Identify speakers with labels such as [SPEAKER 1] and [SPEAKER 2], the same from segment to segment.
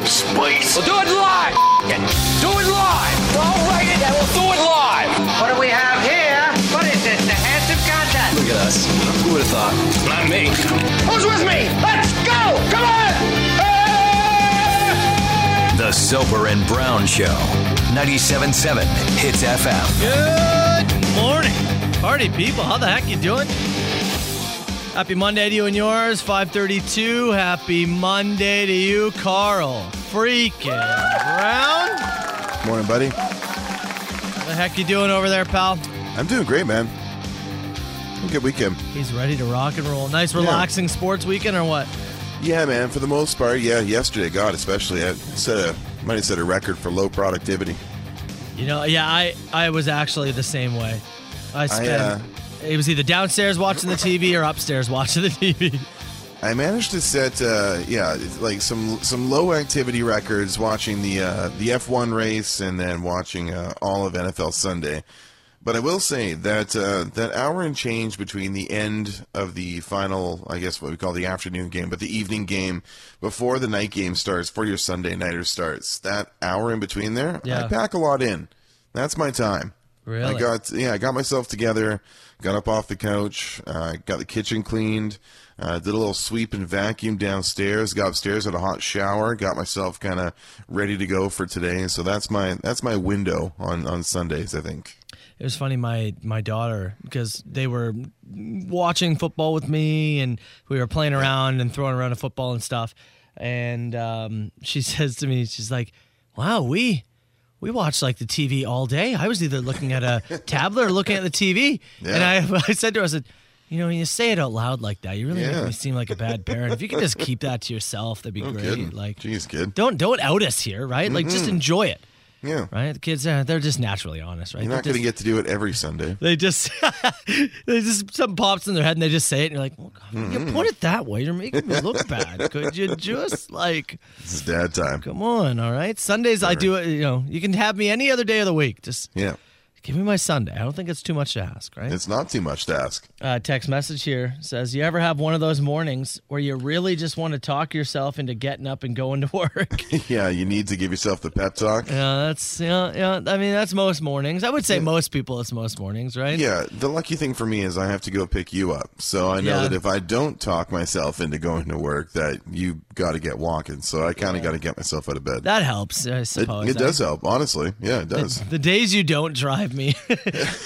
[SPEAKER 1] please.
[SPEAKER 2] We'll do it live. F- it. Do it live. I'll write it and we'll do it live.
[SPEAKER 3] What do we have here? What is this? The hands of content.
[SPEAKER 4] Look at us. Who would have thought?
[SPEAKER 1] Not me.
[SPEAKER 2] Who's with me? Let's go. Come on. Hey!
[SPEAKER 4] The Sober and Brown Show. 97.7 Hits FM.
[SPEAKER 5] Good morning. Party people, how the heck you doing? Happy Monday to you and yours. 532. Happy Monday to you, Carl. Freaking Brown.
[SPEAKER 6] Morning, buddy.
[SPEAKER 5] How the heck you doing over there, pal?
[SPEAKER 6] I'm doing great, man. Good weekend.
[SPEAKER 5] He's ready to rock and roll. Nice relaxing sports weekend or what?
[SPEAKER 6] Yeah, man. For the most part, yeah. Yesterday, God, especially, I set a might have set a record for low productivity.
[SPEAKER 5] You know, yeah, I I was actually the same way. I spent
[SPEAKER 6] uh,
[SPEAKER 5] it was either downstairs watching the TV or upstairs watching the TV.
[SPEAKER 6] I managed to set, uh, yeah, it's like some some low activity records watching the uh, the F1 race and then watching uh, all of NFL Sunday. But I will say that uh, that hour and change between the end of the final, I guess what we call the afternoon game, but the evening game before the night game starts, for your Sunday nighter starts, that hour in between there,
[SPEAKER 5] Yeah.
[SPEAKER 6] I pack a lot in. That's my time.
[SPEAKER 5] Really?
[SPEAKER 6] I got yeah, I got myself together, got up off the couch, uh, got the kitchen cleaned, uh, did a little sweep and vacuum downstairs, got upstairs, had a hot shower, got myself kind of ready to go for today. And so that's my that's my window on on Sundays, I think.
[SPEAKER 5] It was funny, my my daughter, because they were watching football with me, and we were playing around and throwing around a football and stuff. And um, she says to me, she's like, "Wow, we we watched like the TV all day. I was either looking at a tablet or looking at the TV." And I, I said to her, "I said." You know, when you say it out loud like that, you really
[SPEAKER 6] Yeah.
[SPEAKER 5] make me seem like a bad parent. If you could just keep that to yourself, that'd be great.
[SPEAKER 6] Kidding.
[SPEAKER 5] Like,
[SPEAKER 6] Jeez, kid.
[SPEAKER 5] don't don't out us here, right? Like, just enjoy it,
[SPEAKER 6] Yeah.
[SPEAKER 5] right? The kids, uh, they're just naturally honest, right?
[SPEAKER 6] You're
[SPEAKER 5] They're
[SPEAKER 6] not going to
[SPEAKER 5] just-
[SPEAKER 6] get to do it every Sunday.
[SPEAKER 5] they just, they just, something pops in their head and they just say it, and you're like, well, you put it that way, you're making me look bad. Could you just like,
[SPEAKER 6] This is dad time.
[SPEAKER 5] come on, all right? Sundays I do it. You know, you can have me any other day of the week. Just
[SPEAKER 6] Yeah.
[SPEAKER 5] give me my Sunday. I don't think it's too much to ask, right?
[SPEAKER 6] It's not too much to ask.
[SPEAKER 5] Uh, text message here says, "You ever have one of those mornings where you really just want to talk yourself into getting up and going to work?"
[SPEAKER 6] yeah, you need to give yourself the pep talk.
[SPEAKER 5] yeah, that's yeah, yeah. I mean, that's most mornings. I would say most people, it's most mornings, right?
[SPEAKER 6] Yeah, the lucky thing for me is I have to go pick you up. So I know
[SPEAKER 5] Yeah.
[SPEAKER 6] that if I don't talk myself into going to work, that you got to get walking. So I kind of got to get myself out of bed.
[SPEAKER 5] That eh? helps, I
[SPEAKER 6] it
[SPEAKER 5] suppose.
[SPEAKER 6] it
[SPEAKER 5] I-
[SPEAKER 6] does help, honestly. Yeah, it does.
[SPEAKER 5] The days you don't drive me,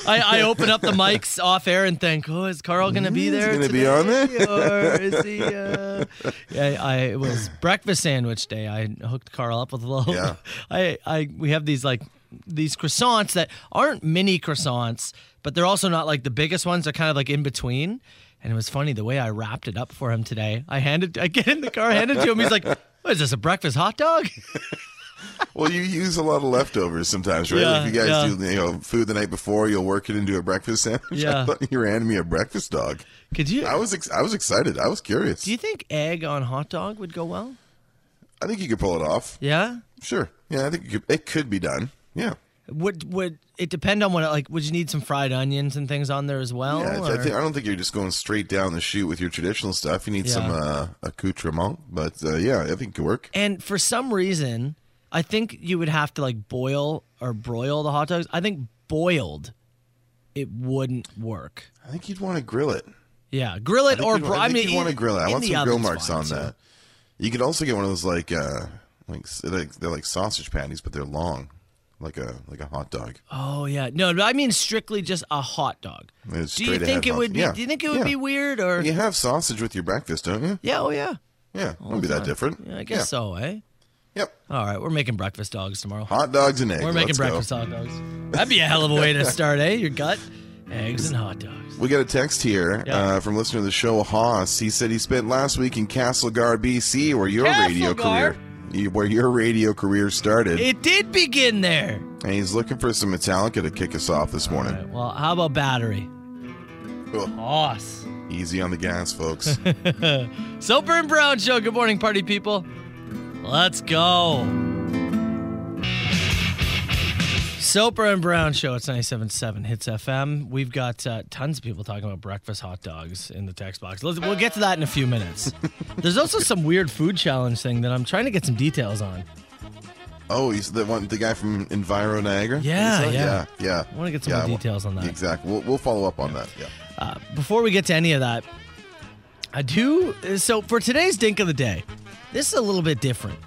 [SPEAKER 5] I, I open up the mics off air and think, oh, is Carl going to be there?
[SPEAKER 6] Mm, gonna be
[SPEAKER 5] today?
[SPEAKER 6] on there?
[SPEAKER 5] or is he? Uh... Yeah, I it was breakfast sandwich day. I hooked Carl up with a little.
[SPEAKER 6] Yeah.
[SPEAKER 5] I, I we have these like these croissants that aren't mini croissants, but they're also not like the biggest ones. They're kind of like in between. And it was funny the way I wrapped it up for him today. I handed, I get in the car, handed it to him. He's like, "What is this? A breakfast hot dog?"
[SPEAKER 6] well, you use a lot of leftovers sometimes, right?
[SPEAKER 5] Yeah,
[SPEAKER 6] like you guys
[SPEAKER 5] yeah.
[SPEAKER 6] do you know, food the night before, you'll work it into a breakfast sandwich.
[SPEAKER 5] Yeah.
[SPEAKER 6] I thought you were handing me a breakfast dog.
[SPEAKER 5] Could you?
[SPEAKER 6] I was ex- I was excited. I was curious.
[SPEAKER 5] Do you think egg on hot dog would go well?
[SPEAKER 6] I think you could pull it off.
[SPEAKER 5] Yeah.
[SPEAKER 6] Sure. Yeah, I think you could, it could be done. Yeah.
[SPEAKER 5] Would would it depend on what like would you need some fried onions and things on there as well?
[SPEAKER 6] Yeah, I,
[SPEAKER 5] or-
[SPEAKER 6] think, I don't think you're just going straight down the chute with your traditional stuff. You need some
[SPEAKER 5] Yeah.
[SPEAKER 6] uh, accoutrement, but uh, yeah, I think it could work.
[SPEAKER 5] and for some reason, I think you would have to like boil or broil the hot dogs. I think boiled, it wouldn't work.
[SPEAKER 6] I think you'd want to grill it.
[SPEAKER 5] Yeah, grill it
[SPEAKER 6] I think
[SPEAKER 5] or
[SPEAKER 6] you'd,
[SPEAKER 5] bro-
[SPEAKER 6] I
[SPEAKER 5] I
[SPEAKER 6] think
[SPEAKER 5] mean,
[SPEAKER 6] you'd want to
[SPEAKER 5] in-
[SPEAKER 6] grill it. I
[SPEAKER 5] in
[SPEAKER 6] want
[SPEAKER 5] the
[SPEAKER 6] some grill
[SPEAKER 5] oven's
[SPEAKER 6] marks
[SPEAKER 5] fine,
[SPEAKER 6] on
[SPEAKER 5] too.
[SPEAKER 6] that. You could also get one of those like uh, like s- like- they're like sausage patties, but they're long, like a like a hot dog.
[SPEAKER 5] Oh yeah, no, no, I mean strictly just a hot dog.
[SPEAKER 6] It's
[SPEAKER 5] do you
[SPEAKER 6] straight
[SPEAKER 5] think
[SPEAKER 6] ahead
[SPEAKER 5] it
[SPEAKER 6] hot-
[SPEAKER 5] would be?
[SPEAKER 6] yeah,
[SPEAKER 5] Do you think it would
[SPEAKER 6] yeah.
[SPEAKER 5] be weird or?
[SPEAKER 6] You have sausage with your breakfast, don't you?
[SPEAKER 5] Yeah, oh yeah.
[SPEAKER 6] Yeah, won't be that different.
[SPEAKER 5] Yeah, I guess so, eh?
[SPEAKER 6] Yep.
[SPEAKER 5] All right, we're making breakfast dogs tomorrow.
[SPEAKER 6] Hot dogs and eggs.
[SPEAKER 5] We're making
[SPEAKER 6] Let's
[SPEAKER 5] breakfast
[SPEAKER 6] Go.
[SPEAKER 5] hot dogs. That'd be a hell of a way to start, eh? Your gut, eggs, and hot dogs.
[SPEAKER 6] We got a text here
[SPEAKER 5] Yeah.
[SPEAKER 6] uh, from listener to the show Haas. He said he spent last week in Castlegar, BC, where your radio
[SPEAKER 5] Castlegar?
[SPEAKER 6] career you- where your radio career started,
[SPEAKER 5] It did begin there.
[SPEAKER 6] and he's looking for some Metallica to kick us off this
[SPEAKER 5] All
[SPEAKER 6] morning.
[SPEAKER 5] right, well, how about battery?
[SPEAKER 6] Cool.
[SPEAKER 5] Boss.
[SPEAKER 6] Easy on the gas, folks.
[SPEAKER 5] Soper and Brown Show. Good morning, party people. Let's go. Soper and Brown Show. It's 97.7 Hits FM. We've got uh, tons of people talking about breakfast hot dogs in the text box. Let's, we'll get to that in a few minutes. There's also some weird food challenge thing that I'm trying to get some details on.
[SPEAKER 6] Oh, he's the one, the guy from Enviro Niagara.
[SPEAKER 5] Yeah,
[SPEAKER 6] Is that-
[SPEAKER 5] yeah.
[SPEAKER 6] yeah, yeah.
[SPEAKER 5] I wanna get some more
[SPEAKER 6] well,
[SPEAKER 5] details on that.
[SPEAKER 6] Exactly. We'll, we'll follow up on that. Yeah.
[SPEAKER 5] Before we get to any of that, I do. So for today's Dink of the Day, this is a little bit different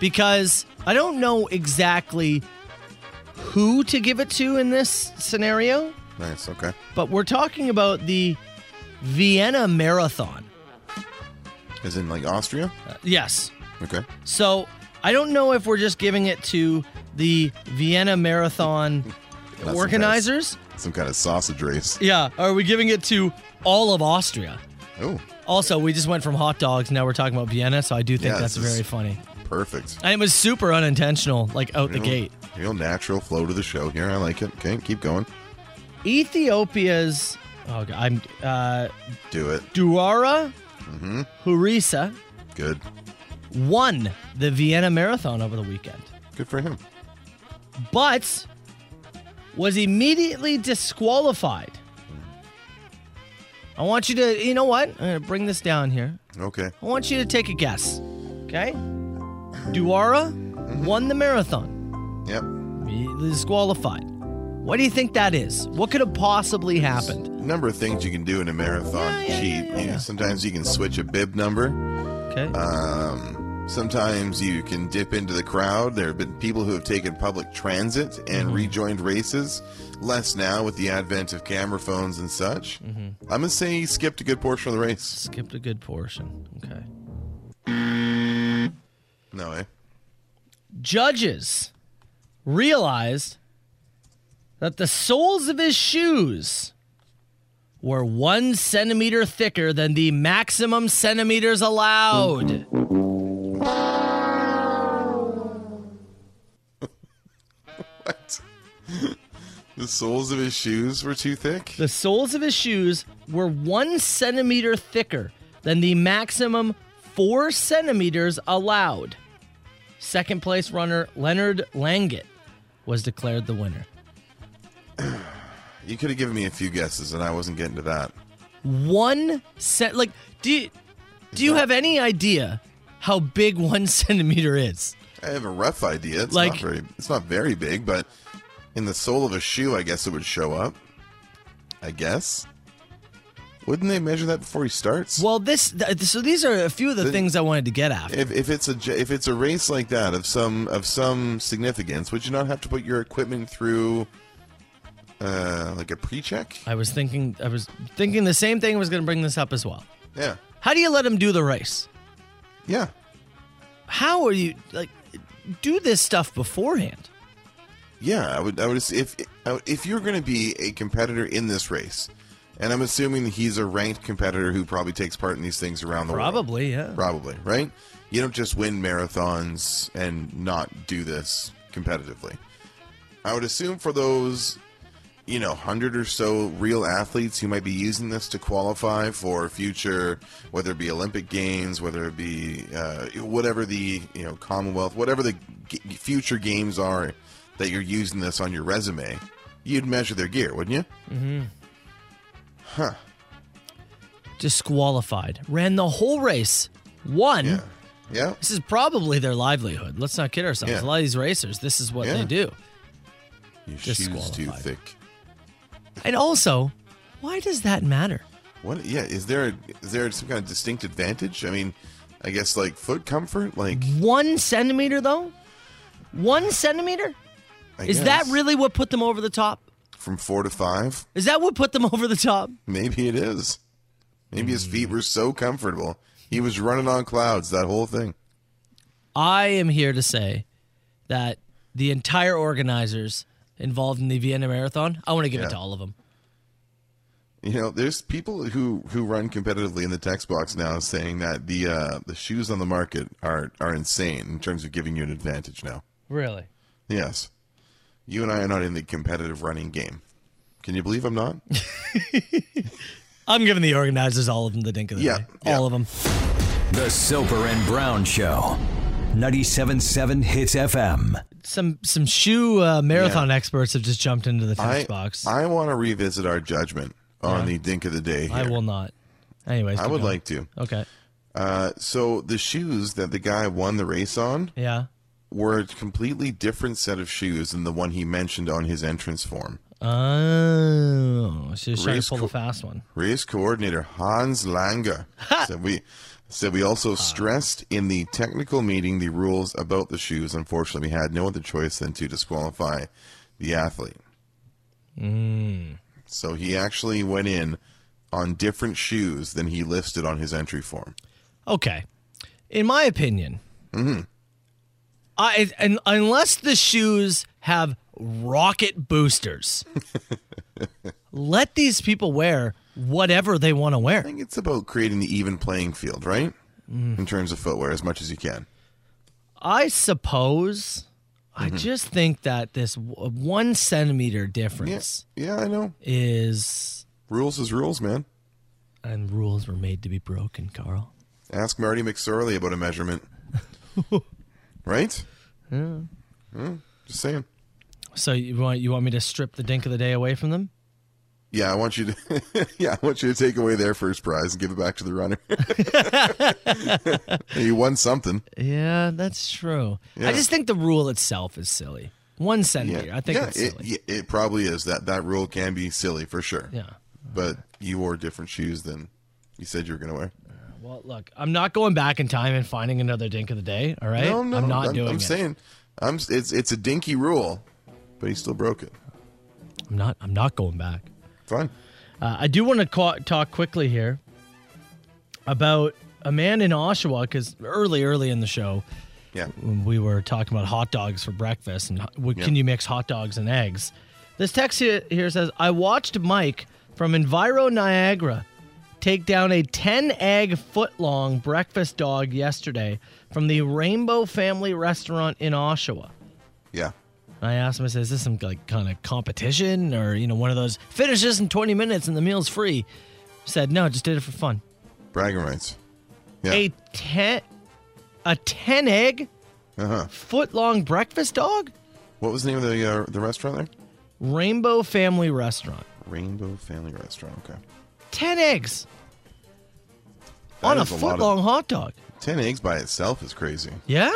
[SPEAKER 5] because I don't know exactly who to give it to in this scenario,
[SPEAKER 6] Nice. Okay.
[SPEAKER 5] but we're talking about the Vienna Marathon.
[SPEAKER 6] Is in like Austria.
[SPEAKER 5] Yes.
[SPEAKER 6] Okay.
[SPEAKER 5] So I don't know if we're just giving it to the Vienna Marathon
[SPEAKER 6] That's
[SPEAKER 5] organizers.
[SPEAKER 6] Some kind of sausage race.
[SPEAKER 5] Yeah. Are we giving it to all of Austria?
[SPEAKER 6] Oh,
[SPEAKER 5] Also, we just went from hot dogs. Now we're talking about Vienna, so I do think
[SPEAKER 6] Yeah,
[SPEAKER 5] that's
[SPEAKER 6] this is-
[SPEAKER 5] very funny.
[SPEAKER 6] perfect.
[SPEAKER 5] And it was super unintentional, like out the gate.
[SPEAKER 6] Real natural flow to the show here. I like it. Okay, keep going.
[SPEAKER 5] Ethiopia's oh god, I'm uh,
[SPEAKER 6] Do it.
[SPEAKER 5] Duara Harissa
[SPEAKER 6] Good.
[SPEAKER 5] won the Vienna Marathon over the weekend,
[SPEAKER 6] Good for him.
[SPEAKER 5] but was immediately disqualified. I want you to, you know what? I'm gonna bring this down here.
[SPEAKER 6] Okay.
[SPEAKER 5] I want you to take a guess. Okay, Duara won the marathon.
[SPEAKER 6] Yep.
[SPEAKER 5] Immediately disqualified. What do you think that is? What could have possibly happened?
[SPEAKER 6] Number of things you can do in a marathon
[SPEAKER 5] Yeah, yeah,
[SPEAKER 6] cheat.
[SPEAKER 5] yeah, yeah,
[SPEAKER 6] You know,
[SPEAKER 5] yeah.
[SPEAKER 6] sometimes you can switch a bib number.
[SPEAKER 5] Okay.
[SPEAKER 6] Um, sometimes you can dip into the crowd. There have been people who have taken public transit
[SPEAKER 5] Mm-hmm.
[SPEAKER 6] and rejoined races. Less now with the advent of camera phones and such.
[SPEAKER 5] Mm-hmm.
[SPEAKER 6] I'm gonna say he skipped a good portion of the race.
[SPEAKER 5] Skipped a good portion. Okay.
[SPEAKER 6] No, eh?
[SPEAKER 5] Judges realized that the soles of his shoes were one centimeter thicker than the maximum centimeters allowed.
[SPEAKER 6] What? the soles of his shoes were too thick.
[SPEAKER 5] The soles of his shoes were one centimeter thicker than the maximum four centimeters allowed. Second place runner Leonard Langett was declared the winner.
[SPEAKER 6] You could have given me a few guesses, and I wasn't getting to that.
[SPEAKER 5] one cent. Like, do you, do you have any idea how big one centimeter is?
[SPEAKER 6] I have a rough idea. It's
[SPEAKER 5] Like-
[SPEAKER 6] not very, it's not very big, but in the sole of a shoe, I guess it would show up. I guess. Wouldn't they measure that before he starts?
[SPEAKER 5] Well, this. Th- so these are a few of the
[SPEAKER 6] The-
[SPEAKER 5] things I wanted to get after.
[SPEAKER 6] if, if it's a j- if it's a race like that of some of some significance, would you not have to put your equipment through, uh, like a pre-check?
[SPEAKER 5] I was thinking. I was thinking the same thing. I was going to bring this up as well.
[SPEAKER 6] Yeah,
[SPEAKER 5] How do you let him do the race?
[SPEAKER 6] yeah.
[SPEAKER 5] How are you like do this stuff beforehand?
[SPEAKER 6] Yeah, I would. I would. If if you're going to be a competitor in this race, and I'm assuming he's a ranked competitor who probably takes part in these things around the world.
[SPEAKER 5] Probably, yeah.
[SPEAKER 6] Probably, right? You don't just win marathons and not do this competitively. I would assume for those, you know, hundred or so real athletes who might be using this to qualify for future, whether it be Olympic Games, whether it be uh, whatever the you know Commonwealth, whatever the g- future games are that you're using this on your resume, you'd measure their gear, wouldn't you?
[SPEAKER 5] Disqualified. Ran the whole race. Won.
[SPEAKER 6] Yeah, yeah.
[SPEAKER 5] This is probably their livelihood. Let's not kid ourselves.
[SPEAKER 6] Yeah.
[SPEAKER 5] A lot of these racers, this is what
[SPEAKER 6] Yeah.
[SPEAKER 5] they do.
[SPEAKER 6] Your shoes too
[SPEAKER 5] Disqualified.
[SPEAKER 6] thick.
[SPEAKER 5] And also, why does that matter?
[SPEAKER 6] What? Yeah, is there a, is there some kind of distinct advantage? I mean, I guess like foot comfort. Like,
[SPEAKER 5] One centimeter, though? One centimeter?
[SPEAKER 6] I
[SPEAKER 5] Is that
[SPEAKER 6] guess.
[SPEAKER 5] really what put them over the top?
[SPEAKER 6] from four to five?
[SPEAKER 5] Is that what put them over the top?
[SPEAKER 6] Maybe it is. Maybe his
[SPEAKER 5] Mm.
[SPEAKER 6] feet were so comfortable he was running on clouds that whole thing.
[SPEAKER 5] I am here to say that the entire organizers involved in the Vienna Marathon, I want to give it
[SPEAKER 6] Yeah.
[SPEAKER 5] to all of them.
[SPEAKER 6] You know, there's people who who run competitively in the text box now saying that the uh, the shoes on the market are are insane in terms of giving you an advantage now.
[SPEAKER 5] Really?
[SPEAKER 6] Yes, you and I are not in the competitive running game. Can you believe I'm not?
[SPEAKER 5] I'm giving the organizers all of them the dink of the
[SPEAKER 6] Yeah,
[SPEAKER 5] day.
[SPEAKER 6] yeah.
[SPEAKER 5] All of them.
[SPEAKER 4] The Soper and Brown Show. 97.7 Hits FM.
[SPEAKER 5] Some some shoe uh, marathon experts have just jumped into the text
[SPEAKER 6] I
[SPEAKER 5] box.
[SPEAKER 6] I want to revisit our judgment on the dink of the day. Here.
[SPEAKER 5] I will not. Anyways,
[SPEAKER 6] I
[SPEAKER 5] keep
[SPEAKER 6] would
[SPEAKER 5] going.
[SPEAKER 6] like to.
[SPEAKER 5] Okay.
[SPEAKER 6] Uh, so the shoes that the guy won the race on
[SPEAKER 5] Yeah.
[SPEAKER 6] were a completely different set of shoes than the one he mentioned on his entrance form.
[SPEAKER 5] Oh, she was trying
[SPEAKER 6] Race
[SPEAKER 5] to pull
[SPEAKER 6] co-
[SPEAKER 5] the fast one.
[SPEAKER 6] Race coordinator Hans Langer said we said we also stressed in the technical meeting the rules about the shoes. Unfortunately, we had no other choice than to disqualify the athlete. So he actually went in on different shoes than he listed on his entry form.
[SPEAKER 5] Okay, in my opinion,
[SPEAKER 6] Mm-hmm.
[SPEAKER 5] I and unless the shoes have rocket boosters, let these people wear whatever they want to
[SPEAKER 6] I
[SPEAKER 5] wear.
[SPEAKER 6] think it's about creating the even playing field, right? In terms of footwear, as much as you can.
[SPEAKER 5] I suppose. I
[SPEAKER 6] Mm-hmm.
[SPEAKER 5] just think that this w- one centimeter difference
[SPEAKER 6] Yeah, I know.
[SPEAKER 5] is,
[SPEAKER 6] Rules is rules, man.
[SPEAKER 5] and rules were made to be broken, Carl.
[SPEAKER 6] Ask Marty McSorley about a measurement. right? Hmm, Just saying.
[SPEAKER 5] So you want you want me to strip the dink of the day away from them?
[SPEAKER 6] Yeah, I want you to. yeah, I want you to take away their first prize and give it back to the runner. you won something.
[SPEAKER 5] Yeah, that's true.
[SPEAKER 6] Yeah.
[SPEAKER 5] I just think the rule itself is silly. One centimeter, I think
[SPEAKER 6] yeah,
[SPEAKER 5] it's
[SPEAKER 6] it,
[SPEAKER 5] silly.
[SPEAKER 6] yeah, it probably is that that rule can be silly for sure.
[SPEAKER 5] yeah.
[SPEAKER 6] But you wore different shoes than you said you were going to wear.
[SPEAKER 5] Well, look, I'm not going back in time and finding another dink of the day. All right,
[SPEAKER 6] No, no,
[SPEAKER 5] I'm not
[SPEAKER 6] I'm,
[SPEAKER 5] doing
[SPEAKER 6] I'm
[SPEAKER 5] it.
[SPEAKER 6] saying, I'm. It's it's a dinky rule, but he still broke it.
[SPEAKER 5] I'm not. I'm not going back.
[SPEAKER 6] Fine.
[SPEAKER 5] Uh, I do want to ca- talk quickly here about a man in Oshawa because early, early in the show,
[SPEAKER 6] Yeah.
[SPEAKER 5] we were talking about hot dogs for breakfast and ho- what,
[SPEAKER 6] Yeah.
[SPEAKER 5] can you mix hot dogs and eggs? This text here, here says, I watched Mike from Enviro Niagara take down a 10 egg foot long breakfast dog yesterday from the Rainbow Family Restaurant in Oshawa.
[SPEAKER 6] Yeah.
[SPEAKER 5] And I asked him, I said, is this some like kind of competition or, you know, one of those finish this in 20 minutes and the meal's free? He said, no, just did it for fun.
[SPEAKER 6] Bragging rights. Yeah.
[SPEAKER 5] A 10 a 10 egg
[SPEAKER 6] Uh huh.
[SPEAKER 5] foot long breakfast dog?
[SPEAKER 6] What was the name of the uh, the restaurant there?
[SPEAKER 5] Rainbow Family Restaurant.
[SPEAKER 6] Rainbow Family Restaurant. Okay.
[SPEAKER 5] 10 eggs
[SPEAKER 6] That
[SPEAKER 5] on a
[SPEAKER 6] is lot
[SPEAKER 5] foot
[SPEAKER 6] of-
[SPEAKER 5] long hot dog.
[SPEAKER 6] Ten eggs by itself is crazy.
[SPEAKER 5] Yeah.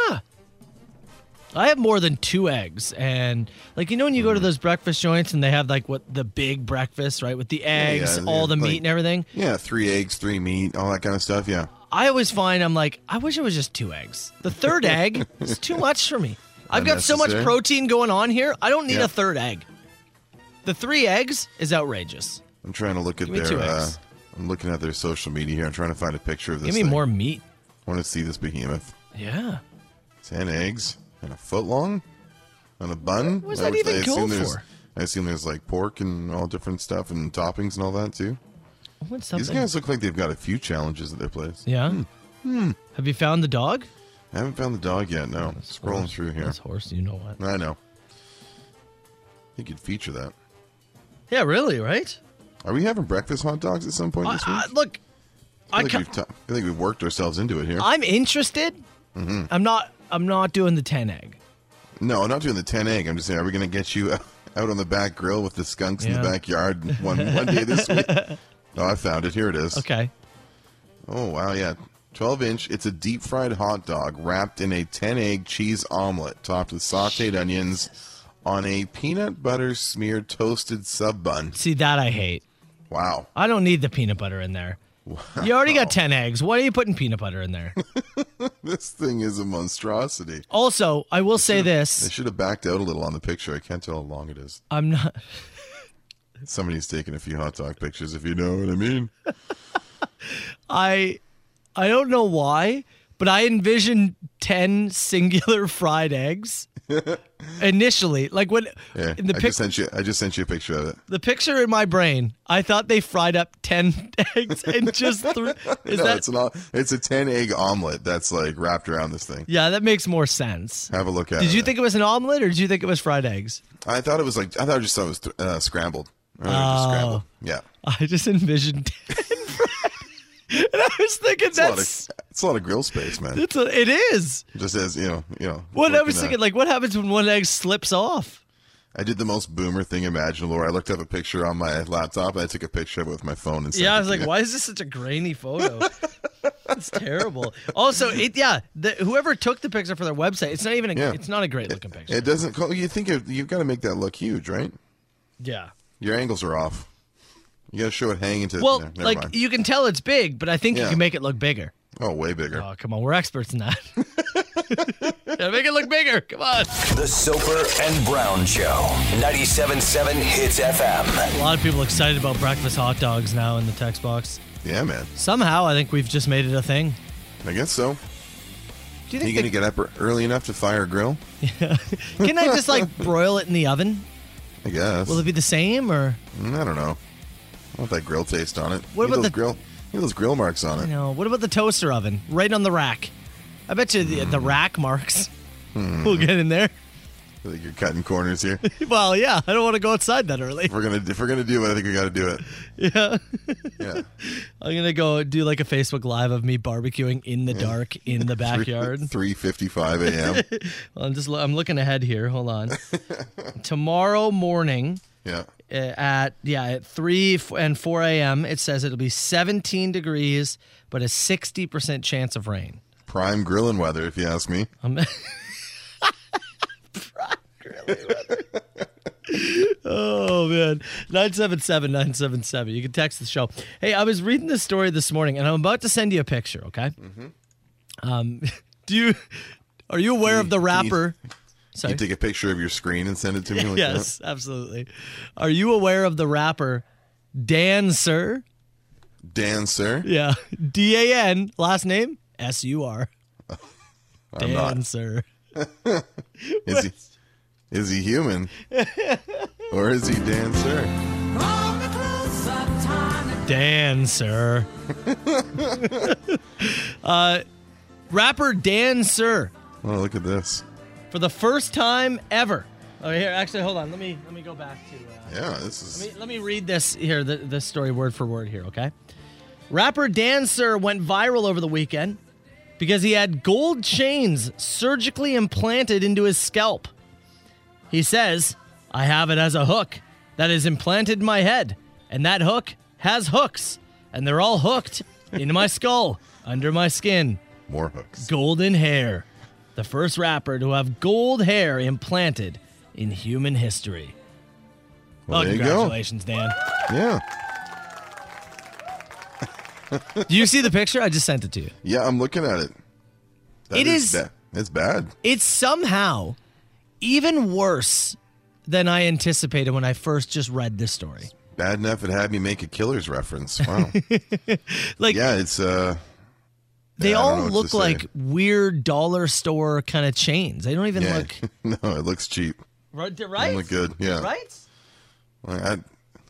[SPEAKER 5] I have more than two eggs. And, like, you know, when you go
[SPEAKER 6] Mm-hmm.
[SPEAKER 5] to those breakfast joints and they have, like, what the big breakfast, right? With the eggs,
[SPEAKER 6] yeah,
[SPEAKER 5] all the
[SPEAKER 6] like-
[SPEAKER 5] meat and everything.
[SPEAKER 6] Yeah, three eggs, three meat, all that kind of stuff. Yeah.
[SPEAKER 5] I always find I'm like, I wish it was just two eggs. The third egg is too much for me. I've got so much
[SPEAKER 6] Unnecessary.
[SPEAKER 5] protein going on here. I don't need
[SPEAKER 6] Yeah.
[SPEAKER 5] a third egg. The three eggs is outrageous.
[SPEAKER 6] I'm trying to look at
[SPEAKER 5] me
[SPEAKER 6] their.
[SPEAKER 5] two
[SPEAKER 6] Uh,
[SPEAKER 5] eggs.
[SPEAKER 6] I'm looking at their social media here. I'm trying to find a picture of this.
[SPEAKER 5] Give me
[SPEAKER 6] thing.
[SPEAKER 5] more meat.
[SPEAKER 6] I want to see this behemoth.
[SPEAKER 5] Yeah.
[SPEAKER 6] Ten eggs and a foot long on a bun.
[SPEAKER 5] What does that
[SPEAKER 6] I would- I
[SPEAKER 5] even go
[SPEAKER 6] assume there's-
[SPEAKER 5] for?
[SPEAKER 6] I assume there's like pork and all different stuff and toppings and all that too.
[SPEAKER 5] I want
[SPEAKER 6] These
[SPEAKER 5] something.
[SPEAKER 6] guys Hmm. look like they've got a few challenges at their place.
[SPEAKER 5] yeah. Have you found the dog?
[SPEAKER 6] I haven't found the dog yet. No, scrolling
[SPEAKER 5] horse.
[SPEAKER 6] through here.
[SPEAKER 5] That's horse. You know what?
[SPEAKER 6] I know. I think you'd feature that.
[SPEAKER 5] Yeah, really, right?
[SPEAKER 6] Are we having breakfast hot dogs at some point
[SPEAKER 5] I,
[SPEAKER 6] this week?
[SPEAKER 5] I, look,
[SPEAKER 6] I
[SPEAKER 5] I,
[SPEAKER 6] feel like
[SPEAKER 5] ca-
[SPEAKER 6] we've t- I feel like we've worked ourselves into it here.
[SPEAKER 5] I'm interested.
[SPEAKER 6] Mm-hmm.
[SPEAKER 5] I'm not. I'm not doing the ten egg.
[SPEAKER 6] no, I'm not doing the ten egg. I'm just saying, are we going to get you out on the back grill with the skunks in the
[SPEAKER 5] Yeah.
[SPEAKER 6] backyard one one day this week? Oh, I found it. Here it is.
[SPEAKER 5] Okay.
[SPEAKER 6] Oh wow, yeah, twelve inch. It's a deep fried hot dog wrapped in a ten egg cheese omelet, topped with sautéed onions, on a peanut butter smeared toasted sub bun.
[SPEAKER 5] See that I hate.
[SPEAKER 6] Wow.
[SPEAKER 5] I don't need the peanut butter in there. You already got ten eggs. Why are you putting peanut butter in there?
[SPEAKER 6] This thing is a monstrosity.
[SPEAKER 5] also, I will say
[SPEAKER 6] I
[SPEAKER 5] this.
[SPEAKER 6] should have backed out a little on the picture. I can't tell how long it is.
[SPEAKER 5] I'm not.
[SPEAKER 6] Somebody's taking a few hot dog pictures, if you know what I mean.
[SPEAKER 5] I. I don't know why, but I envisioned ten singular fried eggs. Initially, like when
[SPEAKER 6] Yeah,
[SPEAKER 5] in the
[SPEAKER 6] I
[SPEAKER 5] pic-
[SPEAKER 6] just sent you. I just sent you a picture of it.
[SPEAKER 5] the picture in my brain, I thought they fried up ten eggs and just threw. Is
[SPEAKER 6] no,
[SPEAKER 5] that
[SPEAKER 6] it's an o- it's a ten egg omelet that's like wrapped around this thing.
[SPEAKER 5] Yeah, that makes more sense.
[SPEAKER 6] Have a look at.
[SPEAKER 5] Did
[SPEAKER 6] it.
[SPEAKER 5] you think it was an omelet or did you think it was fried eggs?
[SPEAKER 6] I thought it was like I thought I just thought it was th- uh, scrambled. I thought it was just
[SPEAKER 5] Oh.
[SPEAKER 6] scrambled. Yeah,
[SPEAKER 5] I just envisioned fried. and I was thinking
[SPEAKER 6] it's a, lot
[SPEAKER 5] that's
[SPEAKER 6] of, it's a lot of grill space, man.
[SPEAKER 5] it's a, it is.
[SPEAKER 6] Just as you know, you know.
[SPEAKER 5] What I
[SPEAKER 6] working
[SPEAKER 5] was
[SPEAKER 6] a-
[SPEAKER 5] thinking, like, what happens when one egg slips off?
[SPEAKER 6] I did the most boomer thing imaginable. Where I looked up a picture on my laptop and I took a picture of it with my phone and. sent
[SPEAKER 5] Yeah, I
[SPEAKER 6] it
[SPEAKER 5] was
[SPEAKER 6] to
[SPEAKER 5] like,
[SPEAKER 6] you.
[SPEAKER 5] why is this such a grainy photo? It's terrible. Also, it yeah, the, whoever took the picture for their website, it's not even a,
[SPEAKER 6] Yeah.
[SPEAKER 5] it's not a great looking picture.
[SPEAKER 6] It doesn't. co- You think it, you've got to make that look huge, right?
[SPEAKER 5] yeah.
[SPEAKER 6] Your angles are off. You got to show it hanging to.
[SPEAKER 5] Well,
[SPEAKER 6] no, never
[SPEAKER 5] like e-
[SPEAKER 6] mind.
[SPEAKER 5] you can tell it's big, but I think you
[SPEAKER 6] Yeah.
[SPEAKER 5] can make it look bigger.
[SPEAKER 6] oh, way bigger.
[SPEAKER 5] Oh, come on, we're experts in that. Gotta make it look bigger. Come on.
[SPEAKER 4] The Soper and Brown Show. 97.7 Hits FM.
[SPEAKER 5] A lot of people excited about breakfast hot dogs now in the text box.
[SPEAKER 6] yeah, man.
[SPEAKER 5] Somehow, I think we've just made it a thing.
[SPEAKER 6] I guess so.
[SPEAKER 5] Do you
[SPEAKER 6] Are you
[SPEAKER 5] think?
[SPEAKER 6] gonna get up early enough to fire a grill?
[SPEAKER 5] they- can I just like broil it in the oven?
[SPEAKER 6] I guess.
[SPEAKER 5] Will it be the same or
[SPEAKER 6] Mm, I don't know. I want that grill taste on it.
[SPEAKER 5] What
[SPEAKER 6] Look at
[SPEAKER 5] about
[SPEAKER 6] those
[SPEAKER 5] the-
[SPEAKER 6] grill? Look at those grill marks on it.
[SPEAKER 5] you know? What about the toaster oven? Right on the rack. I bet you the, the rack marks will get in there.
[SPEAKER 6] I think you're cutting corners here. if
[SPEAKER 5] Well, yeah, I don't want to go outside that early.
[SPEAKER 6] we're gonna if we're gonna do it, I think we got to do it.
[SPEAKER 5] Yeah.
[SPEAKER 6] Yeah.
[SPEAKER 5] I'm gonna go do like a Facebook live of me barbecuing in the dark in the backyard.
[SPEAKER 6] Three fifty-five a.m.
[SPEAKER 5] Well, I'm just lo- I'm looking ahead here. Hold on. Tomorrow morning
[SPEAKER 6] yeah.
[SPEAKER 5] uh, at yeah at three f- and four a.m. It says it'll be 17 degrees, but a 60 percent chance of rain.
[SPEAKER 6] Prime grilling weather, if you ask me.
[SPEAKER 5] I'm Oh man, nine seven seven nine seven seven. You can text the show. Hey, I was reading this story this morning, and I'm about to send you a picture. Okay.
[SPEAKER 6] Mm-hmm.
[SPEAKER 5] Um, do you are you aware of the rapper? Sorry.
[SPEAKER 6] You take a picture of your screen and send it to me. Like
[SPEAKER 5] yes, absolutely. Are you aware of the rapper Dan Sir?
[SPEAKER 6] That? Dan, sir.
[SPEAKER 5] Yeah, D A N last name S U R.
[SPEAKER 6] I'm not.
[SPEAKER 5] Dan Sir.
[SPEAKER 6] Is he? Is he human? or is he Dan, sir?
[SPEAKER 5] Dan Sir. uh, rapper Dan Sir
[SPEAKER 6] Oh, look at this.
[SPEAKER 5] for the first time ever. Oh, here, actually, hold on. Let me let me go back to. Uh,
[SPEAKER 6] Yeah, this
[SPEAKER 5] Let
[SPEAKER 6] is.
[SPEAKER 5] me, let me read this here, the, this story word for word here, okay? Rapper Dancer went viral over the weekend because he had gold chains surgically implanted into his scalp. He says, I have it as a hook that is implanted in my head, and that hook has hooks, and they're all hooked into my skull, under my skin.
[SPEAKER 6] More hooks.
[SPEAKER 5] Golden hair. The first rapper to have gold hair implanted in human history.
[SPEAKER 6] Well,
[SPEAKER 5] oh,
[SPEAKER 6] there you go.
[SPEAKER 5] congratulations, Dan.
[SPEAKER 6] Yeah.
[SPEAKER 5] Do you see the picture? I just sent it to you.
[SPEAKER 6] Yeah, I'm looking at it. That
[SPEAKER 5] It is-
[SPEAKER 6] ba- it's bad.
[SPEAKER 5] It's somehow even worse than I anticipated when I first just read this story.
[SPEAKER 6] Bad enough it had me make a killer's reference. Wow.
[SPEAKER 5] Like
[SPEAKER 6] yeah, it's uh
[SPEAKER 5] they
[SPEAKER 6] yeah, I don't
[SPEAKER 5] all
[SPEAKER 6] know what to
[SPEAKER 5] look
[SPEAKER 6] say.
[SPEAKER 5] like weird dollar store kind of chains. They don't even
[SPEAKER 6] yeah.
[SPEAKER 5] look
[SPEAKER 6] no, it looks cheap.
[SPEAKER 5] right.
[SPEAKER 6] Doesn't look good. Yeah.
[SPEAKER 5] Right?
[SPEAKER 6] I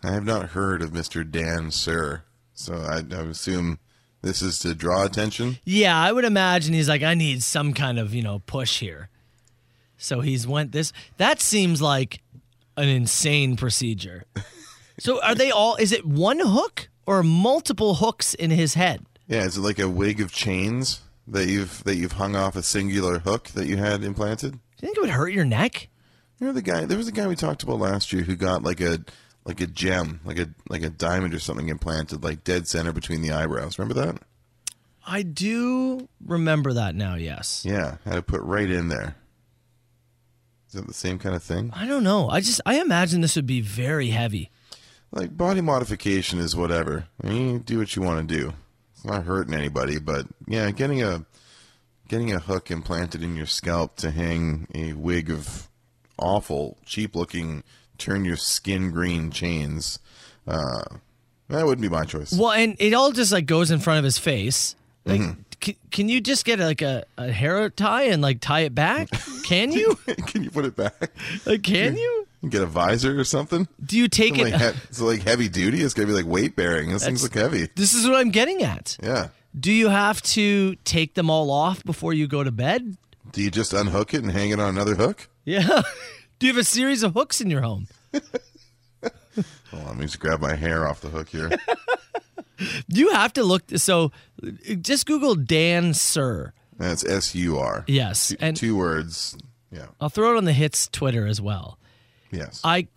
[SPEAKER 6] I have not heard of Mr. Dan Sir. So I, I assume this is to draw attention.
[SPEAKER 5] Yeah, I would imagine he's like, I need some kind of you know push here. So he's went this. That seems like an insane procedure. So are they all? Is it one hook or multiple hooks in his head?
[SPEAKER 6] Yeah, is it like a wig of chains that you've that you've hung off a singular hook that you had implanted?
[SPEAKER 5] Do you think it would hurt your neck?
[SPEAKER 6] You know the guy. There was a guy we talked about last year who got like a like a gem, like a like a diamond or something implanted, like dead center between the eyebrows. Remember that?
[SPEAKER 5] I do remember that now, yes.
[SPEAKER 6] Yeah, had it put right in there. Is that the same kind of thing?
[SPEAKER 5] I don't know. I just I imagine this would be very heavy.
[SPEAKER 6] Like body modification is whatever. I mean, you do what you want to do. It's not hurting anybody, but yeah, getting a getting a hook implanted in your scalp to hang a wig of awful, cheap-looking, turn your skin green chains. Uh, that wouldn't be my choice.
[SPEAKER 5] Well, and it all just like goes in front of his face. Like can, can you just get like a, a hair tie and like tie it back? Can you?
[SPEAKER 6] Can you put it back?
[SPEAKER 5] like can you?
[SPEAKER 6] Get a visor or something?
[SPEAKER 5] Do you take
[SPEAKER 6] Something
[SPEAKER 5] it
[SPEAKER 6] like he- it's like heavy duty. It's gonna be like weight bearing. This things look heavy.
[SPEAKER 5] This is what I'm getting at.
[SPEAKER 6] Yeah.
[SPEAKER 5] Do you have to take them all off before you go to bed?
[SPEAKER 6] Do you just unhook it and hang it on another hook?
[SPEAKER 5] Yeah. Do you have a series of hooks in your home?
[SPEAKER 6] Hold on, let me just grab my hair off the hook here.
[SPEAKER 5] Do you have to look so just Google Dan Sir.
[SPEAKER 6] That's S U R.
[SPEAKER 5] Yes.
[SPEAKER 6] Two- two words. Yeah.
[SPEAKER 5] I'll throw it on the hits Twitter as well.
[SPEAKER 6] Yes.
[SPEAKER 5] I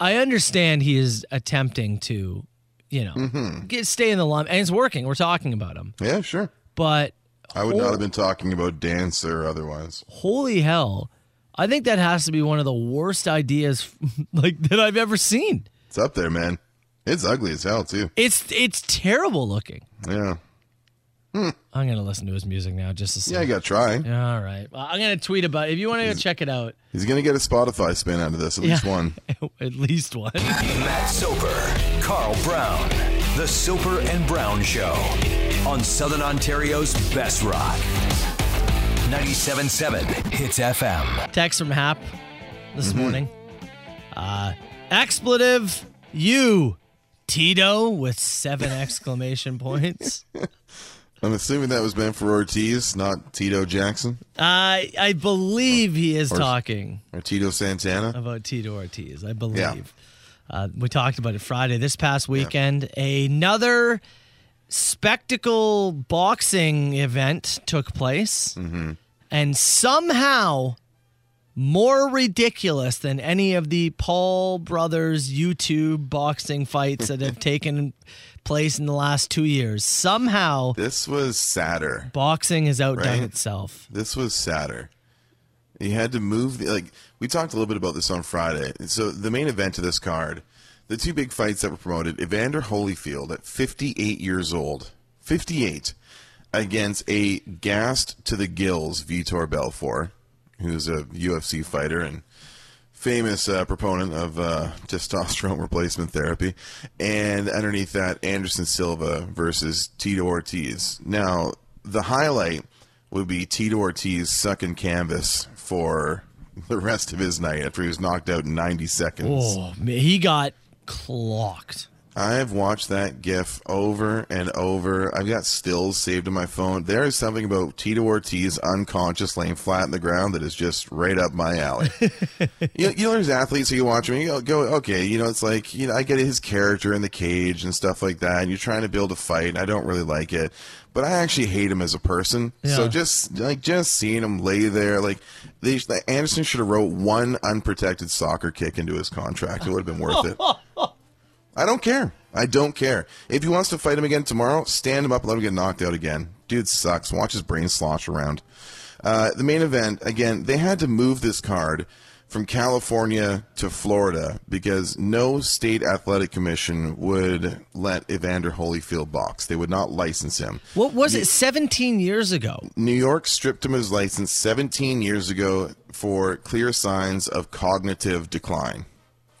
[SPEAKER 5] I understand he is attempting to, you know, get, stay in the limelight. And it's working. We're talking about him.
[SPEAKER 6] Yeah, sure.
[SPEAKER 5] But
[SPEAKER 6] I would not have been talking about dance or otherwise.
[SPEAKER 5] holy hell, I think that has to be one of the worst ideas like that I've ever seen.
[SPEAKER 6] It's up there, man. It's ugly as hell too.
[SPEAKER 5] It's it's terrible looking.
[SPEAKER 6] Yeah.
[SPEAKER 5] I'm gonna listen to his music now just to see.
[SPEAKER 6] Yeah, you gotta try.
[SPEAKER 5] All right. Well, I'm gonna tweet about. If you want to go check it out,
[SPEAKER 6] He's gonna get a Spotify spin out of this, at least
[SPEAKER 5] Yeah.
[SPEAKER 6] one.
[SPEAKER 5] at least one.
[SPEAKER 4] Matt Soper, Carl Brown, The Soper and Brown Show on Southern Ontario's Best Rock. 97.7 Hits FM.
[SPEAKER 5] Text from Hap this morning. Uh, expletive you, Tito, with seven exclamation points.
[SPEAKER 6] I'm assuming that was meant for Ortiz, not Tito Jackson
[SPEAKER 5] I Uh, I believe he is talking
[SPEAKER 6] or Tito Santana.
[SPEAKER 5] about Tito Ortiz. I believe. Uh, we talked about it Friday this past weekend. Another spectacle boxing event took place, and somehow more ridiculous than any of the Paul brothers YouTube boxing fights that have taken place in the last two years. Somehow,
[SPEAKER 6] This was sadder.
[SPEAKER 5] boxing has outdone
[SPEAKER 6] Right.
[SPEAKER 5] itself.
[SPEAKER 6] This was sadder. You had to move. The, like we talked a little bit about this on Friday. So the main event of this card, the two big fights that were promoted: Evander Holyfield at 58 years old, 58, against a gassed to the gills Vitor Belfort, who's a UFC fighter and famous uh, proponent of uh, testosterone replacement therapy, and underneath that, Anderson Silva versus Tito Ortiz. Now, the highlight would be Tito Ortiz sucking canvas for the rest of his night after he was knocked out in 90 seconds.
[SPEAKER 5] Oh, man, he got clocked.
[SPEAKER 6] I've watched that GIF over and over. I've got stills saved in my phone. There is something about Tito Ortiz unconscious, laying flat on the ground, that is just right up my alley. you, you know, there's athletes who you watch and you go, go, okay, you know, it's like, you know, I get his character in the cage and stuff like that, and you're trying to build a fight, and I don't really like it. But I actually hate him as a person. So
[SPEAKER 5] Yeah.
[SPEAKER 6] just like just seeing him lay there, like they, Anderson should have wrote one unprotected soccer kick into his contract. It would have been worth it. I don't care. I don't care. If he wants to fight him again tomorrow, stand him up and let him get knocked out again. Dude sucks. Watch his brain slosh around. Uh, the main event, again, they had to move this card from California to Florida because no state athletic commission would let Evander Holyfield box. They would not license him.
[SPEAKER 5] What was it? 17 years ago.
[SPEAKER 6] New York stripped him his license 17 years ago for clear signs of cognitive decline.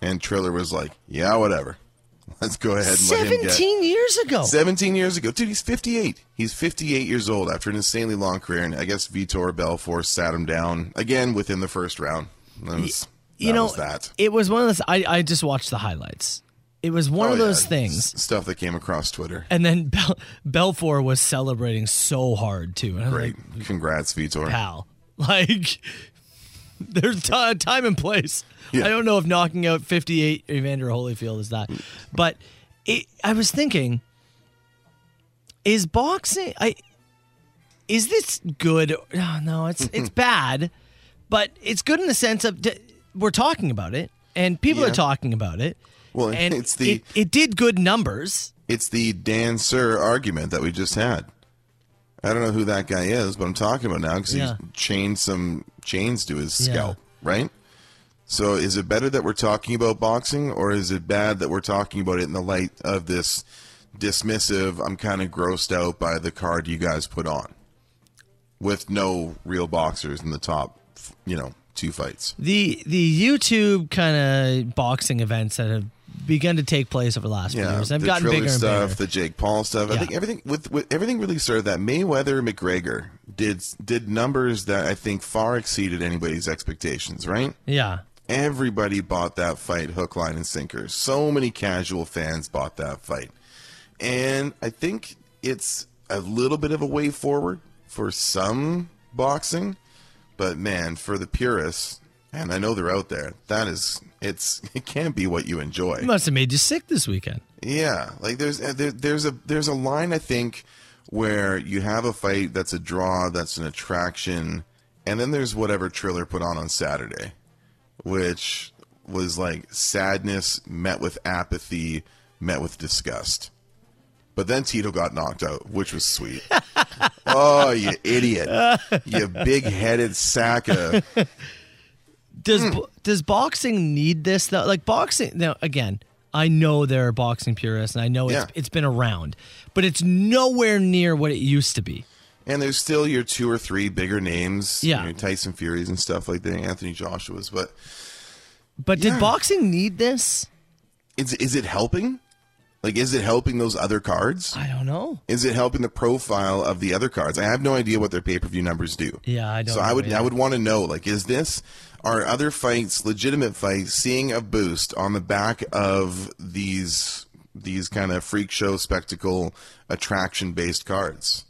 [SPEAKER 6] And Triller was like, yeah, whatever. Let's go ahead and let him get
[SPEAKER 5] 17 years ago.
[SPEAKER 6] 17 years ago. Dude, he's 58. He's 58 years old after an insanely long career. And I guess Vitor Belfort sat him down again within the first round. That was,
[SPEAKER 5] you
[SPEAKER 6] that
[SPEAKER 5] know,
[SPEAKER 6] was that.
[SPEAKER 5] it was one of those. I, I just watched the highlights. It was one
[SPEAKER 6] Oh,
[SPEAKER 5] of those
[SPEAKER 6] yeah.
[SPEAKER 5] things.
[SPEAKER 6] S- Stuff that came across Twitter.
[SPEAKER 5] And then Bel- Belfour was celebrating so hard too. And I'm
[SPEAKER 6] Great.
[SPEAKER 5] like,
[SPEAKER 6] Congrats, Vitor.
[SPEAKER 5] pal, like there's ti time and place.
[SPEAKER 6] Yeah.
[SPEAKER 5] I don't know if knocking out 58 Evander Holyfield is that, but it, I was thinking, is boxing? I is this good? Oh, no, it's it's bad, but it's good in the sense of d- we're talking about it and people
[SPEAKER 6] Yeah.
[SPEAKER 5] are talking about it.
[SPEAKER 6] Well,
[SPEAKER 5] and
[SPEAKER 6] it's the-
[SPEAKER 5] it, it did good numbers.
[SPEAKER 6] It's the Dan Sir argument that we just had. I don't know who that guy is, but I'm talking about now because
[SPEAKER 5] Yeah.
[SPEAKER 6] he's chained some chains to his
[SPEAKER 5] Yeah.
[SPEAKER 6] scalp, right? So is it better that we're talking about boxing, or is it bad that we're talking about it in the light of this dismissive, I'm kind of grossed out by the card you guys put on with no real boxers in the top, f- you know, two fights?
[SPEAKER 5] the the YouTube kind of boxing events that have begun to take place over the last few
[SPEAKER 6] Yeah,
[SPEAKER 5] years. I've
[SPEAKER 6] the
[SPEAKER 5] gotten
[SPEAKER 6] Triller
[SPEAKER 5] bigger
[SPEAKER 6] stuff,
[SPEAKER 5] and bigger.
[SPEAKER 6] the Jake Paul stuff. I
[SPEAKER 5] Yeah.
[SPEAKER 6] think everything with, with everything really started that Mayweather McGregor did did numbers that I think far exceeded anybody's expectations. Right?
[SPEAKER 5] yeah,
[SPEAKER 6] Everybody bought that fight, hook, line, and sinker. So many casual fans bought that fight, and I think it's a little bit of a way forward for some boxing, but man, for the purists, and I know they're out there. That is, it's it can't be what you enjoy.
[SPEAKER 5] it must have made you sick this weekend.
[SPEAKER 6] Yeah, like there's uh, there, there's a there's a line I think where you have a fight that's a draw, that's an attraction, and then there's whatever Triller put on on Saturday, which was like sadness met with apathy met with disgust. But then Tito got knocked out, which was sweet. oh, you idiot. You big headed sack of.
[SPEAKER 5] Does
[SPEAKER 6] Hmm.
[SPEAKER 5] bo- does boxing need this though? Like boxing now again, I know there are boxing purists and I know it's
[SPEAKER 6] Yeah.
[SPEAKER 5] it's been around, but it's nowhere near what it used to be.
[SPEAKER 6] And there's still your two or three bigger names. you
[SPEAKER 5] Yeah.
[SPEAKER 6] know, Tyson Furies and stuff like that, Anthony Joshua's. But
[SPEAKER 5] But
[SPEAKER 6] Yeah.
[SPEAKER 5] did boxing need this?
[SPEAKER 6] is, is it helping? Like, is it helping those other cards?
[SPEAKER 5] I don't know.
[SPEAKER 6] Is it helping the profile of the other cards? I have no idea what their pay per view numbers do.
[SPEAKER 5] Yeah, I don't
[SPEAKER 6] So
[SPEAKER 5] know
[SPEAKER 6] I would
[SPEAKER 5] either.
[SPEAKER 6] I would want to know like is this are other fights legitimate fights seeing a boost on the back of these these kind of freak show spectacle attraction based cards?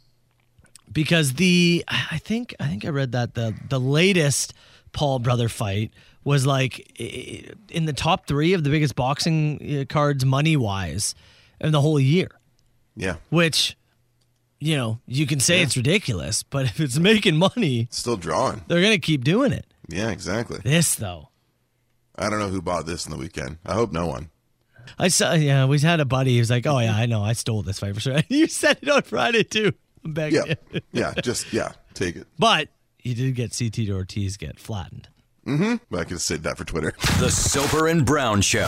[SPEAKER 5] because the I think I think I read that the the latest Paul brother fight was like i- in the top three of the biggest boxing uh, cards money wise in the whole year,
[SPEAKER 6] Yeah,
[SPEAKER 5] which you know you can say it's ridiculous, but if it's making money,
[SPEAKER 6] still drawing.
[SPEAKER 5] they're gonna keep doing it.
[SPEAKER 6] Yeah, exactly.
[SPEAKER 5] This though.
[SPEAKER 6] I don't know who bought this in the weekend. I hope no one.
[SPEAKER 5] I saw, yeah, we had a buddy who's like, oh, yeah, I know, I stole this fight for sure. you said it on Friday, too. I'm begging
[SPEAKER 6] Yeah,
[SPEAKER 5] you.
[SPEAKER 6] yeah, just yeah, take it.
[SPEAKER 5] But you did get CT Ortiz get flattened.
[SPEAKER 6] But I could have saved that for Twitter.
[SPEAKER 4] The Silver and Brown Show.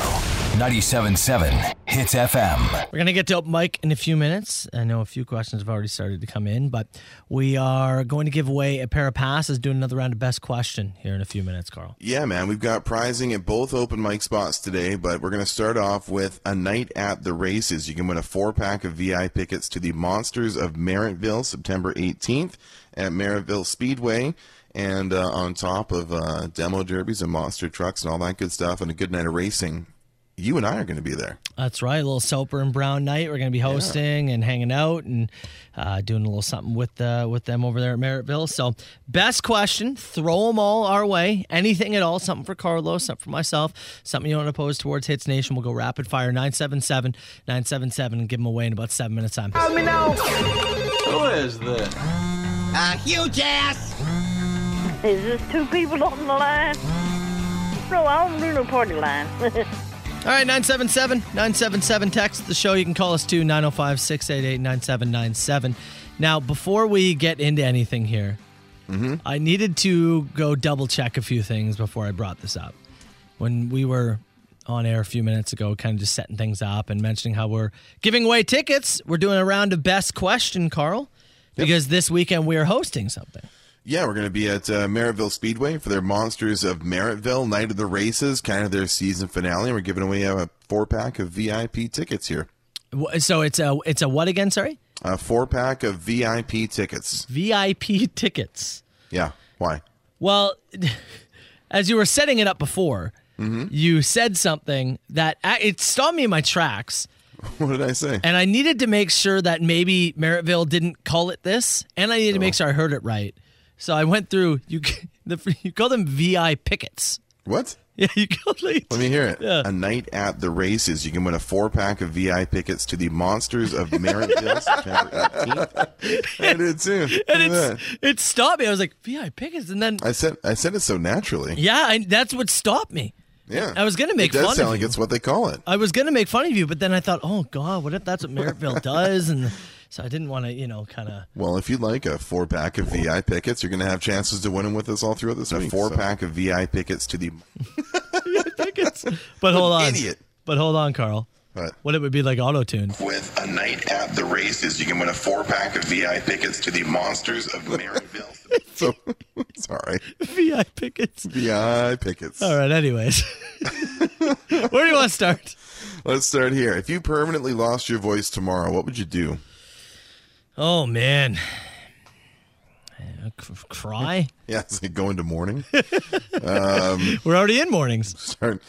[SPEAKER 4] 97.7 Hits FM.
[SPEAKER 5] We're going to get to open mic in a few minutes. I know a few questions have already started to come in, but we are going to give away a pair of passes, doing another round of best question here in a few minutes, Carl.
[SPEAKER 6] Yeah, man, we've got prizing at both open mic spots today, but we're going to start off with a night at the races. You can win a four pack of VI tickets to the Monsters of Merrittville September 18th at Merrittville Speedway. And uh, on top of uh, demo derbies and monster trucks and all that good stuff, and a good night of racing, you and I are going to be there.
[SPEAKER 5] That's right, a little Soper and Brown night. We're going to be hosting and hanging out and uh, doing a little something with uh, with them over there at Merrittville. So, best question, throw them all our way. Anything at all, something for Carlos, something for myself, something you want to pose towards Hits Nation. We'll go rapid fire 977 977 and give them away in about seven minutes' time.
[SPEAKER 1] Is this two people on the line? No, I don't do no party line.
[SPEAKER 5] All right, 977 977 text the show. You can call us oh to 905 688 9797. Now, before we get into anything here, I needed to go double check a few things before I brought this up. When we were on air a few minutes ago, kind of just setting things up and mentioning how we're giving away tickets, we're doing a round of best question, Carl, because this weekend we are hosting something.
[SPEAKER 6] Yeah, we're going to be at uh, Merrittville Speedway for their Monsters of Merrittville Night of the Races, kind of their season finale. We're giving away a four pack of VIP tickets here.
[SPEAKER 5] Wh- So it's a it's a what again? Sorry,
[SPEAKER 6] a four pack of VIP tickets.
[SPEAKER 5] VIP tickets.
[SPEAKER 6] Yeah. Why?
[SPEAKER 5] Well, as you were setting it up before, you said something that a- it stopped me in my tracks,
[SPEAKER 6] What did I say?
[SPEAKER 5] and I needed to make sure that maybe Merrittville didn't call it this, and I needed to make sure I heard it right. So I went through you. c- The, you call them VI pickets.
[SPEAKER 6] What?
[SPEAKER 5] Yeah, you call them.
[SPEAKER 6] Let me hear it.
[SPEAKER 5] Yeah.
[SPEAKER 6] A night at the races. You can win a four pack of VI tickets to the Monsters of Merrittville September 18th. I did too.
[SPEAKER 5] And
[SPEAKER 6] Look at
[SPEAKER 5] it's, it stopped me. I was like VI pickets, and then
[SPEAKER 6] that. I said I said it so naturally.
[SPEAKER 5] yeah, I, that's what stopped me.
[SPEAKER 6] Yeah.
[SPEAKER 5] I was gonna make
[SPEAKER 6] it does
[SPEAKER 5] fun
[SPEAKER 6] sound
[SPEAKER 5] of
[SPEAKER 6] like
[SPEAKER 5] you.
[SPEAKER 6] it's what they call it.
[SPEAKER 5] I was gonna make fun of you, but then I thought, oh god, what if that's what Merrittville does? And so I didn't want to, you know, kind of.
[SPEAKER 6] Well, if you'd like a four pack of VI tickets, you're going to have chances to win them with us all throughout this week. A four pack of VI tickets to the.
[SPEAKER 5] tickets. But hold on.
[SPEAKER 6] idiot.
[SPEAKER 5] But hold on, Carl.
[SPEAKER 6] What?
[SPEAKER 5] What it would be like auto tune.
[SPEAKER 6] With a night at the races, you can win a four pack of VI tickets to the Monsters of Maryville. so, sorry.
[SPEAKER 5] VI pickets.
[SPEAKER 6] VI tickets.
[SPEAKER 5] All right, anyways. Where do you want to start?
[SPEAKER 6] Let's start here. If you permanently lost your voice tomorrow, what would you do?
[SPEAKER 5] Oh, man. Uh, c- Cry?
[SPEAKER 6] Yeah, it's like go into mourning.
[SPEAKER 5] We're already in mornings.
[SPEAKER 6] start,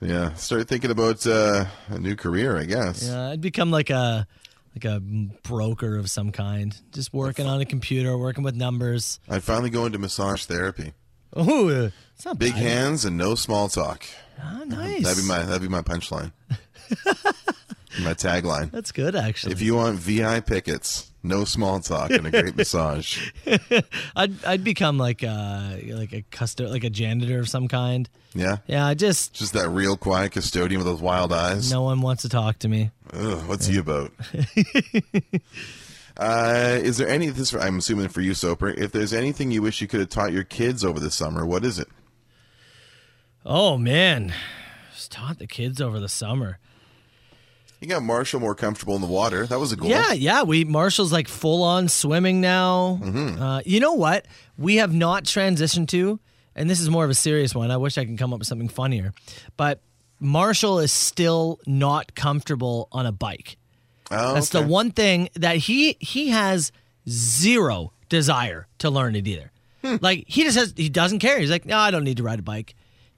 [SPEAKER 6] yeah, start thinking about uh, a new career, I guess.
[SPEAKER 5] Uh, I'd become like a like a broker of some kind, just working on a computer, working with numbers.
[SPEAKER 6] I'd finally go into massage therapy.
[SPEAKER 5] Oh, uh, it's not
[SPEAKER 6] Big
[SPEAKER 5] bad.
[SPEAKER 6] hands and no small talk.
[SPEAKER 5] Ah, nice.
[SPEAKER 6] That'd be my that'd be my punchline. My tagline.
[SPEAKER 5] That's good, actually.
[SPEAKER 6] If you want VI pickets, no small talk and a great massage.
[SPEAKER 5] I'd I'd become like uh like a custom like a janitor of some kind.
[SPEAKER 6] Yeah.
[SPEAKER 5] Yeah, I just
[SPEAKER 6] Just that real quiet custodian with those wild eyes.
[SPEAKER 5] no one wants to talk to me.
[SPEAKER 6] Ugh, what's you about? uh, is there any this? I'm assuming for you, Soper. If there's anything you wish you could have taught your kids over the summer, what is it?
[SPEAKER 5] Oh man, just taught the kids over the summer.
[SPEAKER 6] You got Marshall more comfortable in the water. That was a goal.
[SPEAKER 5] Yeah, yeah. We Marshall's like full on swimming now. Uh, you know what? We have not transitioned to, and this is more of a serious one. I wish I can come up with something funnier, but Marshall is still not comfortable on a bike.
[SPEAKER 6] Oh,
[SPEAKER 5] That's
[SPEAKER 6] okay.
[SPEAKER 5] the one thing that he he has zero desire to learn it either.
[SPEAKER 6] Hmm.
[SPEAKER 5] Like he just has he doesn't care. He's like, no, I don't need to ride a bike.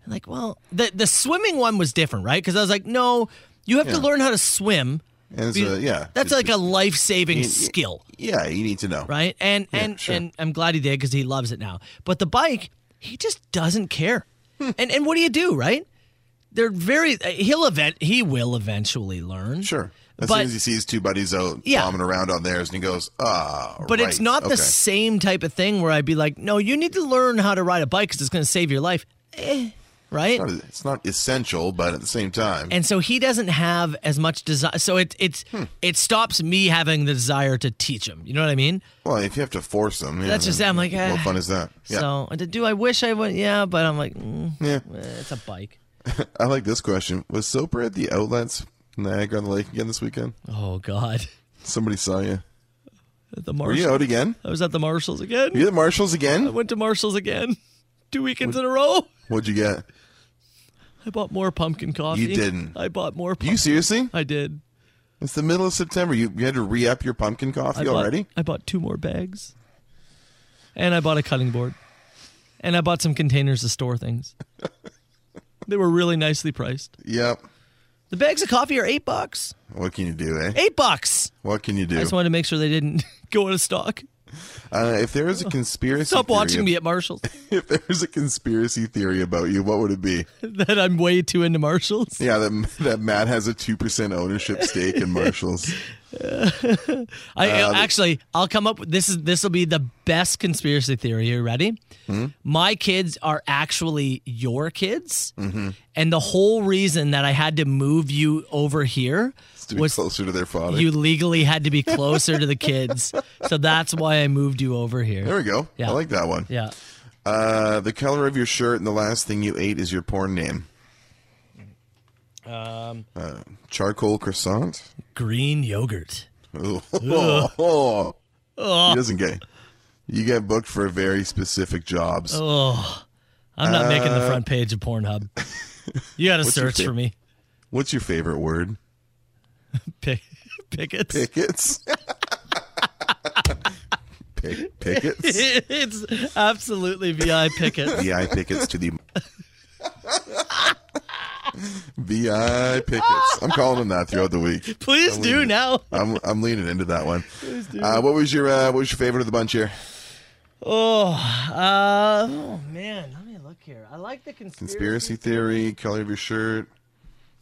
[SPEAKER 5] I'm like, well, the the swimming one was different, right? Because I was like, no, you have to
[SPEAKER 6] Yeah.
[SPEAKER 5] learn how to swim.
[SPEAKER 6] And it's a- yeah,
[SPEAKER 5] that's
[SPEAKER 6] it's-
[SPEAKER 5] like a life saving
[SPEAKER 6] it-
[SPEAKER 5] skill,
[SPEAKER 6] Yeah, you need to know.
[SPEAKER 5] right? And and
[SPEAKER 6] sure.
[SPEAKER 5] and I'm glad he did because he loves it now. But the bike, he just doesn't care.
[SPEAKER 6] Hmm.
[SPEAKER 5] and and what do you do, right? They're very. He'll event. He will eventually learn.
[SPEAKER 6] Sure. As
[SPEAKER 5] But-
[SPEAKER 6] soon as he sees two buddies out
[SPEAKER 5] Yeah.
[SPEAKER 6] bombing around on theirs, and he goes, "Ah."
[SPEAKER 5] But it's
[SPEAKER 6] right,
[SPEAKER 5] not
[SPEAKER 6] okay."
[SPEAKER 5] the same type of thing where I'd be like, no, you need to learn how to ride a bike because it's going to save your life. Eh, right?
[SPEAKER 6] Not- e, It's not essential, but at the same time,
[SPEAKER 5] And so he doesn't have as much desire. So it, it's,
[SPEAKER 6] Hmm.
[SPEAKER 5] it stops me having the desire to teach him. You know what I mean?
[SPEAKER 6] well, if you have to force them, yeah,
[SPEAKER 5] That's just-
[SPEAKER 6] then
[SPEAKER 5] I'm like,
[SPEAKER 6] what
[SPEAKER 5] ah.
[SPEAKER 6] fun is that? Yeah.
[SPEAKER 5] So do I wish I would? Yeah, but I'm like, mm,
[SPEAKER 6] yeah.
[SPEAKER 5] eh, it's a bike.
[SPEAKER 6] I like this question. Was Soper at the outlets Niagara on the Lake again this weekend?
[SPEAKER 5] Oh, God.
[SPEAKER 6] Somebody saw you.
[SPEAKER 5] At The
[SPEAKER 6] Were you
[SPEAKER 5] Marshall.
[SPEAKER 6] out again?
[SPEAKER 5] I was at the Marshalls again.
[SPEAKER 6] Were you at Marshalls
[SPEAKER 5] I
[SPEAKER 6] again?
[SPEAKER 5] went to Marshalls again. Two weekends in a row.
[SPEAKER 6] What'd you get?
[SPEAKER 5] I bought more pumpkin coffee.
[SPEAKER 6] didn't.
[SPEAKER 5] I bought more pumpkin.
[SPEAKER 6] You seriously?
[SPEAKER 5] I did.
[SPEAKER 6] It's the middle of September. You, you had to re up your pumpkin coffee
[SPEAKER 5] I bought-
[SPEAKER 6] already?
[SPEAKER 5] I bought two more bags. And I bought a cutting board. And I bought some containers to store things. they were really nicely priced.
[SPEAKER 6] Yep.
[SPEAKER 5] The bags of coffee are eight bucks.
[SPEAKER 6] What can you do, eh?
[SPEAKER 5] Eight bucks.
[SPEAKER 6] What can you do?
[SPEAKER 5] I just wanted to make sure they didn't go out of stock.
[SPEAKER 6] Uh, if there is a conspiracy,
[SPEAKER 5] Stop
[SPEAKER 6] theory,
[SPEAKER 5] watching me at Marshalls.
[SPEAKER 6] If there is a conspiracy theory about you, what would it be?
[SPEAKER 5] that I'm way too into Marshalls.
[SPEAKER 6] Yeah, that, that Matt has a two percent ownership stake in Marshalls.
[SPEAKER 5] I
[SPEAKER 6] Uh,
[SPEAKER 5] actually I'll come up with this is this will be the best conspiracy theory. You ready?
[SPEAKER 6] Hmm?
[SPEAKER 5] My kids are actually your kids.
[SPEAKER 6] Mm-hmm.
[SPEAKER 5] And the whole reason that I had to move you over here
[SPEAKER 6] to be
[SPEAKER 5] was
[SPEAKER 6] closer to their father.
[SPEAKER 5] you legally had to be closer to the kids. So that's why I moved you over
[SPEAKER 6] there
[SPEAKER 5] here.
[SPEAKER 6] we go.
[SPEAKER 5] Yeah.
[SPEAKER 6] I like that one.
[SPEAKER 5] Yeah.
[SPEAKER 6] Uh, the color of your shirt and the last thing you ate is your porn name. Um, charcoal croissant.
[SPEAKER 5] Green yogurt.
[SPEAKER 6] Ooh. He doesn't get. You get booked for very specific jobs.
[SPEAKER 5] Oh. I'm not making the front page of Pornhub. You got to
[SPEAKER 6] Uh, What's your
[SPEAKER 5] search
[SPEAKER 6] fa-
[SPEAKER 5] for me.
[SPEAKER 6] What's your favorite word?
[SPEAKER 5] Pick, pickets.
[SPEAKER 6] Pickets. Pick, pickets.
[SPEAKER 5] it's absolutely VI pickets.
[SPEAKER 6] VI pickets to the. VI pickets. I'm calling him that throughout the week.
[SPEAKER 5] Please do
[SPEAKER 6] leaning-
[SPEAKER 5] now.
[SPEAKER 6] I'm, I'm leaning into that one. Uh, what was your uh, What was your favorite of the bunch here?
[SPEAKER 5] Oh, uh, oh man, let me look here. I like the conspiracy.
[SPEAKER 6] Conspiracy theory, color of your shirt.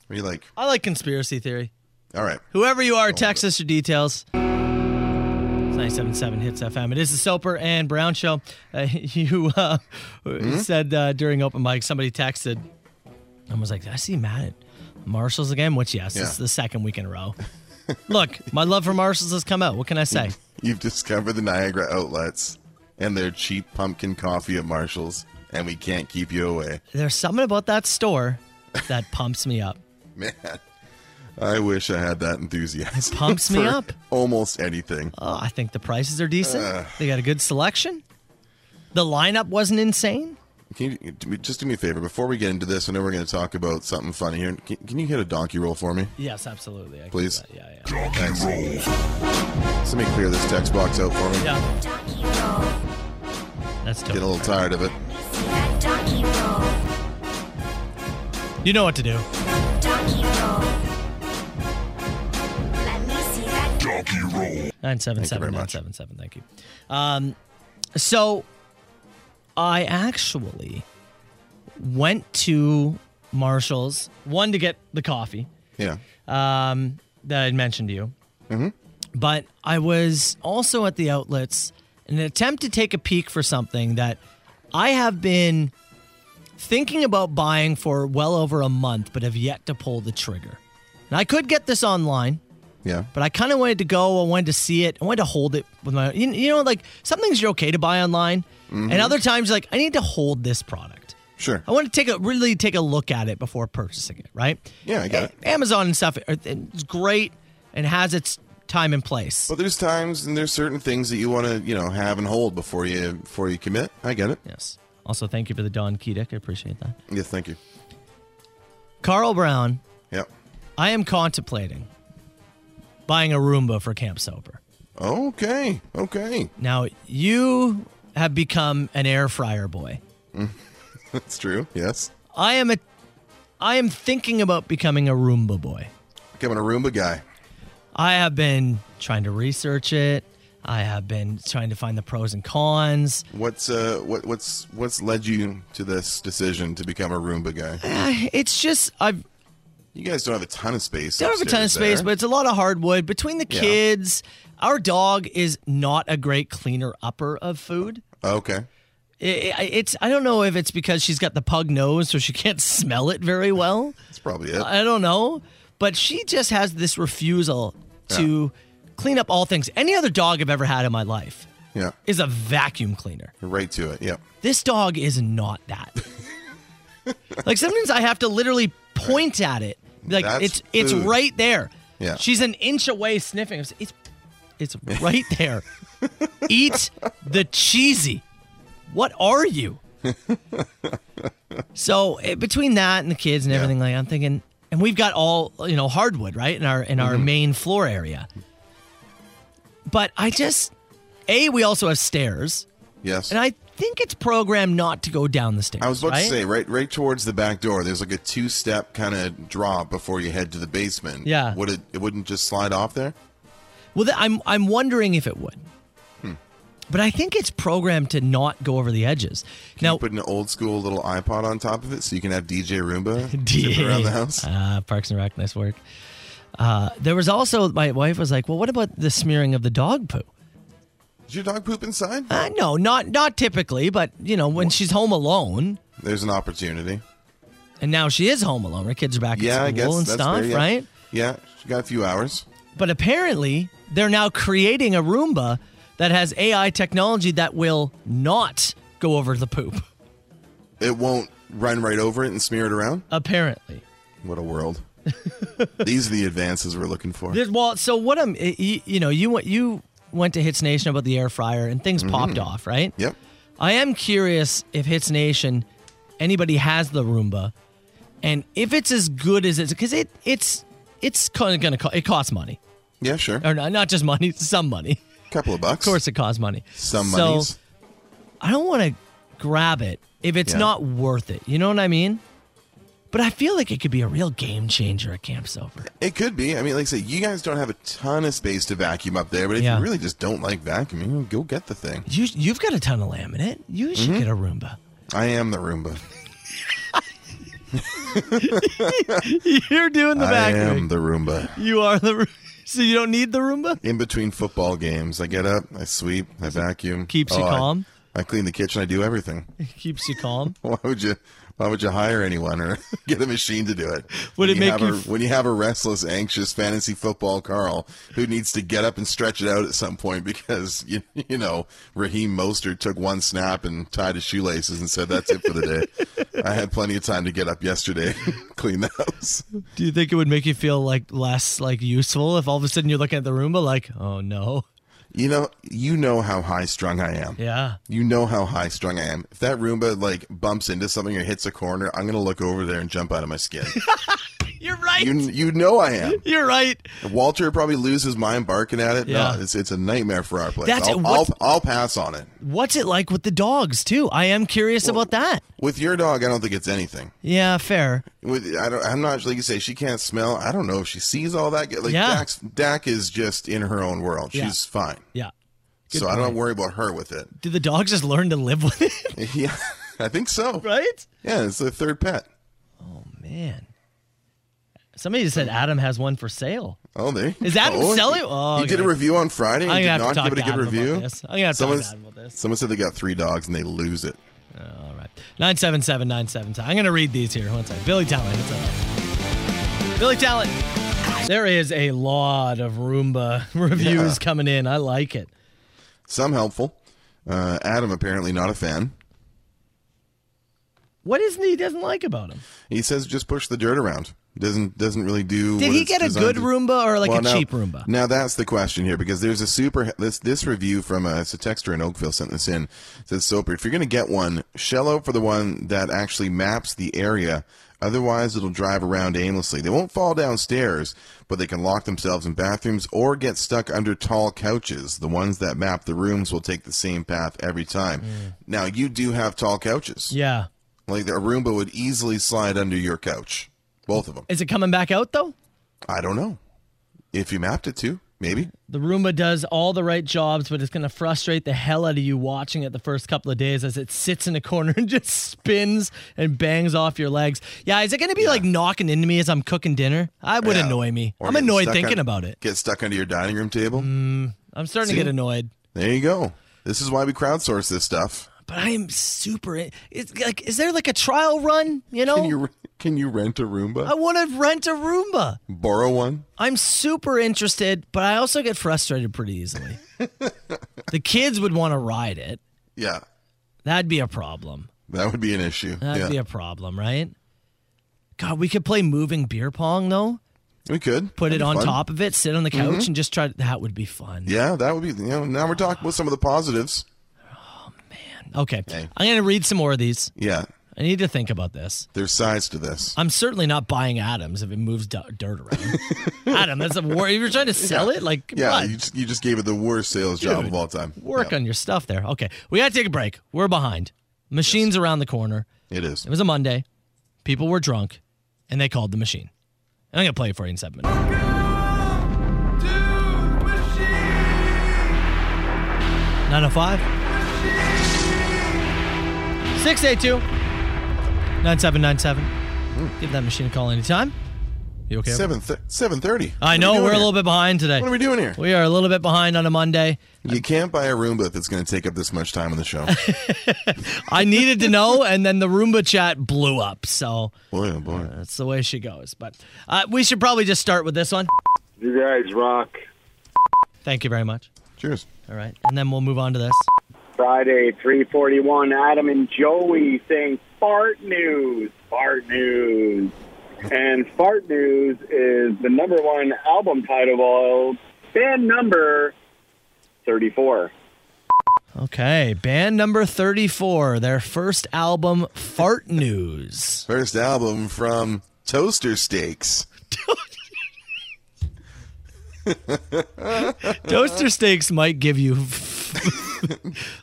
[SPEAKER 6] Are you like?
[SPEAKER 5] I like conspiracy theory.
[SPEAKER 6] All right.
[SPEAKER 5] Whoever you are, text us your details. It's 977 Hits FM. It is the Soper and Brown Show. Uh, you uh,
[SPEAKER 6] Hmm?
[SPEAKER 5] said uh, during open mic, somebody texted and was like, "Did I see Matt at Marshall's again? Which, yes, this
[SPEAKER 6] Yeah.
[SPEAKER 5] is the second week in a row. look, my love for Marshall's has come out. What can I say?
[SPEAKER 6] You've discovered the Niagara outlets and their cheap pumpkin coffee at Marshalls, and we can't keep you away.
[SPEAKER 5] There's something about that store that pumps me up.
[SPEAKER 6] Man, I wish I had that enthusiasm.
[SPEAKER 5] It pumps me
[SPEAKER 6] for
[SPEAKER 5] up.
[SPEAKER 6] Almost anything.
[SPEAKER 5] Oh, I think the prices are decent.
[SPEAKER 6] Uh.
[SPEAKER 5] they got a good selection. The lineup wasn't insane.
[SPEAKER 6] Can you do me- just do me a favor before we get into this? I know we're going to talk about something funny here. Can, can you hit a donkey roll for me?
[SPEAKER 5] Yes, absolutely. I can do
[SPEAKER 6] Please.
[SPEAKER 5] that. Yeah, yeah.
[SPEAKER 6] Thanks. Somebody clear this text box out for me.
[SPEAKER 5] Yeah,
[SPEAKER 7] Donkey roll.
[SPEAKER 5] that's dope.
[SPEAKER 6] Get a little tired of it.
[SPEAKER 7] See that donkey roll.
[SPEAKER 5] You know what to do.
[SPEAKER 7] Donkey roll. Let me see that donkey roll.
[SPEAKER 5] Nine seven seven
[SPEAKER 6] very
[SPEAKER 5] nine
[SPEAKER 6] much.
[SPEAKER 5] seven seven. Thank you. Um, so I actually went to Marshalls one to get the coffee,
[SPEAKER 6] Yeah.
[SPEAKER 5] that I'd mentioned to you. But I was also at the outlets in an attempt to take a peek for something that I have been thinking about buying for well over a month, but have yet to pull the trigger. And I could get this online,
[SPEAKER 6] Yeah.
[SPEAKER 5] but I kind of wanted to go. I wanted to see it. I wanted to hold it with my. You, you know, like some things you're okay to buy online, and other times like I need to hold this product.
[SPEAKER 6] Sure.
[SPEAKER 5] I want to take a really take a look at it before purchasing it, right?
[SPEAKER 6] Yeah, I get it.
[SPEAKER 5] Amazon and stuff are- it's great and has its time and place.
[SPEAKER 6] But there's times and there's certain things that you want to, you know, have and hold before you before you commit. I get it.
[SPEAKER 5] yes. Also, thank you for the Don Kedick. I appreciate that.
[SPEAKER 6] Yeah, thank you.
[SPEAKER 5] Carl Brown,
[SPEAKER 6] Yeah.
[SPEAKER 5] I am contemplating buying a Roomba for Camp Sober.
[SPEAKER 6] Okay. Okay.
[SPEAKER 5] Now, you have become an air fryer boy.
[SPEAKER 6] That's true. Yes.
[SPEAKER 5] I am a I am thinking about becoming a Roomba boy.
[SPEAKER 6] Becoming a Roomba guy.
[SPEAKER 5] I have been trying to research it. I have been trying to find the pros and cons.
[SPEAKER 6] What's uh what what's what's led you to this decision to become a Roomba guy?
[SPEAKER 5] Uh, It's just I've
[SPEAKER 6] You guys don't have a ton of space.
[SPEAKER 5] don't have a ton of space,
[SPEAKER 6] upstairs
[SPEAKER 5] but
[SPEAKER 6] there.
[SPEAKER 5] it's a lot of hardwood between the
[SPEAKER 6] Yeah.
[SPEAKER 5] kids. Our dog is not a great cleaner upper of food.
[SPEAKER 6] okay.
[SPEAKER 5] I- I- it's I don't know if it's because she's got the pug nose, so she can't smell it very well.
[SPEAKER 6] That's probably it.
[SPEAKER 5] I don't know, but she just has this refusal to clean up all things. Any other dog I've ever had in my life
[SPEAKER 6] yeah.
[SPEAKER 5] is a vacuum cleaner.
[SPEAKER 6] You're right to it. Yeah.
[SPEAKER 5] This dog is not that. like sometimes I have to literally point at it. Like
[SPEAKER 6] That's
[SPEAKER 5] it's it's
[SPEAKER 6] food.
[SPEAKER 5] right there.
[SPEAKER 6] Yeah.
[SPEAKER 5] She's an inch away sniffing. It's it's, it's right there. Eat the cheesy. What are you? so eh, between that and the kids and everything, like I'm thinking, and we've got all you know hardwood right in our in our
[SPEAKER 6] Mm-hmm.
[SPEAKER 5] main floor area. But I just, a we also have stairs.
[SPEAKER 6] Yes.
[SPEAKER 5] And I think it's programmed not to go down the stairs.
[SPEAKER 6] I was about
[SPEAKER 5] right?
[SPEAKER 6] to say right right towards the back door. There's like a two step kind of drop before you head to the basement.
[SPEAKER 5] Yeah.
[SPEAKER 6] Would it? It wouldn't just slide off there.
[SPEAKER 5] Well, th- I'm I'm wondering if it would.
[SPEAKER 6] Hmm.
[SPEAKER 5] But I think it's programmed to not go over the edges. now,
[SPEAKER 6] Put an old school little iPod on top of it so you can have DJ Roomba
[SPEAKER 5] D-
[SPEAKER 6] zipping around the house.
[SPEAKER 5] Ah, Parks and Rec, nice work. Uh, there was also my wife was like, "Well, what about the smearing of the dog poo?"
[SPEAKER 6] Did your dog poop inside?
[SPEAKER 5] Uh, no, not not typically, but you know, when she's home alone,
[SPEAKER 6] There's an opportunity.
[SPEAKER 5] and now she is home alone. Her kids are back
[SPEAKER 6] yeah, I
[SPEAKER 5] at school
[SPEAKER 6] guess
[SPEAKER 5] and
[SPEAKER 6] that's
[SPEAKER 5] stuff,
[SPEAKER 6] fair, yeah.
[SPEAKER 5] right?
[SPEAKER 6] Yeah, she got a few hours.
[SPEAKER 5] But apparently, they're now creating a Roomba that has AI technology that will not go over the poop.
[SPEAKER 6] It won't run right over it and smear it around.
[SPEAKER 5] Apparently.
[SPEAKER 6] What a world. These are the advances we're looking for.
[SPEAKER 5] There's, well, so what I'm, y- y- you know, you went, you went to Hits Nation about the air fryer and things popped off, right?
[SPEAKER 6] Mm-hmm. Yep.
[SPEAKER 5] I am curious if Hits Nation, anybody has the Roomba, and if it's as good as it's, because it, it's, it's kind of gonna, co- it costs money,
[SPEAKER 6] Yeah, sure.
[SPEAKER 5] or not, not just money, some money.
[SPEAKER 6] couple of bucks.
[SPEAKER 5] Of course, it costs money.
[SPEAKER 6] Some
[SPEAKER 5] so,
[SPEAKER 6] monies.
[SPEAKER 5] I don't want to grab it if it's
[SPEAKER 6] Yeah.
[SPEAKER 5] not worth it. You know what I mean? But I feel like it could be a real game changer at Camp Sober.
[SPEAKER 6] It could be. I mean, like I say, you guys don't have a ton of space to vacuum up there, but if
[SPEAKER 5] Yeah.
[SPEAKER 6] you really just don't like vacuuming, go get the thing.
[SPEAKER 5] You, you've got a ton of laminate. You should get a Roomba.
[SPEAKER 6] I am the Roomba.
[SPEAKER 5] You're doing the
[SPEAKER 6] I
[SPEAKER 5] back.
[SPEAKER 6] am
[SPEAKER 5] ring.
[SPEAKER 6] the Roomba.
[SPEAKER 5] You are the. Roo- So you don't need the Roomba.
[SPEAKER 6] In between football games, I get up, I sweep, I vacuum. Oh,
[SPEAKER 5] keeps you
[SPEAKER 6] I-
[SPEAKER 5] calm?
[SPEAKER 6] I, clean the kitchen. I do everything.
[SPEAKER 5] It keeps you calm.
[SPEAKER 6] Why would you? Why would you hire anyone or get a machine to do it?
[SPEAKER 5] Would
[SPEAKER 6] when
[SPEAKER 5] it make
[SPEAKER 6] have
[SPEAKER 5] you
[SPEAKER 6] a,
[SPEAKER 5] f-
[SPEAKER 6] when you have a restless, anxious fantasy football Carl who needs to get up and stretch it out at some point because you you know Raheem Mostert took one snap and tied his shoelaces and said that's it for the day. I had plenty of time to get up yesterday, clean the house.
[SPEAKER 5] Do you think it would make you feel like less like useful if all of a sudden you're looking at the Roomba like, oh no,
[SPEAKER 6] You know, you know how high strung I am.
[SPEAKER 5] yeah,
[SPEAKER 6] You know how high strung I am. If that Roomba like bumps into something or hits a corner, I'm gonna look over there and jump out of my skin.
[SPEAKER 5] you're right.
[SPEAKER 6] you you know I am.
[SPEAKER 5] You're right.
[SPEAKER 6] Walter probably loses his mind barking at it.
[SPEAKER 5] Yeah.
[SPEAKER 6] No, it's it's a nightmare for our place.
[SPEAKER 5] That's-
[SPEAKER 6] I'll, I'll
[SPEAKER 5] what's-
[SPEAKER 6] I'll pass on it.
[SPEAKER 5] What's it like with the dogs too? I am curious about that.
[SPEAKER 6] With your dog, I don't think it's anything.
[SPEAKER 5] Yeah, fair.
[SPEAKER 6] With I don't I'm not like you say she can't smell. I don't know if she sees all that. Like
[SPEAKER 5] Yeah.
[SPEAKER 6] Dax, Dak is just in her own world.
[SPEAKER 5] Yeah.
[SPEAKER 6] She's fine.
[SPEAKER 5] Yeah.
[SPEAKER 6] so I don't worry about her with it.
[SPEAKER 5] Do the dogs just learn to live with it?
[SPEAKER 6] Yeah, I think so.
[SPEAKER 5] right?
[SPEAKER 6] Yeah, it's the third pet.
[SPEAKER 5] Man. Somebody just said Adam has one for sale.
[SPEAKER 6] Oh, they
[SPEAKER 5] Is Adam
[SPEAKER 6] oh,
[SPEAKER 5] selling? Oh,
[SPEAKER 6] he did a
[SPEAKER 5] okay.
[SPEAKER 6] review on Friday.
[SPEAKER 5] I'm gonna
[SPEAKER 6] And did
[SPEAKER 5] have to
[SPEAKER 6] not
[SPEAKER 5] talk
[SPEAKER 6] give it
[SPEAKER 5] to
[SPEAKER 6] a good
[SPEAKER 5] Adam
[SPEAKER 6] review.
[SPEAKER 5] about this. I'm gonna have to talk to
[SPEAKER 6] Someone's-
[SPEAKER 5] Adam about this.
[SPEAKER 6] Someone said they got three dogs and they lose it.
[SPEAKER 5] All right. 977 977. I'm going to read these here. One second. Billy Talent. It's up. Billy Talent. There is a lot of Roomba reviews
[SPEAKER 6] Yeah.
[SPEAKER 5] coming in. I like it.
[SPEAKER 6] Some helpful. Uh, Adam apparently not a fan.
[SPEAKER 5] What is it he doesn't like about him?
[SPEAKER 6] He says just push the dirt around. Doesn't doesn't really do.
[SPEAKER 5] Did
[SPEAKER 6] what
[SPEAKER 5] he
[SPEAKER 6] it's
[SPEAKER 5] get a
[SPEAKER 6] designed
[SPEAKER 5] good
[SPEAKER 6] to-
[SPEAKER 5] Roomba or like
[SPEAKER 6] Well,
[SPEAKER 5] a
[SPEAKER 6] now-
[SPEAKER 5] cheap Roomba?
[SPEAKER 6] Now that's the question here because there's a super this this review from a, it's a texter in Oakville sent this in It says Soper if you're gonna get one shell out for the one that actually maps the area otherwise it'll drive around aimlessly they won't fall downstairs but they can lock themselves in bathrooms or get stuck under tall couches the ones that map the rooms will take the same path every time
[SPEAKER 5] Mm.
[SPEAKER 6] now you do have tall couches
[SPEAKER 5] Yeah.
[SPEAKER 6] like a Roomba would easily slide under your couch both of them
[SPEAKER 5] Is it coming back out though?
[SPEAKER 6] I don't know if you mapped it to maybe.
[SPEAKER 5] The Roomba does all the right jobs, but it's going to frustrate the hell out of you watching it the first couple of days as it sits in a corner and just spins and bangs off your legs. Yeah, is it going to be like knocking into me as I'm cooking dinner? I would
[SPEAKER 6] Yeah.
[SPEAKER 5] annoy me.
[SPEAKER 6] Or
[SPEAKER 5] I'm
[SPEAKER 6] get
[SPEAKER 5] annoyed
[SPEAKER 6] stuck
[SPEAKER 5] thinking
[SPEAKER 6] un-
[SPEAKER 5] about it. Mm.
[SPEAKER 6] Get stuck under your dining room table.
[SPEAKER 5] I'm starting
[SPEAKER 6] See?
[SPEAKER 5] to get annoyed.
[SPEAKER 6] There you go. This is why we crowdsource this stuff.
[SPEAKER 5] But I am super. in- It's like, is there like a trial run? You know,
[SPEAKER 6] Can you can you rent a Roomba?
[SPEAKER 5] I want to rent a Roomba.
[SPEAKER 6] Borrow one.
[SPEAKER 5] I'm super interested, but I also get frustrated pretty easily. the kids would want to ride it.
[SPEAKER 6] Yeah,
[SPEAKER 5] That'd be a problem.
[SPEAKER 6] that would be an issue.
[SPEAKER 5] That'd
[SPEAKER 6] yeah,
[SPEAKER 5] be a problem, right? God, we could play moving beer pong though.
[SPEAKER 6] we could
[SPEAKER 5] Put
[SPEAKER 6] That'd
[SPEAKER 5] it
[SPEAKER 6] be
[SPEAKER 5] on
[SPEAKER 6] fun. Mm-hmm.
[SPEAKER 5] top of it, sit on the couch, and just try. That would be fun.
[SPEAKER 6] Yeah, that would be. You know, now we're talking about some of the positives.
[SPEAKER 5] Okay, I'm gonna read some more of these.
[SPEAKER 6] Yeah,
[SPEAKER 5] I need to think about this.
[SPEAKER 6] there's sides to this.
[SPEAKER 5] I'm certainly not buying Adams if it moves d- dirt around. Adam, that's a war. If you're trying to sell it, like
[SPEAKER 6] yeah,
[SPEAKER 5] what?
[SPEAKER 6] you just, you just gave it the worst sales job
[SPEAKER 5] Dude,
[SPEAKER 6] of all time.
[SPEAKER 5] Work
[SPEAKER 6] Yeah,
[SPEAKER 5] on your stuff there. Okay, we gotta take a break. We're behind. Machines around the corner.
[SPEAKER 6] it is.
[SPEAKER 5] It was a Monday. People were drunk, and they called the machine. And I'm gonna play it for you in seven minutes. Nine oh five. 682 9797. Give that machine a call anytime. You okay?
[SPEAKER 6] Seven th- seven thirty.
[SPEAKER 5] I know we're a little bit behind today.
[SPEAKER 6] What are we doing here?
[SPEAKER 5] We are a little bit behind on a Monday.
[SPEAKER 6] You can't buy a Roomba if it's going to take up this much time on the show.
[SPEAKER 5] I needed to know, and then the Roomba chat blew up. So
[SPEAKER 6] boy, oh boy.
[SPEAKER 5] that's the way she goes. But uh, we should probably just start with this one.
[SPEAKER 8] You guys rock.
[SPEAKER 5] Thank you very much.
[SPEAKER 6] Cheers.
[SPEAKER 5] All right. And then we'll move on to this.
[SPEAKER 8] Friday, 341, Adam and Joey saying fart news, fart news. And fart news is the number one album title of all band number 34.
[SPEAKER 5] Okay. Band number 34, their first album, Fart News.
[SPEAKER 6] First album from Toaster Steaks.
[SPEAKER 5] Toaster Steaks might give you.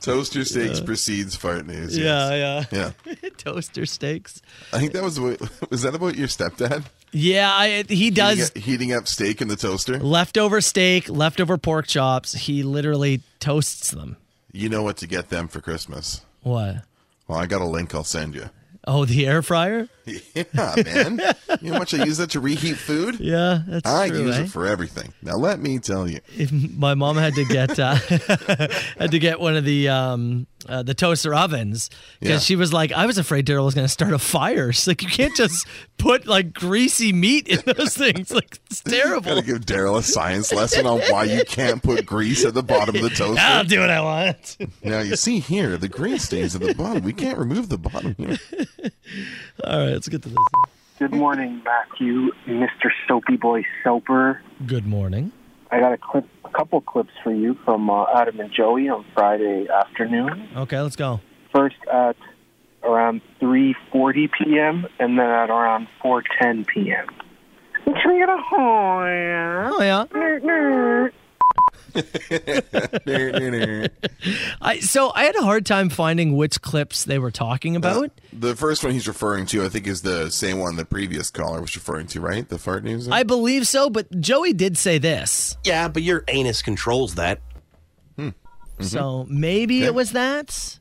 [SPEAKER 6] Toaster Steaks precedes Fart News. yes.
[SPEAKER 5] Yeah,
[SPEAKER 6] Yeah.
[SPEAKER 5] yeah. Toaster Steaks.
[SPEAKER 6] I think that was what, was that about your stepdad?
[SPEAKER 5] Yeah, I, he does.
[SPEAKER 6] Heating up- heating up steak in the toaster?
[SPEAKER 5] Leftover steak, leftover pork chops. He literally toasts them.
[SPEAKER 6] You know what to get them for Christmas.
[SPEAKER 5] What?
[SPEAKER 6] Well, I got a link I'll send you.
[SPEAKER 5] Oh, the air fryer?
[SPEAKER 6] Yeah, man. you know how much I use that to reheat food?
[SPEAKER 5] Yeah, that's
[SPEAKER 6] I
[SPEAKER 5] true.
[SPEAKER 6] use
[SPEAKER 5] eh?
[SPEAKER 6] it for everything. Now let me tell you.
[SPEAKER 5] if my mom had to get uh, had to get one of the um, uh, the toaster ovens because
[SPEAKER 6] Yeah.
[SPEAKER 5] she was like, I was afraid Daryl was going to start a fire. She's like, you can't just put like greasy meat in those things. Like it's
[SPEAKER 6] Gotta
[SPEAKER 5] terrible.
[SPEAKER 6] give Daryl a science lesson on why you can't put grease at the bottom of the toaster.
[SPEAKER 5] I'll do what I want.
[SPEAKER 6] Now you see here the grease stays at the bottom. We can't remove the bottom here.
[SPEAKER 5] All right, let's get to this.
[SPEAKER 9] Good morning, Matthew, Mr. Soapy Boy Soper.
[SPEAKER 5] Good morning.
[SPEAKER 9] I got a clip, a couple clips for you from uh, Adam and Joey on Friday afternoon.
[SPEAKER 5] Okay, let's go.
[SPEAKER 9] First at around 3:40 p.m. and then at around 4:10 p.m.
[SPEAKER 5] Oh yeah.
[SPEAKER 6] the
[SPEAKER 5] I so I had a hard time finding which clips they were talking about.
[SPEAKER 6] first one he's referring to, I think, is the same one the previous caller was referring to, right? The fart news.
[SPEAKER 5] I believe so, but Joey did say this.
[SPEAKER 10] Yeah, but your anus controls that.
[SPEAKER 5] So maybe
[SPEAKER 6] Mm-hmm. Okay.
[SPEAKER 5] it was that.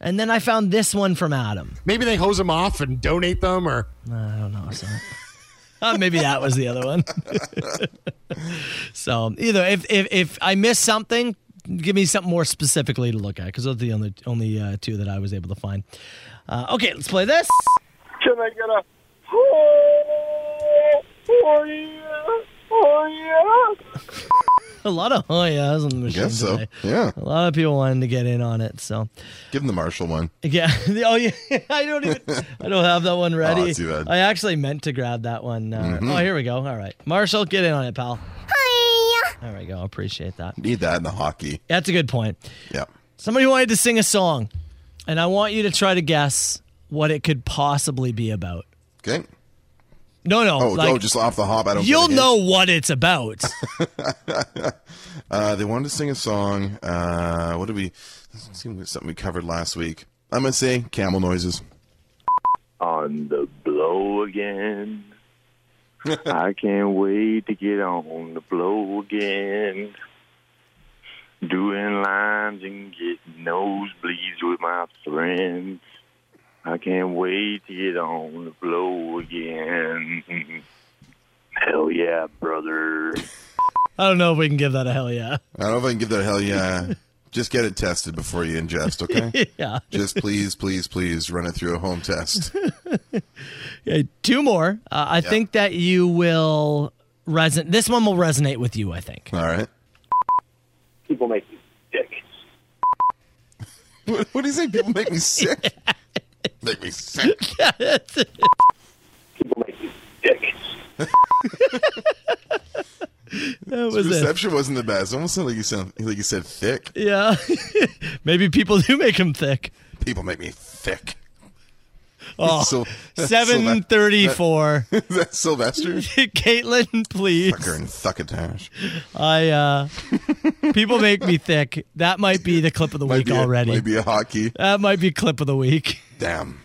[SPEAKER 5] And then I found this one from Adam.
[SPEAKER 11] Maybe they hose them off and donate them, or
[SPEAKER 5] I don't know. Son. Uh, Maybe that was the other one. so either if, if if I miss something, give me something more specifically to look at because those are the only only uh, two that I was able to find. Uh, okay, let's play this.
[SPEAKER 8] Can I get a oh, oh yeah, oh yeah?
[SPEAKER 5] A lot of oh yeah, on the machine
[SPEAKER 6] Guess so.
[SPEAKER 5] today.
[SPEAKER 6] Yeah.
[SPEAKER 5] A lot of people wanted to get in on it, so
[SPEAKER 6] Give him the Marshall one.
[SPEAKER 5] yeah. Oh yeah, I don't even. I don't have that one ready.
[SPEAKER 6] Oh, too bad. Mm-hmm.
[SPEAKER 5] I actually meant to grab that one. Uh, Oh, here we go. All right, Marshall, get in on it, pal. There we go. Appreciate that.
[SPEAKER 6] Need that in the hockey.
[SPEAKER 5] That's a good point.
[SPEAKER 6] Yeah.
[SPEAKER 5] Somebody wanted to sing a song, and I want you to try to guess what it could possibly be about.
[SPEAKER 6] Okay.
[SPEAKER 5] No, no,
[SPEAKER 6] Oh,
[SPEAKER 5] like
[SPEAKER 6] oh, just off the hop. I don't.
[SPEAKER 5] you'll
[SPEAKER 6] get a hint.
[SPEAKER 5] know what it's about.
[SPEAKER 6] Uh, they wanted to sing a song. Uh, what did we? this seemed like Something we covered last week. I'm gonna say camel noises.
[SPEAKER 11] on the blow again. I can't wait to get on the blow again. Doing lines and getting nosebleeds with my friends. I can't wait to get on the blow again. Hell yeah, brother.
[SPEAKER 5] I don't know if we can give that a hell yeah.
[SPEAKER 6] I don't know if I can give that a hell yeah. just get it tested before you ingest. Okay.
[SPEAKER 5] Yeah.
[SPEAKER 6] just please, please, please run it through a home test.
[SPEAKER 5] Yeah, two more. Uh, I think that you will resonate. This one will resonate with you, I think.
[SPEAKER 6] All right.
[SPEAKER 8] People make me sick.
[SPEAKER 6] What, what do you say? People make me sick. Make me sick.
[SPEAKER 8] People make me sick.
[SPEAKER 5] That
[SPEAKER 6] The
[SPEAKER 5] was it.
[SPEAKER 6] reception wasn't the best. It almost sounded like you sound like you said thick.
[SPEAKER 5] Yeah. Maybe people do make them thick.
[SPEAKER 6] People make me thick.
[SPEAKER 5] Oh,
[SPEAKER 6] So- so that-
[SPEAKER 5] 734.
[SPEAKER 6] Is that Sylvester?
[SPEAKER 5] Caitlin, please.
[SPEAKER 6] Fucker and thuckatash.
[SPEAKER 5] I uh people make me thick. That might be the clip of the week
[SPEAKER 6] be a-
[SPEAKER 5] already.
[SPEAKER 6] might be a hockey.
[SPEAKER 5] That might be clip of the week.
[SPEAKER 6] Damn.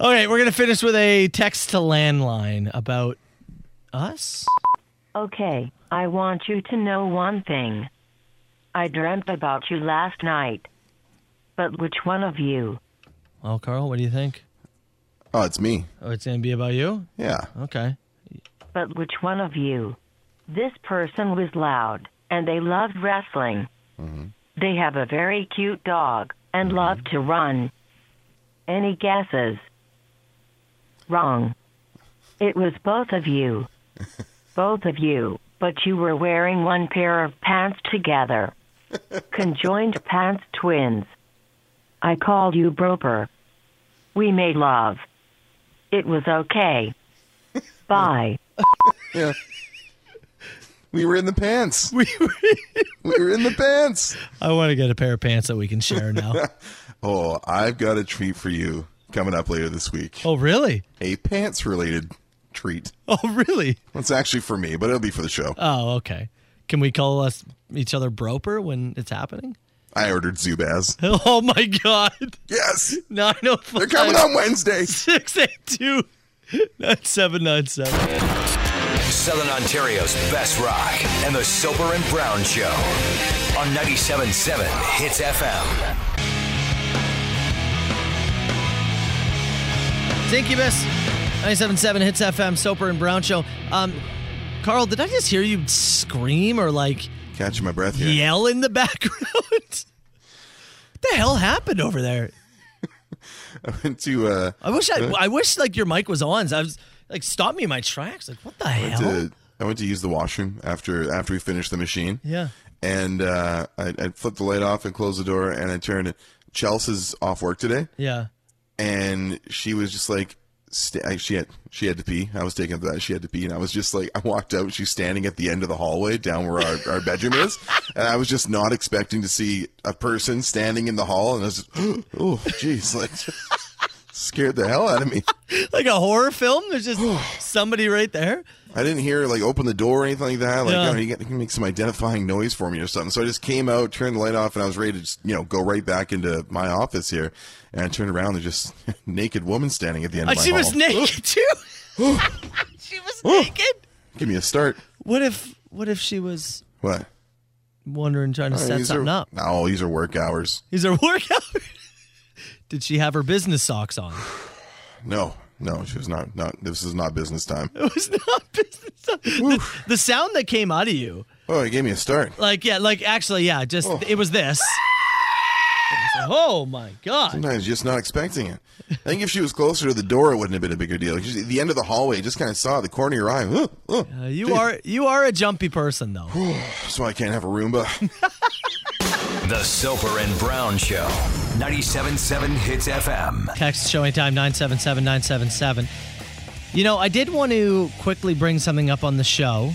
[SPEAKER 5] All right, we're gonna finish with a text to landline about us.
[SPEAKER 12] Okay, I want you to know one thing. I dreamt about you last night. But which one of you?
[SPEAKER 5] Oh, Carl, what do you think?
[SPEAKER 6] Oh, it's me.
[SPEAKER 5] Oh, it's gonna be about you.
[SPEAKER 6] Yeah.
[SPEAKER 5] Okay.
[SPEAKER 12] But which one of you? This person was loud, and they loved wrestling. They have a very cute dog and love to run. Any guesses? Wrong. It was both of you. both of you, but you were wearing one pair of pants together. Conjoined pants twins. I called you Broper. We made love. It was okay. Bye.
[SPEAKER 6] Yeah. We were in the pants.
[SPEAKER 5] We
[SPEAKER 6] We were in the pants.
[SPEAKER 5] I want to get a pair of pants that we can share now.
[SPEAKER 6] Oh, I've got a treat for you coming up later this week.
[SPEAKER 5] oh, really?
[SPEAKER 6] A pants related treat.
[SPEAKER 5] Oh, really?
[SPEAKER 6] It's actually for me, but it'll be for the show.
[SPEAKER 5] Oh, okay. Can we call us each other broper when it's happening?
[SPEAKER 6] I ordered Zubaz.
[SPEAKER 5] Oh my God!
[SPEAKER 6] Yes.
[SPEAKER 5] Nine oh five.
[SPEAKER 6] They're coming on Wednesday.
[SPEAKER 5] Six eight two nine seven nine seven.
[SPEAKER 4] Southern Ontario's best rock and the Soper and Brown Show on 97.7 Hits FM.
[SPEAKER 5] It's Incubus, 97.7 Hits FM, Soper and Brown Show. Um, Carl, did I just hear you scream or like
[SPEAKER 6] Catching my breath here.
[SPEAKER 5] yell in the background? what the hell happened over there?
[SPEAKER 6] I went to uh
[SPEAKER 5] I wish I, I wish like your mic was on. I was like, stop me in my tracks. Like, what the hell?
[SPEAKER 6] to I went to use the washroom after after we finished the machine.
[SPEAKER 5] Yeah.
[SPEAKER 6] And uh, I, I flipped the light off and closed the door and I turned. it. Chelsea's off work today,
[SPEAKER 5] Yeah.
[SPEAKER 6] and she was just like, st- I- she had she had to pee. I was taking that she had to pee, and I was just like, I walked out. She's standing at the end of the hallway down where our, our bedroom is, and I was just not expecting to see a person standing in the hall, and I was, just, oh, jeez, like scared the hell out of me.
[SPEAKER 5] Like a horror film. There's just somebody right there.
[SPEAKER 6] I didn't hear like open the door or anything like that. Like,
[SPEAKER 5] Yeah.
[SPEAKER 6] oh, you got to make some identifying noise for me or something. So I just came out, turned the light off, and I was ready to just, you know, go right back into my office here. And I turned around, there's just naked woman standing at the end
[SPEAKER 5] Uh,
[SPEAKER 6] of my
[SPEAKER 5] she
[SPEAKER 6] hall.
[SPEAKER 5] was naked too. she was naked.
[SPEAKER 6] Give me a start.
[SPEAKER 5] What if what if she was
[SPEAKER 6] What?
[SPEAKER 5] wondering trying to
[SPEAKER 6] Oh,
[SPEAKER 5] set
[SPEAKER 6] these are-
[SPEAKER 5] something up?
[SPEAKER 6] No, these are work hours.
[SPEAKER 5] Is her workout? Did she have her business socks on?
[SPEAKER 6] No, No, she was not. Not this is not business time.
[SPEAKER 5] It was not business. The, the sound that came out of you,
[SPEAKER 6] Oh, it gave me a start.
[SPEAKER 5] like yeah, like actually yeah, just
[SPEAKER 6] Oh.
[SPEAKER 5] it was this. It was like, oh my god!
[SPEAKER 6] Sometimes you're just not expecting it. I think if she was closer to the door, it wouldn't have been a bigger deal. Just at the end of the hallway, you just kind of saw the corner of your eye. "Huh, huh."
[SPEAKER 5] Uh, you are you are a jumpy person though.
[SPEAKER 6] That's why I can't have a Roomba.
[SPEAKER 4] The Soper and Brown Show. 97.7 Hits FM.
[SPEAKER 5] Text showing time 977 977. You know, I did want to quickly bring something up on the show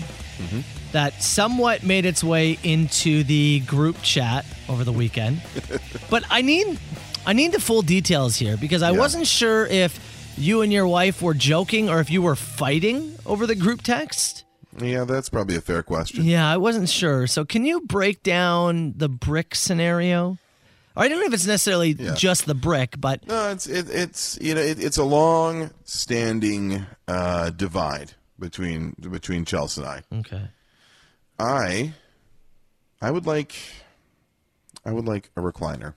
[SPEAKER 5] that somewhat made its way into the group chat over the weekend. but I need I need the full details here because I
[SPEAKER 13] Yeah.
[SPEAKER 5] wasn't sure if you and your wife were joking or if you were fighting over the group text.
[SPEAKER 6] Yeah, that's probably a fair question.
[SPEAKER 5] Yeah, I wasn't sure. So can you break down the brick scenario? Or I don't know if it's necessarily
[SPEAKER 6] Yeah.
[SPEAKER 5] just the brick, but
[SPEAKER 6] No, it's it, it's you know it, it's a long-standing uh, divide between between Chelsea and I.
[SPEAKER 5] Okay.
[SPEAKER 6] I, I would like, I would like a recliner.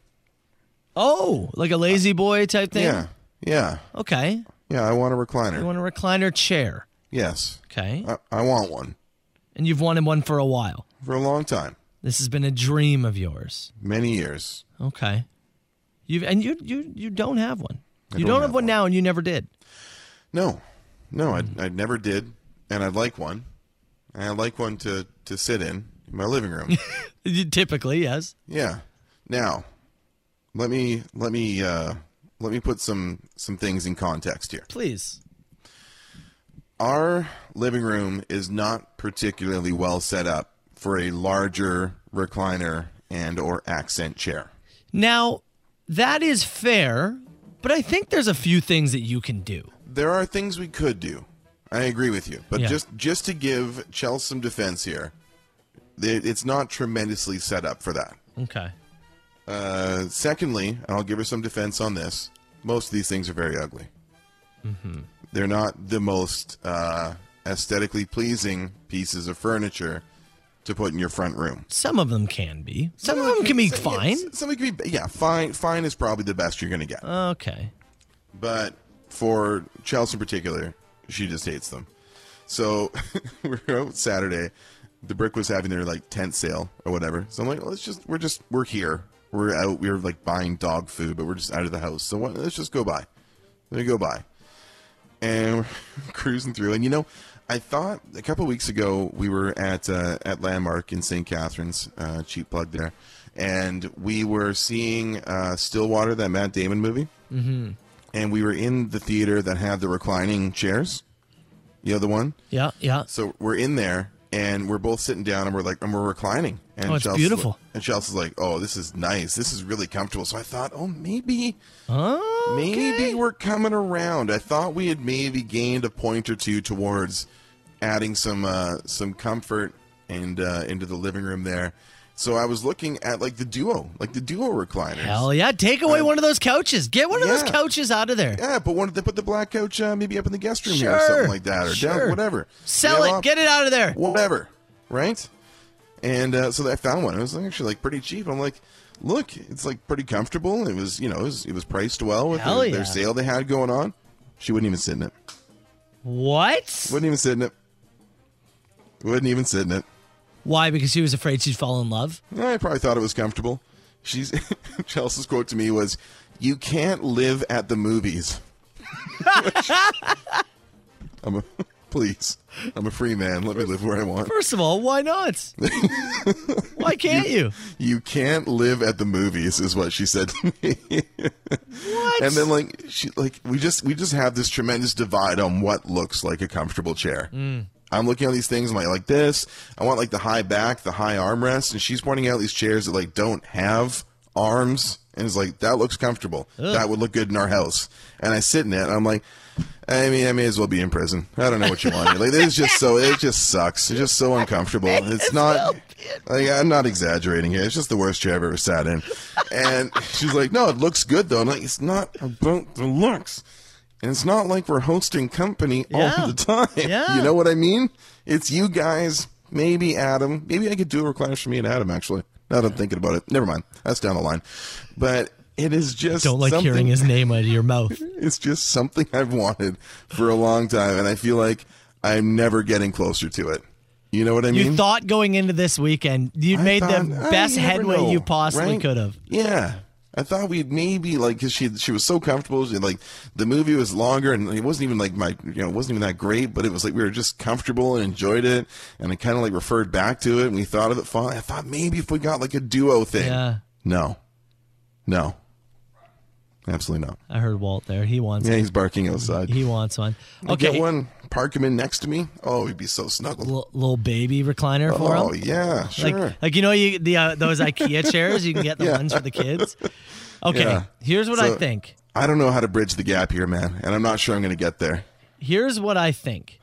[SPEAKER 5] Oh, like a lazy boy type thing?
[SPEAKER 6] Yeah, yeah,
[SPEAKER 5] Okay.
[SPEAKER 6] yeah. I want a recliner.
[SPEAKER 5] You want a recliner chair.
[SPEAKER 6] yes.
[SPEAKER 5] Okay.
[SPEAKER 6] I, I want one
[SPEAKER 5] And you've wanted one for a while.
[SPEAKER 6] for a long time,
[SPEAKER 5] This has been a dream of yours.
[SPEAKER 6] many years.
[SPEAKER 5] Okay. You've and you you you don't have one.
[SPEAKER 6] I
[SPEAKER 5] you
[SPEAKER 6] don't
[SPEAKER 5] don't have
[SPEAKER 6] have
[SPEAKER 5] one now and you never did.
[SPEAKER 6] No, no,
[SPEAKER 5] Hmm.
[SPEAKER 6] I I never did, and I'd like one, and I'd like one to to sit in, in my living room.
[SPEAKER 5] You- Typically, yes.
[SPEAKER 6] Yeah. Now, let me let me uh, let me put some some things in context here.
[SPEAKER 5] Please.
[SPEAKER 6] Our living room is not particularly well set up for a larger recliner and or accent chair.
[SPEAKER 5] Now, that is fair, but I think there's a few things that you can do.
[SPEAKER 6] There are things we could do. I agree with you, but
[SPEAKER 5] Yeah.
[SPEAKER 6] just just to give Chelsea some defense here, it, it's not tremendously set up for that.
[SPEAKER 5] Okay.
[SPEAKER 6] Uh, secondly, and I'll give her some defense on this. Most of these things are very ugly.
[SPEAKER 5] Mhm.
[SPEAKER 6] They're not the most uh, aesthetically pleasing pieces of furniture to put in your front room.
[SPEAKER 5] Some of them can be. Some, of them can be
[SPEAKER 6] some- yeah,
[SPEAKER 5] fine.
[SPEAKER 6] Some of them can be yeah. Fine, fine is probably the best you're going to get.
[SPEAKER 5] Okay.
[SPEAKER 6] But for Chelsea in particular, she just hates them. So we were out Saturday. The brick was having their like tent sale or whatever. So I'm like, let's just we're just we're here. We're out. We were like buying dog food, but we're just out of the house. So what, let's just go by. Let me go by. And we're cruising through. And you know, I thought a couple weeks ago we were at uh, at Landmark in St. Catharines, uh, cheap plug there, and we were seeing uh, Stillwater, that Matt Damon movie
[SPEAKER 5] Mm-hmm.
[SPEAKER 6] and we were in the theater that had the reclining chairs. You know the one?
[SPEAKER 5] Yeah, yeah.
[SPEAKER 6] So we're in there and we're both sitting down and we're like and we're reclining. And
[SPEAKER 5] Oh, it's
[SPEAKER 6] Chelsea's
[SPEAKER 5] beautiful.
[SPEAKER 6] like- and Chelsea's like, Oh, this is nice. This is really comfortable. So I thought, oh maybe
[SPEAKER 5] Oh
[SPEAKER 6] maybe we're coming around. I thought we had maybe gained a point or two towards adding some uh, some comfort and uh, into the living room there. So I was looking at like the duo, like the duo recliners.
[SPEAKER 5] Hell yeah. Take away one of those couches. Get one of
[SPEAKER 6] yeah.
[SPEAKER 5] those couches out of there.
[SPEAKER 6] Yeah, but wanted to put the black coach uh, maybe up in the guest room here or
[SPEAKER 5] Sure,
[SPEAKER 6] something like that, or down,
[SPEAKER 5] sure.
[SPEAKER 6] whatever.
[SPEAKER 5] Sell it.
[SPEAKER 6] We have op-
[SPEAKER 5] Get it out of there.
[SPEAKER 6] whatever, right? And uh, so I found one. It was actually like pretty cheap. I'm like, look, it's like pretty comfortable. It was, you know, it was, it was priced well with
[SPEAKER 5] Hell
[SPEAKER 6] their, their
[SPEAKER 5] yeah.
[SPEAKER 6] sale they had going on. She wouldn't even sit in it.
[SPEAKER 5] What?
[SPEAKER 6] Wouldn't even sit in it. Wouldn't even sit in it.
[SPEAKER 5] Why? Because she was afraid she'd fall in love?
[SPEAKER 6] I probably thought it was comfortable. She's Chelsea's quote to me was, "You can't live at the movies." I'm a, please, I'm a free man. Let me live where I want.
[SPEAKER 5] First of all, why not? why can't you?
[SPEAKER 6] You can't live at the movies, is what she said to me. What? And then like she like we just we just have this tremendous divide on what looks like a comfortable chair.
[SPEAKER 14] Mm.
[SPEAKER 6] I'm looking at these things. I'm like, like this. I want like the high back, the high armrest, and she's pointing out these chairs that like don't have arms, and it's like that looks comfortable.
[SPEAKER 5] Ugh.
[SPEAKER 6] That would look good in our house. And I sit in it, and I'm like, I mean, I may as well be in prison. I don't know what you want. here. Like it's just so it just sucks. It's just so uncomfortable. It's not. Like I'm not exaggerating here. It's just the worst chair I've ever sat in. And she's like, no, it looks good though. I'm like, it's not about the looks. And it's not like we're hosting company
[SPEAKER 5] Yeah.
[SPEAKER 6] all the time.
[SPEAKER 5] Yeah.
[SPEAKER 6] You know what I mean? It's you guys, maybe Adam. Maybe I could do a recliner for me and Adam, actually. Now that I'm thinking about it. Never mind. That's down the line. But It is just
[SPEAKER 5] don't like
[SPEAKER 6] something-
[SPEAKER 5] hearing his name out of your mouth.
[SPEAKER 6] It's just something I've wanted for a long time, and I feel like I'm never getting closer to it. You know what I mean?
[SPEAKER 5] you thought going into this weekend you
[SPEAKER 6] I
[SPEAKER 5] made the
[SPEAKER 6] thought, "Ah,
[SPEAKER 5] best
[SPEAKER 6] you never
[SPEAKER 5] headway
[SPEAKER 6] know,"
[SPEAKER 5] you possibly
[SPEAKER 6] right?
[SPEAKER 5] could have.
[SPEAKER 6] Yeah. I thought we'd maybe like because she she was so comfortable. She, like the movie was longer and it wasn't even like my you know it wasn't even that great, but it was like we were just comfortable and enjoyed it. And I kind of like referred back to it and we thought of it. Fun. I thought maybe if we got like a duo thing.
[SPEAKER 5] Yeah.
[SPEAKER 6] No. No. Absolutely not.
[SPEAKER 5] I heard Walt there. He wants.
[SPEAKER 6] Yeah,
[SPEAKER 5] it.
[SPEAKER 6] he's barking outside.
[SPEAKER 5] He wants one.
[SPEAKER 6] I
[SPEAKER 5] Okay,
[SPEAKER 6] Get one. Park him in next to me. Oh, he'd be so snuggled.
[SPEAKER 5] little baby recliner for him.
[SPEAKER 6] Oh, yeah, sure.
[SPEAKER 5] Like, like you know, you the uh, those IKEA chairs. You can get the
[SPEAKER 6] Yeah.
[SPEAKER 5] ones for the kids. Okay,
[SPEAKER 6] Yeah.
[SPEAKER 5] here's what I
[SPEAKER 6] So,
[SPEAKER 5] think.
[SPEAKER 6] I don't know how to bridge the gap here, man, and I'm not sure I'm going to get there.
[SPEAKER 5] Here's what I think.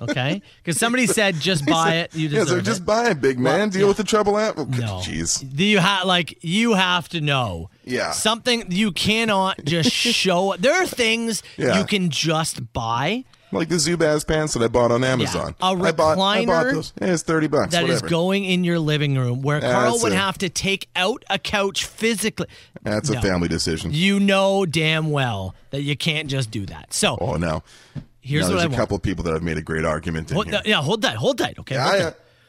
[SPEAKER 5] Okay, because somebody said just buy it. You
[SPEAKER 6] yeah,
[SPEAKER 5] deserve
[SPEAKER 6] so
[SPEAKER 5] it.
[SPEAKER 6] just buy it, big man.
[SPEAKER 5] Well,
[SPEAKER 6] Deal
[SPEAKER 5] yeah.
[SPEAKER 6] with the trouble app.
[SPEAKER 5] No.
[SPEAKER 6] Jeez.
[SPEAKER 5] Do you have like you have to know?
[SPEAKER 6] Yeah.
[SPEAKER 5] Something you cannot just show. There are things
[SPEAKER 6] Yeah.
[SPEAKER 5] you can just buy
[SPEAKER 6] Like the Zubaz pants that I bought on Amazon.
[SPEAKER 5] A
[SPEAKER 6] I bought, I bought
[SPEAKER 5] recliner
[SPEAKER 6] those. Yeah, it's 30 bucks.
[SPEAKER 5] that is
[SPEAKER 6] whatever.
[SPEAKER 5] going in your living room where
[SPEAKER 6] Yeah,
[SPEAKER 5] Carl
[SPEAKER 6] that's
[SPEAKER 5] would
[SPEAKER 6] a-
[SPEAKER 5] have to take out a couch physically.
[SPEAKER 6] That's
[SPEAKER 5] No.
[SPEAKER 6] a family decision.
[SPEAKER 5] You know damn well that you can't just do that. So
[SPEAKER 6] Oh, no.
[SPEAKER 5] here's
[SPEAKER 6] now,
[SPEAKER 5] what
[SPEAKER 6] there's
[SPEAKER 5] I
[SPEAKER 6] a
[SPEAKER 5] want.
[SPEAKER 6] couple people that I've made a great argument in
[SPEAKER 5] Hold-
[SPEAKER 6] here.
[SPEAKER 5] yeah, hold that. Hold that. Okay.
[SPEAKER 6] Yeah,
[SPEAKER 5] hold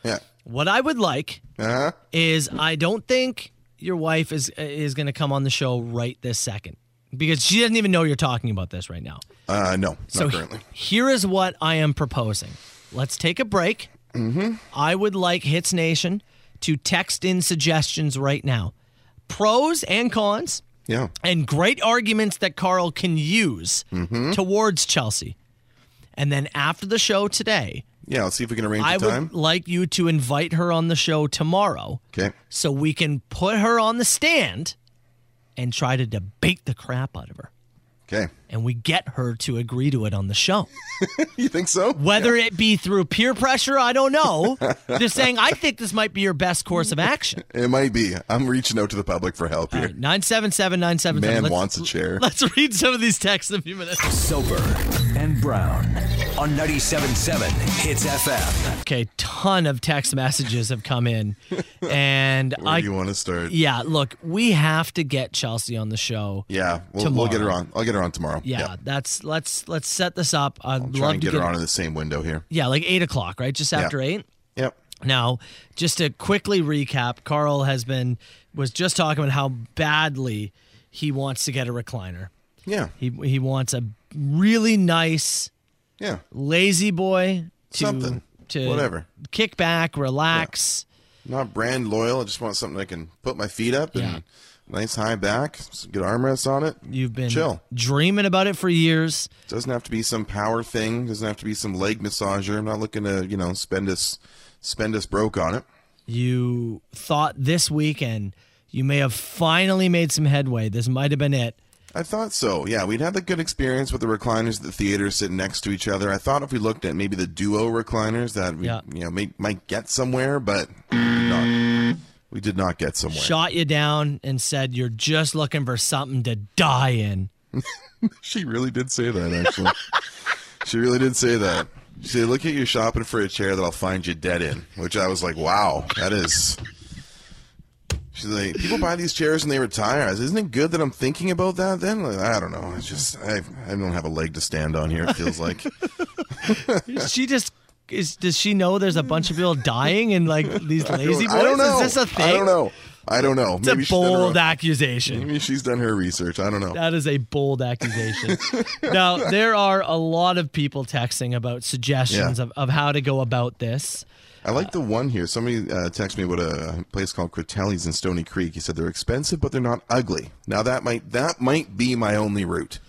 [SPEAKER 6] yeah.
[SPEAKER 5] that. What I would like
[SPEAKER 6] Uh-huh.
[SPEAKER 5] is I don't think your wife is is going to come on the show right this second because she doesn't even know you're talking about this right now.
[SPEAKER 6] Uh, no,
[SPEAKER 5] So
[SPEAKER 6] not
[SPEAKER 5] he-
[SPEAKER 6] currently.
[SPEAKER 5] here is what I am proposing. Let's take a break. Mm-hmm. I would like Hits Nation to text in suggestions right now, pros and cons,
[SPEAKER 6] Yeah.
[SPEAKER 5] and great arguments that Carl can use
[SPEAKER 6] Mm-hmm.
[SPEAKER 5] towards Chelsea. And then after the show today,
[SPEAKER 6] Yeah, let's see if we can arrange
[SPEAKER 5] I
[SPEAKER 6] a time.
[SPEAKER 5] would like you to invite her on the show tomorrow
[SPEAKER 6] Okay.
[SPEAKER 5] so we can put her on the stand and try to debate the crap out of her.
[SPEAKER 6] Okay.
[SPEAKER 5] And we get her to agree to it on the show.
[SPEAKER 6] You think so?
[SPEAKER 5] Whether it be through peer pressure, I don't know. Just saying, I think this might be your best course of action.
[SPEAKER 6] It might be. I'm reaching out to the public for help here.
[SPEAKER 5] 977 977.
[SPEAKER 6] Man
[SPEAKER 5] Let's-
[SPEAKER 6] wants a chair.
[SPEAKER 5] Let's read some of these texts in a few minutes.
[SPEAKER 4] Soper and Brown on 97.7 Hits FM.
[SPEAKER 5] Okay, ton of text messages have come in. And
[SPEAKER 6] Where
[SPEAKER 5] I.
[SPEAKER 6] do you want to start?
[SPEAKER 5] Yeah, look, we have to get Chelsea on the show.
[SPEAKER 6] Yeah, we'll, we'll get her on. I'll get her on tomorrow.
[SPEAKER 5] Yeah, that's let's let's set this up. I'd
[SPEAKER 6] I'll
[SPEAKER 5] love
[SPEAKER 6] try and
[SPEAKER 5] to
[SPEAKER 6] get her on in the same window here.
[SPEAKER 5] Yeah, like eight o'clock, right? Just
[SPEAKER 6] Yeah.
[SPEAKER 5] after eight.
[SPEAKER 6] Yep.
[SPEAKER 5] Now, just to quickly recap, Carl has been was just talking about how badly he wants to get a recliner.
[SPEAKER 6] Yeah.
[SPEAKER 5] He he wants a really nice
[SPEAKER 6] Yeah.
[SPEAKER 5] lazy boy to
[SPEAKER 6] Something.
[SPEAKER 5] to
[SPEAKER 6] Whatever.
[SPEAKER 5] kick back, relax.
[SPEAKER 6] Not brand loyal. I just want something I can put my feet up and nice high back, some good armrests on it.
[SPEAKER 5] You've been
[SPEAKER 6] Chill.
[SPEAKER 5] dreaming about it for years.
[SPEAKER 6] Doesn't have to be some power thing. Doesn't have to be some leg massager. I'm not looking to, you know, spend us spend us broke on it.
[SPEAKER 5] You thought this weekend you may have finally made some headway. This might have been it.
[SPEAKER 6] I thought so. Yeah, we'd had the good experience with the recliners at the theater sitting next to each other. I thought if we looked at maybe the duo recliners that we,
[SPEAKER 5] Yeah.
[SPEAKER 6] you know, may, might get somewhere, but we did not, we did not get somewhere.
[SPEAKER 5] Shot you down and said you're just looking for something to die in.
[SPEAKER 6] She really did say that, actually. she really did say that. She said, Look at you shopping for a chair that I'll find you dead in, which I was like, Wow, that is. She's like, People buy these chairs and they retire. I said, Isn't it good that I'm thinking about that then? Like, I don't know. It's just, I, I don't have a leg to stand on here, it feels like.
[SPEAKER 5] she just is. Does she know there's a bunch of people dying and like these lazy boys?
[SPEAKER 6] I don't know.
[SPEAKER 5] Is this a thing?
[SPEAKER 6] I don't know. I don't know.
[SPEAKER 5] It's a
[SPEAKER 6] she's done her
[SPEAKER 5] bold
[SPEAKER 6] own-
[SPEAKER 5] accusation.
[SPEAKER 6] Maybe she's done her research. I don't know.
[SPEAKER 5] That is a bold accusation. now there are a lot of people texting about suggestions
[SPEAKER 6] Yeah.
[SPEAKER 5] of, of how to go about this.
[SPEAKER 6] I like the one here. Somebody uh, texted me about a place called Critelli's in Stony Creek. He said they're expensive, but they're not ugly. Now that might that might be my only route.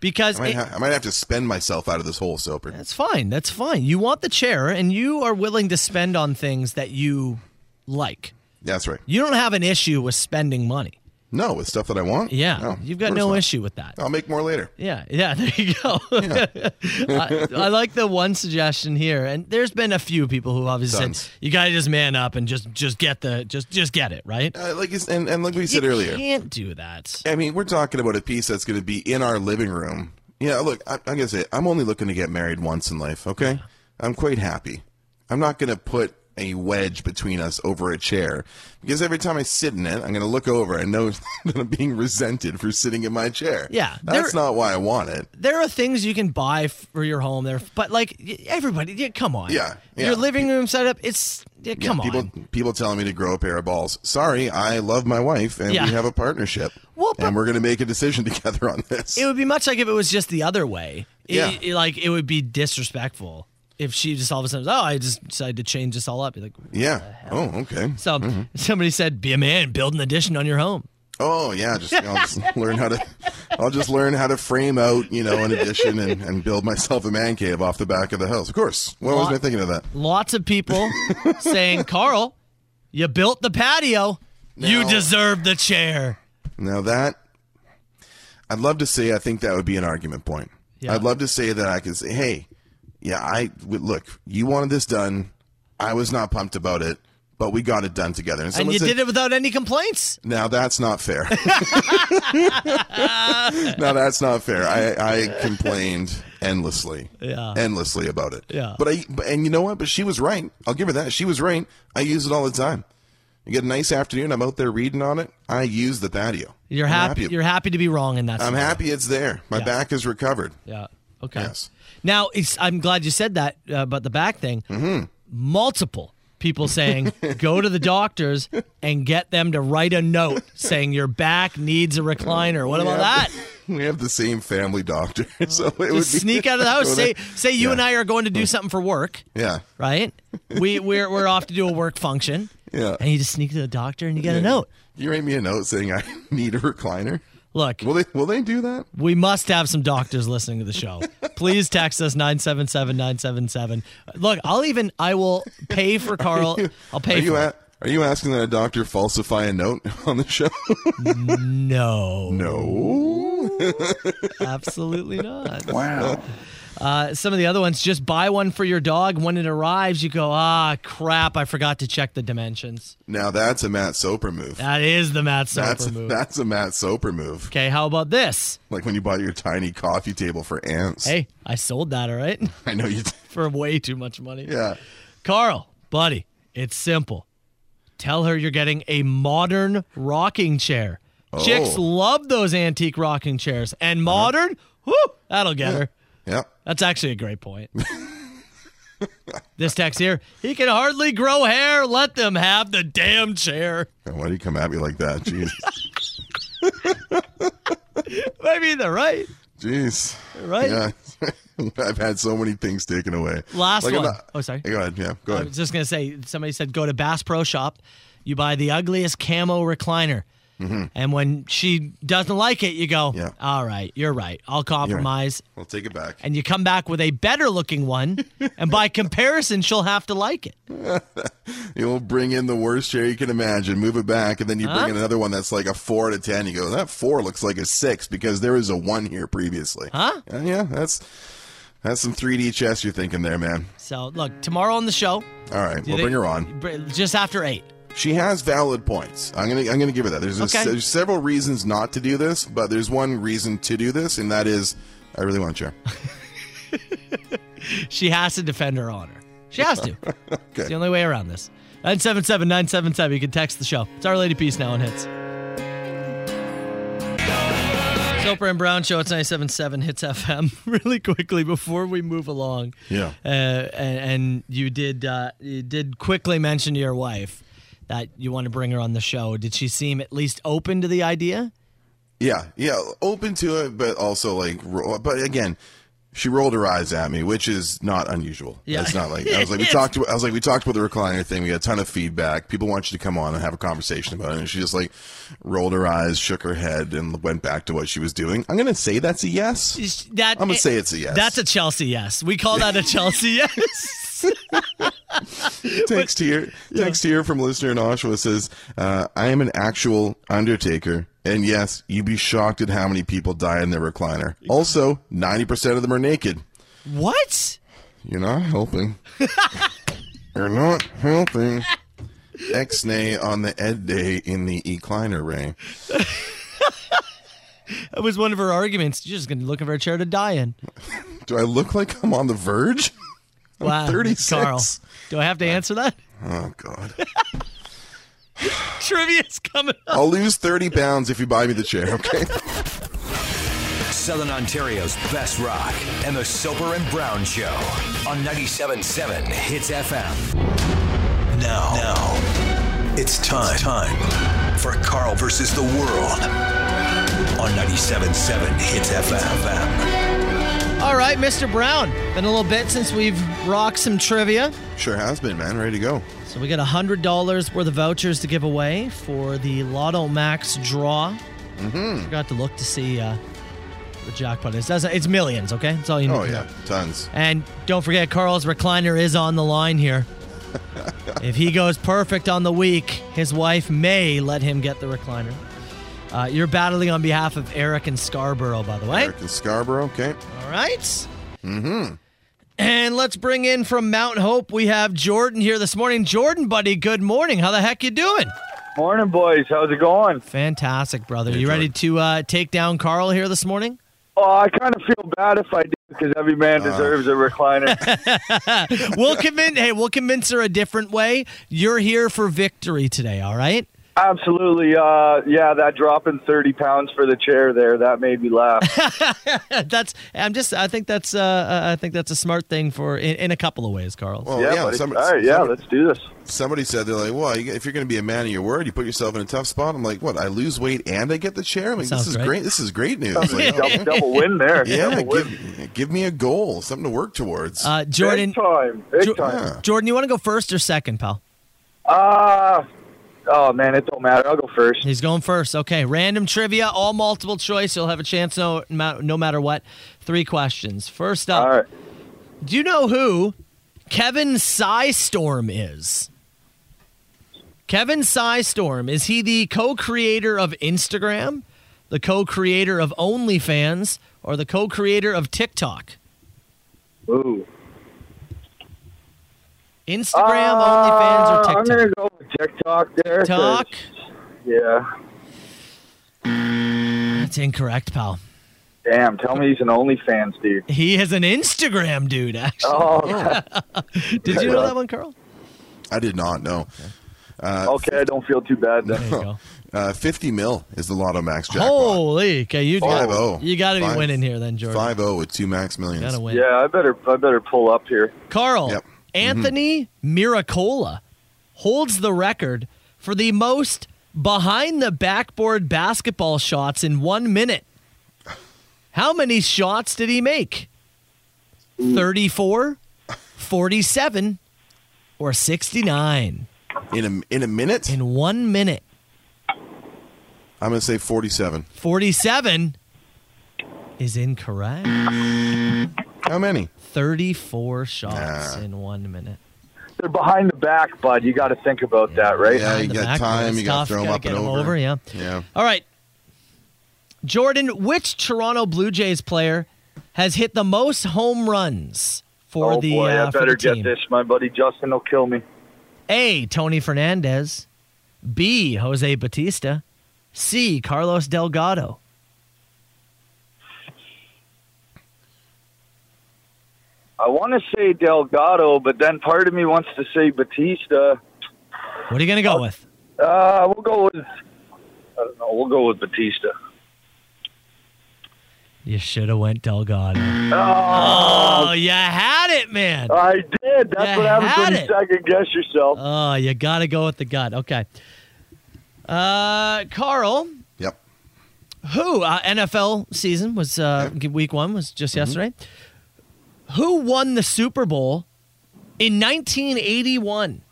[SPEAKER 5] Because
[SPEAKER 6] I might,
[SPEAKER 5] it-
[SPEAKER 6] ha- I might have to spend myself out of this whole soaper.
[SPEAKER 5] That's fine. That's fine. You want the chair, and you are willing to spend on things that you like.
[SPEAKER 6] That's right.
[SPEAKER 5] You don't have an issue with spending money.
[SPEAKER 6] No, with stuff that I want.
[SPEAKER 5] Yeah,
[SPEAKER 6] No,
[SPEAKER 5] you've
[SPEAKER 6] Oh, of
[SPEAKER 5] got
[SPEAKER 6] course
[SPEAKER 5] no
[SPEAKER 6] not. Oh.
[SPEAKER 5] issue with that.
[SPEAKER 6] I'll make more later.
[SPEAKER 5] Yeah, yeah, there you go. I, I like the one suggestion here, and there's been a few people who obviously
[SPEAKER 6] Tons.
[SPEAKER 5] said you gotta just man up and just just get the just just get it right.
[SPEAKER 6] Uh, like you s- and, and like we said
[SPEAKER 5] you
[SPEAKER 6] earlier.
[SPEAKER 5] can't do that.
[SPEAKER 6] I mean, we're talking about a piece that's going to be in our living room. Yeah, look, I, I'm going to say, I'm only looking to get married once in life, okay? I'm quite happy. I'm not going to put a wedge between us over a chair because every time I sit in it, I'm going to look over and know that I'm being resented for sitting in my chair.
[SPEAKER 5] Yeah,
[SPEAKER 6] that's
[SPEAKER 5] there-
[SPEAKER 6] not why I want it.
[SPEAKER 5] There are things you can buy for your home there, but like y- everybody, yeah, come on.
[SPEAKER 6] Yeah, yeah.
[SPEAKER 5] Your living room setup, it's yeah,
[SPEAKER 6] Yeah,
[SPEAKER 5] come on.
[SPEAKER 6] People, people telling me to grow a pair of balls. Sorry, I love my wife and
[SPEAKER 5] Yeah.
[SPEAKER 6] we have a partnership.
[SPEAKER 5] Well,
[SPEAKER 6] and we're going to make a decision together on this.
[SPEAKER 5] It would be much like if it was just the other way. It-
[SPEAKER 6] Yeah.
[SPEAKER 5] it- like it would be disrespectful if she just all of a sudden, oh, I just decided to change this all up. You're like,
[SPEAKER 6] yeah. Oh, okay.
[SPEAKER 5] So somebody said, be a man, build an addition on your home.
[SPEAKER 6] Oh yeah, just I'll just learn how to. I'll just learn how to frame out, you know, an addition and, and build myself a man cave off the back of the house. Of course. Why wasn't I thinking of that?
[SPEAKER 5] Lots of people saying, Carl, you built the patio. You deserve the chair.
[SPEAKER 6] Now that I'd love to say, I think that would be an argument point.
[SPEAKER 5] Yeah.
[SPEAKER 6] I'd love to say that I can say, hey, yeah, I w- look. You wanted this done. I was not pumped about it, but we got it done together.
[SPEAKER 5] And
[SPEAKER 6] someone
[SPEAKER 5] you
[SPEAKER 6] said-
[SPEAKER 5] did it without any complaints.
[SPEAKER 6] Now that's not fair. now that's not fair. I, I complained endlessly,
[SPEAKER 5] Yeah.
[SPEAKER 6] endlessly about it.
[SPEAKER 5] Yeah.
[SPEAKER 6] But I but, and you know what? But she was right. I'll give her that. She was right. I use it all the time. You get a nice afternoon. I'm out there reading on it. I use the patio.
[SPEAKER 5] You're
[SPEAKER 6] I'm
[SPEAKER 5] happy. You're happy to be wrong in that.
[SPEAKER 6] I'm
[SPEAKER 5] scenario.
[SPEAKER 6] happy it's there. My
[SPEAKER 5] Yeah.
[SPEAKER 6] back is recovered.
[SPEAKER 5] Yeah. Okay. Now, it's, I'm glad you said that uh, about the back thing.
[SPEAKER 6] Mm-hmm.
[SPEAKER 5] Multiple people saying, go to the doctors and get them to write a note saying your back needs a recliner. What about that?
[SPEAKER 6] we have the same family doctor, so it would Mm. be,
[SPEAKER 5] Oh, Just sneak out of the house. Say, say you and I are going to do something for work,
[SPEAKER 6] Yeah.
[SPEAKER 5] right? We, we're, we're off to do a work function.
[SPEAKER 6] Yeah.
[SPEAKER 5] And you just sneak to the doctor and you get a note.
[SPEAKER 6] You write me a note saying I need a recliner.
[SPEAKER 5] Look,
[SPEAKER 6] will they will they do that?
[SPEAKER 5] We must have some doctors listening to the show. Please text us 977-977. Look, I'll even I will pay for Carl. I'll pay
[SPEAKER 6] are you
[SPEAKER 5] for
[SPEAKER 6] a- are you asking that a doctor falsify a note on the show?
[SPEAKER 5] no.
[SPEAKER 6] No.
[SPEAKER 5] Absolutely not.
[SPEAKER 6] Wow.
[SPEAKER 5] Uh, some of the other ones just buy one for your dog when it arrives you go, "Ah, crap, I forgot to check the dimensions."
[SPEAKER 6] now that's a Matt Soper move.
[SPEAKER 5] That is the Matt Soper
[SPEAKER 6] that's,
[SPEAKER 5] move.
[SPEAKER 6] That's a Matt Soper move.
[SPEAKER 5] Okay, how about this?
[SPEAKER 6] Like when you bought your tiny coffee table for ants.
[SPEAKER 5] Hey, I sold that, all right?
[SPEAKER 6] I know you did.
[SPEAKER 5] for way too much money.
[SPEAKER 6] Yeah.
[SPEAKER 5] Carl, buddy, it's simple. Tell her you're getting a modern rocking chair. Chicks
[SPEAKER 6] Oh.
[SPEAKER 5] love those antique rocking chairs. And modern, whoo, that'll get her.
[SPEAKER 6] Yep.
[SPEAKER 5] That's actually a great point. this text here, he can hardly grow hair. Let them have the damn chair.
[SPEAKER 6] God, Why do you come at me like that? Jeez.
[SPEAKER 5] Maybe they're right.
[SPEAKER 6] Jeez.
[SPEAKER 5] Right?
[SPEAKER 6] Yeah. I've had so many things taken away.
[SPEAKER 5] Last
[SPEAKER 6] Like, I'm
[SPEAKER 5] one.
[SPEAKER 6] not-
[SPEAKER 5] oh, sorry.
[SPEAKER 6] Go ahead. Yeah. Go
[SPEAKER 5] I
[SPEAKER 6] ahead.
[SPEAKER 5] was just gonna say somebody said go to Bass Pro Shop, you buy the ugliest camo recliner, and when she doesn't like it, you go, "All right, you're right. I'll compromise."
[SPEAKER 6] We'll take it back.
[SPEAKER 5] And you come back with a better looking one, and by comparison, she'll have to like it.
[SPEAKER 6] You'll bring in the worst chair you can imagine, move it back, and then you
[SPEAKER 5] Huh?
[SPEAKER 6] bring in another one that's like a four out of ten. You go, that four looks like a six because there was a one here previously. Huh? yeah, that's that's some 3D chess you're thinking there, man.
[SPEAKER 5] So look, tomorrow on the show,
[SPEAKER 6] All right,
[SPEAKER 5] Do you
[SPEAKER 6] we'll
[SPEAKER 5] think-
[SPEAKER 6] bring her on.
[SPEAKER 5] br- just after eight.
[SPEAKER 6] She has valid points. I'm gonna I'm gonna give her that. There's, a-
[SPEAKER 5] Okay.
[SPEAKER 6] there's several reasons not to do this, but there's one reason to do this, and that is I really want a chair.
[SPEAKER 5] She has to defend her honor. She has to. It's the
[SPEAKER 6] okay.
[SPEAKER 5] only way around this. 977 977. You can text the show. It's Our Lady Peace now and hits. Soper and Brown Show. It's 977 Hits FM. really quickly before we move along.
[SPEAKER 6] Yeah.
[SPEAKER 5] Uh, and, and you did uh, you did quickly mention to your wife that you want to bring her on the show. Did she seem at least open to the idea?
[SPEAKER 6] Yeah, yeah, open to it, but also like, ro- but again, she rolled her eyes at me, which is not unusual.
[SPEAKER 5] Yeah.
[SPEAKER 6] it's not like I was like we
[SPEAKER 5] It's-
[SPEAKER 6] talked. I was like we talked about the recliner thing. We got a ton of feedback. People want you to come on and have a conversation about it. And she just like rolled her eyes, shook her head, and went back to what she was doing. I'm gonna say that's a yes.
[SPEAKER 5] Is- That,
[SPEAKER 6] I'm gonna say it's a yes.
[SPEAKER 5] That's a Chelsea yes. We call that a Chelsea yes.
[SPEAKER 6] text here. Text here from listener in Oshawa says, uh, "I am an actual undertaker." And yes, you'd be shocked at how many people die in their recliner. Also, 90% of them are naked.
[SPEAKER 5] what?
[SPEAKER 6] You're not helping. You're not helping. X-nay on the Ed Day in the Ecliner Ray.
[SPEAKER 5] That was one of her arguments. You're just going to look for a chair to die in.
[SPEAKER 6] Do I look like I'm on the verge? I'm
[SPEAKER 5] Wow,
[SPEAKER 6] 36.
[SPEAKER 5] Carl. Do I have to answer that?
[SPEAKER 6] Oh God.
[SPEAKER 5] Trivia's coming up.
[SPEAKER 6] I'll lose thirty pounds if you buy me the chair. Okay.
[SPEAKER 4] Southern Ontario's best rock and the Soper and Brown Show on 97.7 Hits FM. Now, now, it's time, time for Carl versus the world on 97.7 Hits FM.
[SPEAKER 5] All right, Mr. Brown. Been a little bit since we've rocked some trivia.
[SPEAKER 6] Sure has been, man. Ready to go.
[SPEAKER 5] So we got $100 worth of vouchers to give away for the Lotto Max draw.
[SPEAKER 6] Mm-hmm.
[SPEAKER 5] Forgot to look to see uh, the jackpot is. That's, it's millions, okay? That's all you need
[SPEAKER 6] Oh
[SPEAKER 5] to
[SPEAKER 6] yeah,
[SPEAKER 5] know.
[SPEAKER 6] tons.
[SPEAKER 5] And don't forget, Carl's recliner is on the line here. if he goes perfect on the week, his wife may let him get the recliner. Uh, you're battling on behalf of Eric and Scarborough, by the way.
[SPEAKER 6] Eric and Scarborough. Okay.
[SPEAKER 5] All right.
[SPEAKER 6] Mm-hmm.
[SPEAKER 5] And let's bring in from Mount Hope. We have Jordan here this morning. Jordan, buddy, good morning. How the heck you doing?
[SPEAKER 13] Morning, boys. How's it going?
[SPEAKER 5] Fantastic, brother. you ready to uh, take down Carl here this morning?
[SPEAKER 13] Oh, I kind of feel bad if I do because every
[SPEAKER 6] Uh.
[SPEAKER 13] man deserves a recliner.
[SPEAKER 5] we'll convince. Hey, we'll convince her a different way. You're here for victory today. All right.
[SPEAKER 13] Absolutely. Uh, yeah, that drop in 30 pounds for the chair there, that made me laugh.
[SPEAKER 5] that's. I'm just. I think that's. Uh, uh, I think that's a smart thing for in, in a couple of ways, Carl.
[SPEAKER 6] Well, Oh, yeah. somebody, yeah. Let's
[SPEAKER 13] do this.
[SPEAKER 6] Somebody said they're like, well, you- if you're going to be a man of your word, you put yourself in a tough spot. I'm like, what? I lose weight and I get the chair. I'm like,
[SPEAKER 5] Sounds
[SPEAKER 6] this is
[SPEAKER 5] great.
[SPEAKER 6] great. This is great news.
[SPEAKER 13] Sounds
[SPEAKER 6] Like,
[SPEAKER 13] like double- double win there.
[SPEAKER 6] Yeah.
[SPEAKER 13] Double
[SPEAKER 6] give, give me a goal, something to work towards.
[SPEAKER 5] Uh, Jordan.
[SPEAKER 13] time. Big
[SPEAKER 5] Jo-
[SPEAKER 13] time.
[SPEAKER 5] Jordan, you want to go first or second, pal?
[SPEAKER 13] Uh, oh, man, it don't matter. I'll go first.
[SPEAKER 5] He's going first. Okay. Random trivia, all multiple choice. You'll have a chance no, ma- no matter what. Three questions. First up, do you know who Kevin Systorm is? Kevin Systorm, is he the co creator of Instagram, the co creator of OnlyFans, or the co creator of TikTok?
[SPEAKER 13] Ooh.
[SPEAKER 5] Instagram,
[SPEAKER 13] Uh,
[SPEAKER 5] OnlyFans, or
[SPEAKER 13] I'm
[SPEAKER 5] TikTok?
[SPEAKER 13] going to go with TikTok there. 'cause-
[SPEAKER 5] TikTok?
[SPEAKER 13] Yeah.
[SPEAKER 5] That's incorrect, pal.
[SPEAKER 13] Damn, tell me he's an OnlyFans dude.
[SPEAKER 5] He is an Instagram dude, actually.
[SPEAKER 13] Oh.
[SPEAKER 5] Did you know that one, Carl?
[SPEAKER 6] I did not know. Uh,
[SPEAKER 13] okay, I don't feel too bad then.
[SPEAKER 5] There you go.
[SPEAKER 6] Uh, 50 mil is the Lotto Max jackpot.
[SPEAKER 5] Holy, okay, you got
[SPEAKER 6] 5-0.
[SPEAKER 5] you got to be
[SPEAKER 6] Five-
[SPEAKER 5] winning here then, Jordan.
[SPEAKER 6] 5 0 with two max millions.
[SPEAKER 5] Gotta win.
[SPEAKER 13] Yeah, I better I better pull up here.
[SPEAKER 5] Carl
[SPEAKER 6] Mm-hmm.
[SPEAKER 5] Anthony Miracola holds the record for the most behind the backboard basketball shots in one minute. How many shots did he make? 34, 47, or 69?
[SPEAKER 6] In a, in a minute?
[SPEAKER 5] In one minute.
[SPEAKER 6] I'm going to say 47.
[SPEAKER 5] 47 is incorrect.
[SPEAKER 6] How many?
[SPEAKER 5] 34 shots in one minute.
[SPEAKER 13] They're behind the back, bud. You got to think about that, right?
[SPEAKER 6] Yeah, you got time. You got
[SPEAKER 5] Tough,
[SPEAKER 6] to throw them
[SPEAKER 5] gotta
[SPEAKER 6] up
[SPEAKER 5] get
[SPEAKER 6] and
[SPEAKER 5] 'em
[SPEAKER 6] over.
[SPEAKER 5] over, yeah.
[SPEAKER 6] Yeah.
[SPEAKER 5] All right. Jordan, which Toronto Blue Jays player has hit the most home runs for
[SPEAKER 13] oh
[SPEAKER 5] the
[SPEAKER 13] boy,
[SPEAKER 5] uh,
[SPEAKER 13] I
[SPEAKER 5] for the
[SPEAKER 13] better get
[SPEAKER 5] team?
[SPEAKER 13] this. My buddy Justin will kill me.
[SPEAKER 5] A. Tony Fernandez, B. Jose Batista, C. Carlos Delgado.
[SPEAKER 13] I want to say Delgado, but then part of me wants to say Batista.
[SPEAKER 5] What are you gonna go with?
[SPEAKER 13] Uh, we'll go with. I don't know. We'll go with Batista.
[SPEAKER 5] You should have went Delgado. Mm.
[SPEAKER 13] Oh,
[SPEAKER 5] you had it, man.
[SPEAKER 13] I did. That's
[SPEAKER 5] You
[SPEAKER 13] what happens when
[SPEAKER 5] had
[SPEAKER 13] you second guess yourself.
[SPEAKER 5] Oh, you gotta go with the gut. Okay. Uh, Carl.
[SPEAKER 6] Yep.
[SPEAKER 5] Who uh, NFL season was uh, week one was just yesterday. Who won the Super Bowl in 1981?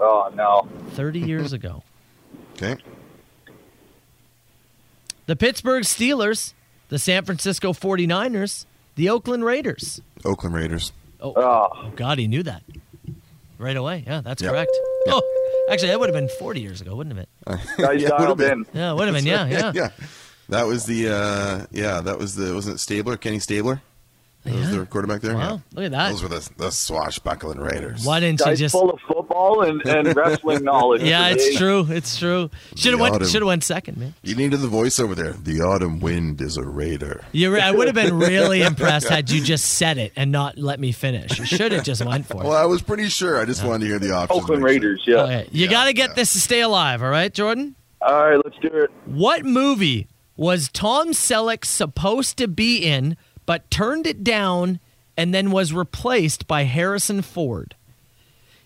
[SPEAKER 13] oh no.
[SPEAKER 5] 30 years ago.
[SPEAKER 6] Okay.
[SPEAKER 5] The Pittsburgh Steelers, the San Francisco 49ers, the Oakland Raiders.
[SPEAKER 6] Oakland Raiders.
[SPEAKER 5] Oh, oh God, he knew that right away. Yeah, that's
[SPEAKER 6] Yep.
[SPEAKER 5] correct. Oh, actually, that would have been 40 years ago, wouldn't it?
[SPEAKER 6] it would've
[SPEAKER 13] dialed
[SPEAKER 6] been.
[SPEAKER 5] Yeah, it would have been. Yeah, yeah.
[SPEAKER 6] yeah. That was the, uh, yeah, that was the, wasn't it Stabler? Kenny Stabler? That was the quarterback there?
[SPEAKER 5] Wow,
[SPEAKER 6] Yeah.
[SPEAKER 5] look at that.
[SPEAKER 6] Those were the, the swashbuckling Raiders.
[SPEAKER 5] Why didn't you
[SPEAKER 13] Guy's
[SPEAKER 5] just?
[SPEAKER 13] full of football football and, and wrestling knowledge.
[SPEAKER 5] Yeah, it's
[SPEAKER 13] today.
[SPEAKER 5] true. It's true. Should have
[SPEAKER 6] Got
[SPEAKER 5] went.
[SPEAKER 6] him.
[SPEAKER 5] Should have went second, man.
[SPEAKER 6] You needed the voice over there. The autumn wind is a raider.
[SPEAKER 5] You're, right. I would have been really impressed had you just said it and not let me finish. You should have just went for it.
[SPEAKER 6] Well, I was pretty sure. I just wanted to hear the options.
[SPEAKER 13] Oakland Raiders, yeah.
[SPEAKER 5] Okay, You got to get this to stay alive, all right, Jordan?
[SPEAKER 13] All right, let's do it.
[SPEAKER 5] What movie was Tom Selleck supposed to be in, but turned it down and then was replaced by Harrison Ford?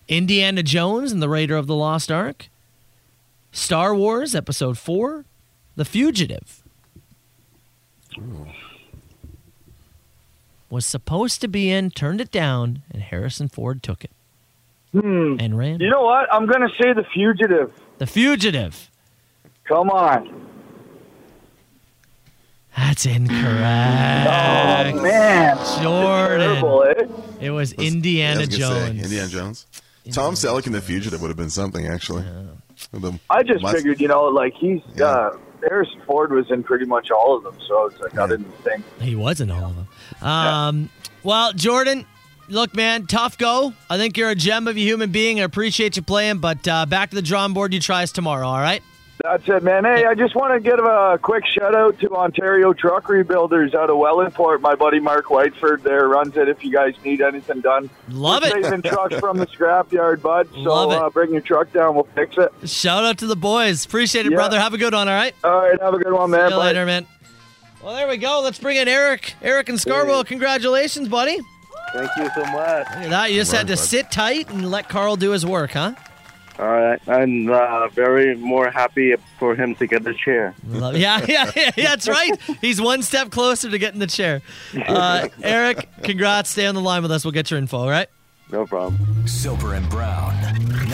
[SPEAKER 5] Indiana Jones and the Raider of the Lost Ark? Star Wars Episode 4? The Fugitive? Was supposed to be in, turned it down, and Harrison Ford took it.
[SPEAKER 13] Hmm.
[SPEAKER 5] And ran.
[SPEAKER 13] You know what? I'm going to say The Fugitive.
[SPEAKER 5] The Fugitive.
[SPEAKER 13] Come on.
[SPEAKER 5] That's incorrect.
[SPEAKER 13] Oh, man.
[SPEAKER 5] Jordan.
[SPEAKER 13] Terrible, eh?
[SPEAKER 5] It was
[SPEAKER 6] Was-
[SPEAKER 5] Indiana
[SPEAKER 6] I was gonna say,
[SPEAKER 5] Jones.
[SPEAKER 6] Indiana Jones. Tom Selleck in The Fugitive would have been something, actually. The
[SPEAKER 13] I just
[SPEAKER 6] must-
[SPEAKER 13] figured, you know, like he's uh, Harrison Ford was in pretty much all of them, so it's like I didn't think.
[SPEAKER 5] He was in all of them. Um, Well, Jordan, look, man, tough go. I think you're a gem of a human being. I appreciate you playing, but uh, back to the drawing board. You try us tomorrow, all right?
[SPEAKER 13] That's it, man. Hey, I just want to give a quick shout out to Ontario Truck Rebuilders out of Wellandport. My buddy Mark Whiteford there runs it. If you guys need anything done,
[SPEAKER 5] Love
[SPEAKER 13] We're
[SPEAKER 5] it.
[SPEAKER 13] Saving trucks from the scrapyard, bud. So
[SPEAKER 5] Love it.
[SPEAKER 13] Uh, bring your truck down. We'll fix it.
[SPEAKER 5] Shout out to the boys. Appreciate it,
[SPEAKER 13] Yeah.
[SPEAKER 5] brother. Have a good one, all right?
[SPEAKER 13] All right, have a good one, man.
[SPEAKER 5] See you
[SPEAKER 13] Bye.
[SPEAKER 5] later, man. Well, there we go. Let's bring in Eric. Eric and Scarborough, congratulations, buddy.
[SPEAKER 14] Thank you so much.
[SPEAKER 5] Look at that. You just had to sit tight and let Carl do his work, huh?
[SPEAKER 14] All right, I'm uh, very more happy for him to get the chair.
[SPEAKER 5] Love- yeah, yeah, yeah, that's right. He's one step closer to getting the chair. Uh, Eric, congrats. Stay on the line with us. We'll get your info, all right?
[SPEAKER 14] No problem.
[SPEAKER 4] Soper and Brown.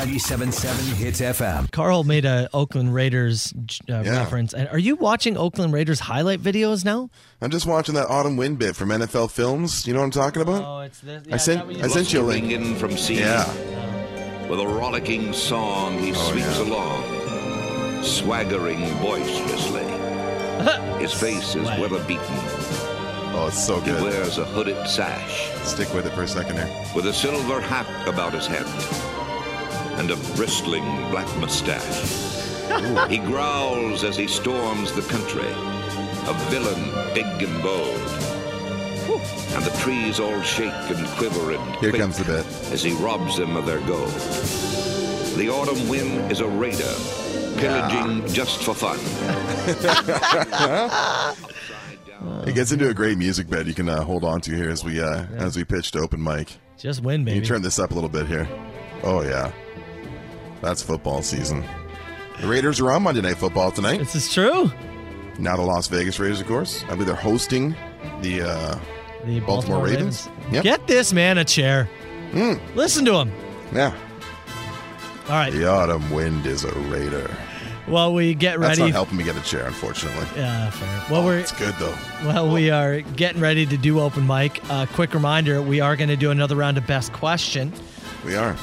[SPEAKER 4] 97.7 Hits FM.
[SPEAKER 5] Carl made a Oakland Raiders uh, reference. And are you watching Oakland Raiders highlight videos now?
[SPEAKER 6] I'm just watching that Autumn Wind bit from NFL Films. You know what I'm talking about?
[SPEAKER 5] Oh, it's this.
[SPEAKER 6] I sent I sent you a link.
[SPEAKER 15] Ringing from sea. With a rollicking song, he sweeps along, swaggering boisterously. His face is weather beaten.
[SPEAKER 6] Oh, it's so good.
[SPEAKER 15] He wears a hooded sash.
[SPEAKER 6] Stick with it for a second there.
[SPEAKER 15] With a silver hat about his head and a bristling black mustache. he growls as he storms the country, a villain big and bold. And the trees all shake and quiver and
[SPEAKER 6] Here comes the bit.
[SPEAKER 15] as he robs them of their gold. The autumn wind is a raider, pillaging just for fun.
[SPEAKER 6] It gets into a great music bed you can uh, hold on to here as we uh, as we pitch to open mic.
[SPEAKER 5] Just win,
[SPEAKER 6] Can
[SPEAKER 5] baby.
[SPEAKER 6] you turn this up a little bit here? Oh yeah, that's football season. The Raiders are on Monday Night Football tonight. This
[SPEAKER 5] is true.
[SPEAKER 6] Now the Las Vegas Raiders, of course. I believe they're hosting the uh,
[SPEAKER 5] the
[SPEAKER 6] Baltimore, Ravens. Hmm. Yep.
[SPEAKER 5] Get this man a chair. Listen to him.
[SPEAKER 6] Yeah.
[SPEAKER 5] All right.
[SPEAKER 6] The autumn wind is a Raider.
[SPEAKER 5] While we get
[SPEAKER 6] That's not
[SPEAKER 5] ready.
[SPEAKER 6] helping me get a chair, unfortunately.
[SPEAKER 5] Yeah, fair. Well, we're
[SPEAKER 6] It's good though.
[SPEAKER 5] Well, we are getting ready to do open mic. Uh, quick reminder: we are going to do another round of best question.
[SPEAKER 6] We are.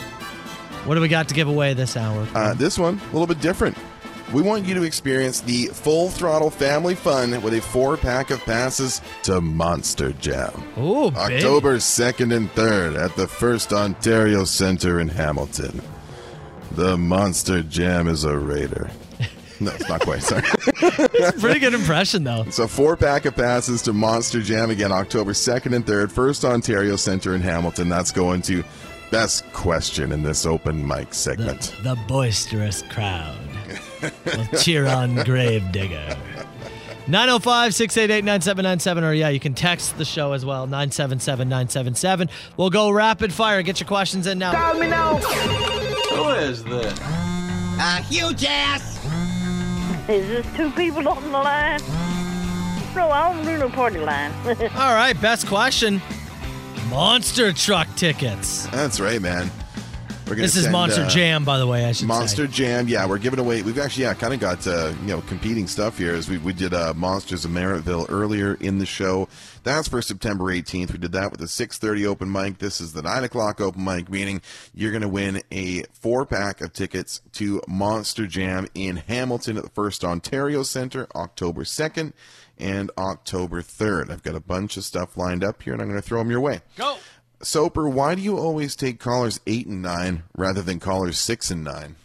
[SPEAKER 5] What do we got to give away this hour?
[SPEAKER 6] Uh, this one, a little bit different. We want you to experience the full throttle family fun with a four pack of passes to Monster Jam.
[SPEAKER 5] Ooh,
[SPEAKER 6] October 2nd and 3rd at the First Ontario Center in Hamilton. The Monster Jam is a raider. No, it's not quite. Sorry.
[SPEAKER 5] It's a pretty good impression, though.
[SPEAKER 6] So four pack of passes to Monster Jam again, October second and third, First Ontario Centre in Hamilton. That's going to best question in this open mic segment.
[SPEAKER 5] The boisterous crowd will cheer on Gravedigger. 905 688 9797, or yeah, you can text the show as well, 977 977. We'll go rapid fire. Get your questions in now.
[SPEAKER 2] Dial me now.
[SPEAKER 5] Who is this?
[SPEAKER 1] A huge ass! There's just two people on the line. No, I don't do no party line.
[SPEAKER 5] All right, best question Monster truck tickets.
[SPEAKER 6] That's right, man. We're gonna
[SPEAKER 5] This is
[SPEAKER 6] send,
[SPEAKER 5] Monster
[SPEAKER 6] uh,
[SPEAKER 5] Jam, by the way, I should
[SPEAKER 6] Monster
[SPEAKER 5] say.
[SPEAKER 6] Jam, yeah, we're giving away. We've actually, yeah, kind of got uh, you know competing stuff here. As we we did uh, Monsters of Merrittville earlier in the show. That's for September 18th. We did that with the 6:30 open mic. This is the nine o'clock open mic, meaning you're going to win a four pack of tickets to Monster Jam in Hamilton at the First Ontario Centre, October 2nd and October 3rd. I've got a bunch of stuff lined up here, and I'm going to throw them your way.
[SPEAKER 5] Go.
[SPEAKER 6] Soper, why do you always take callers eight and nine rather than callers six and nine?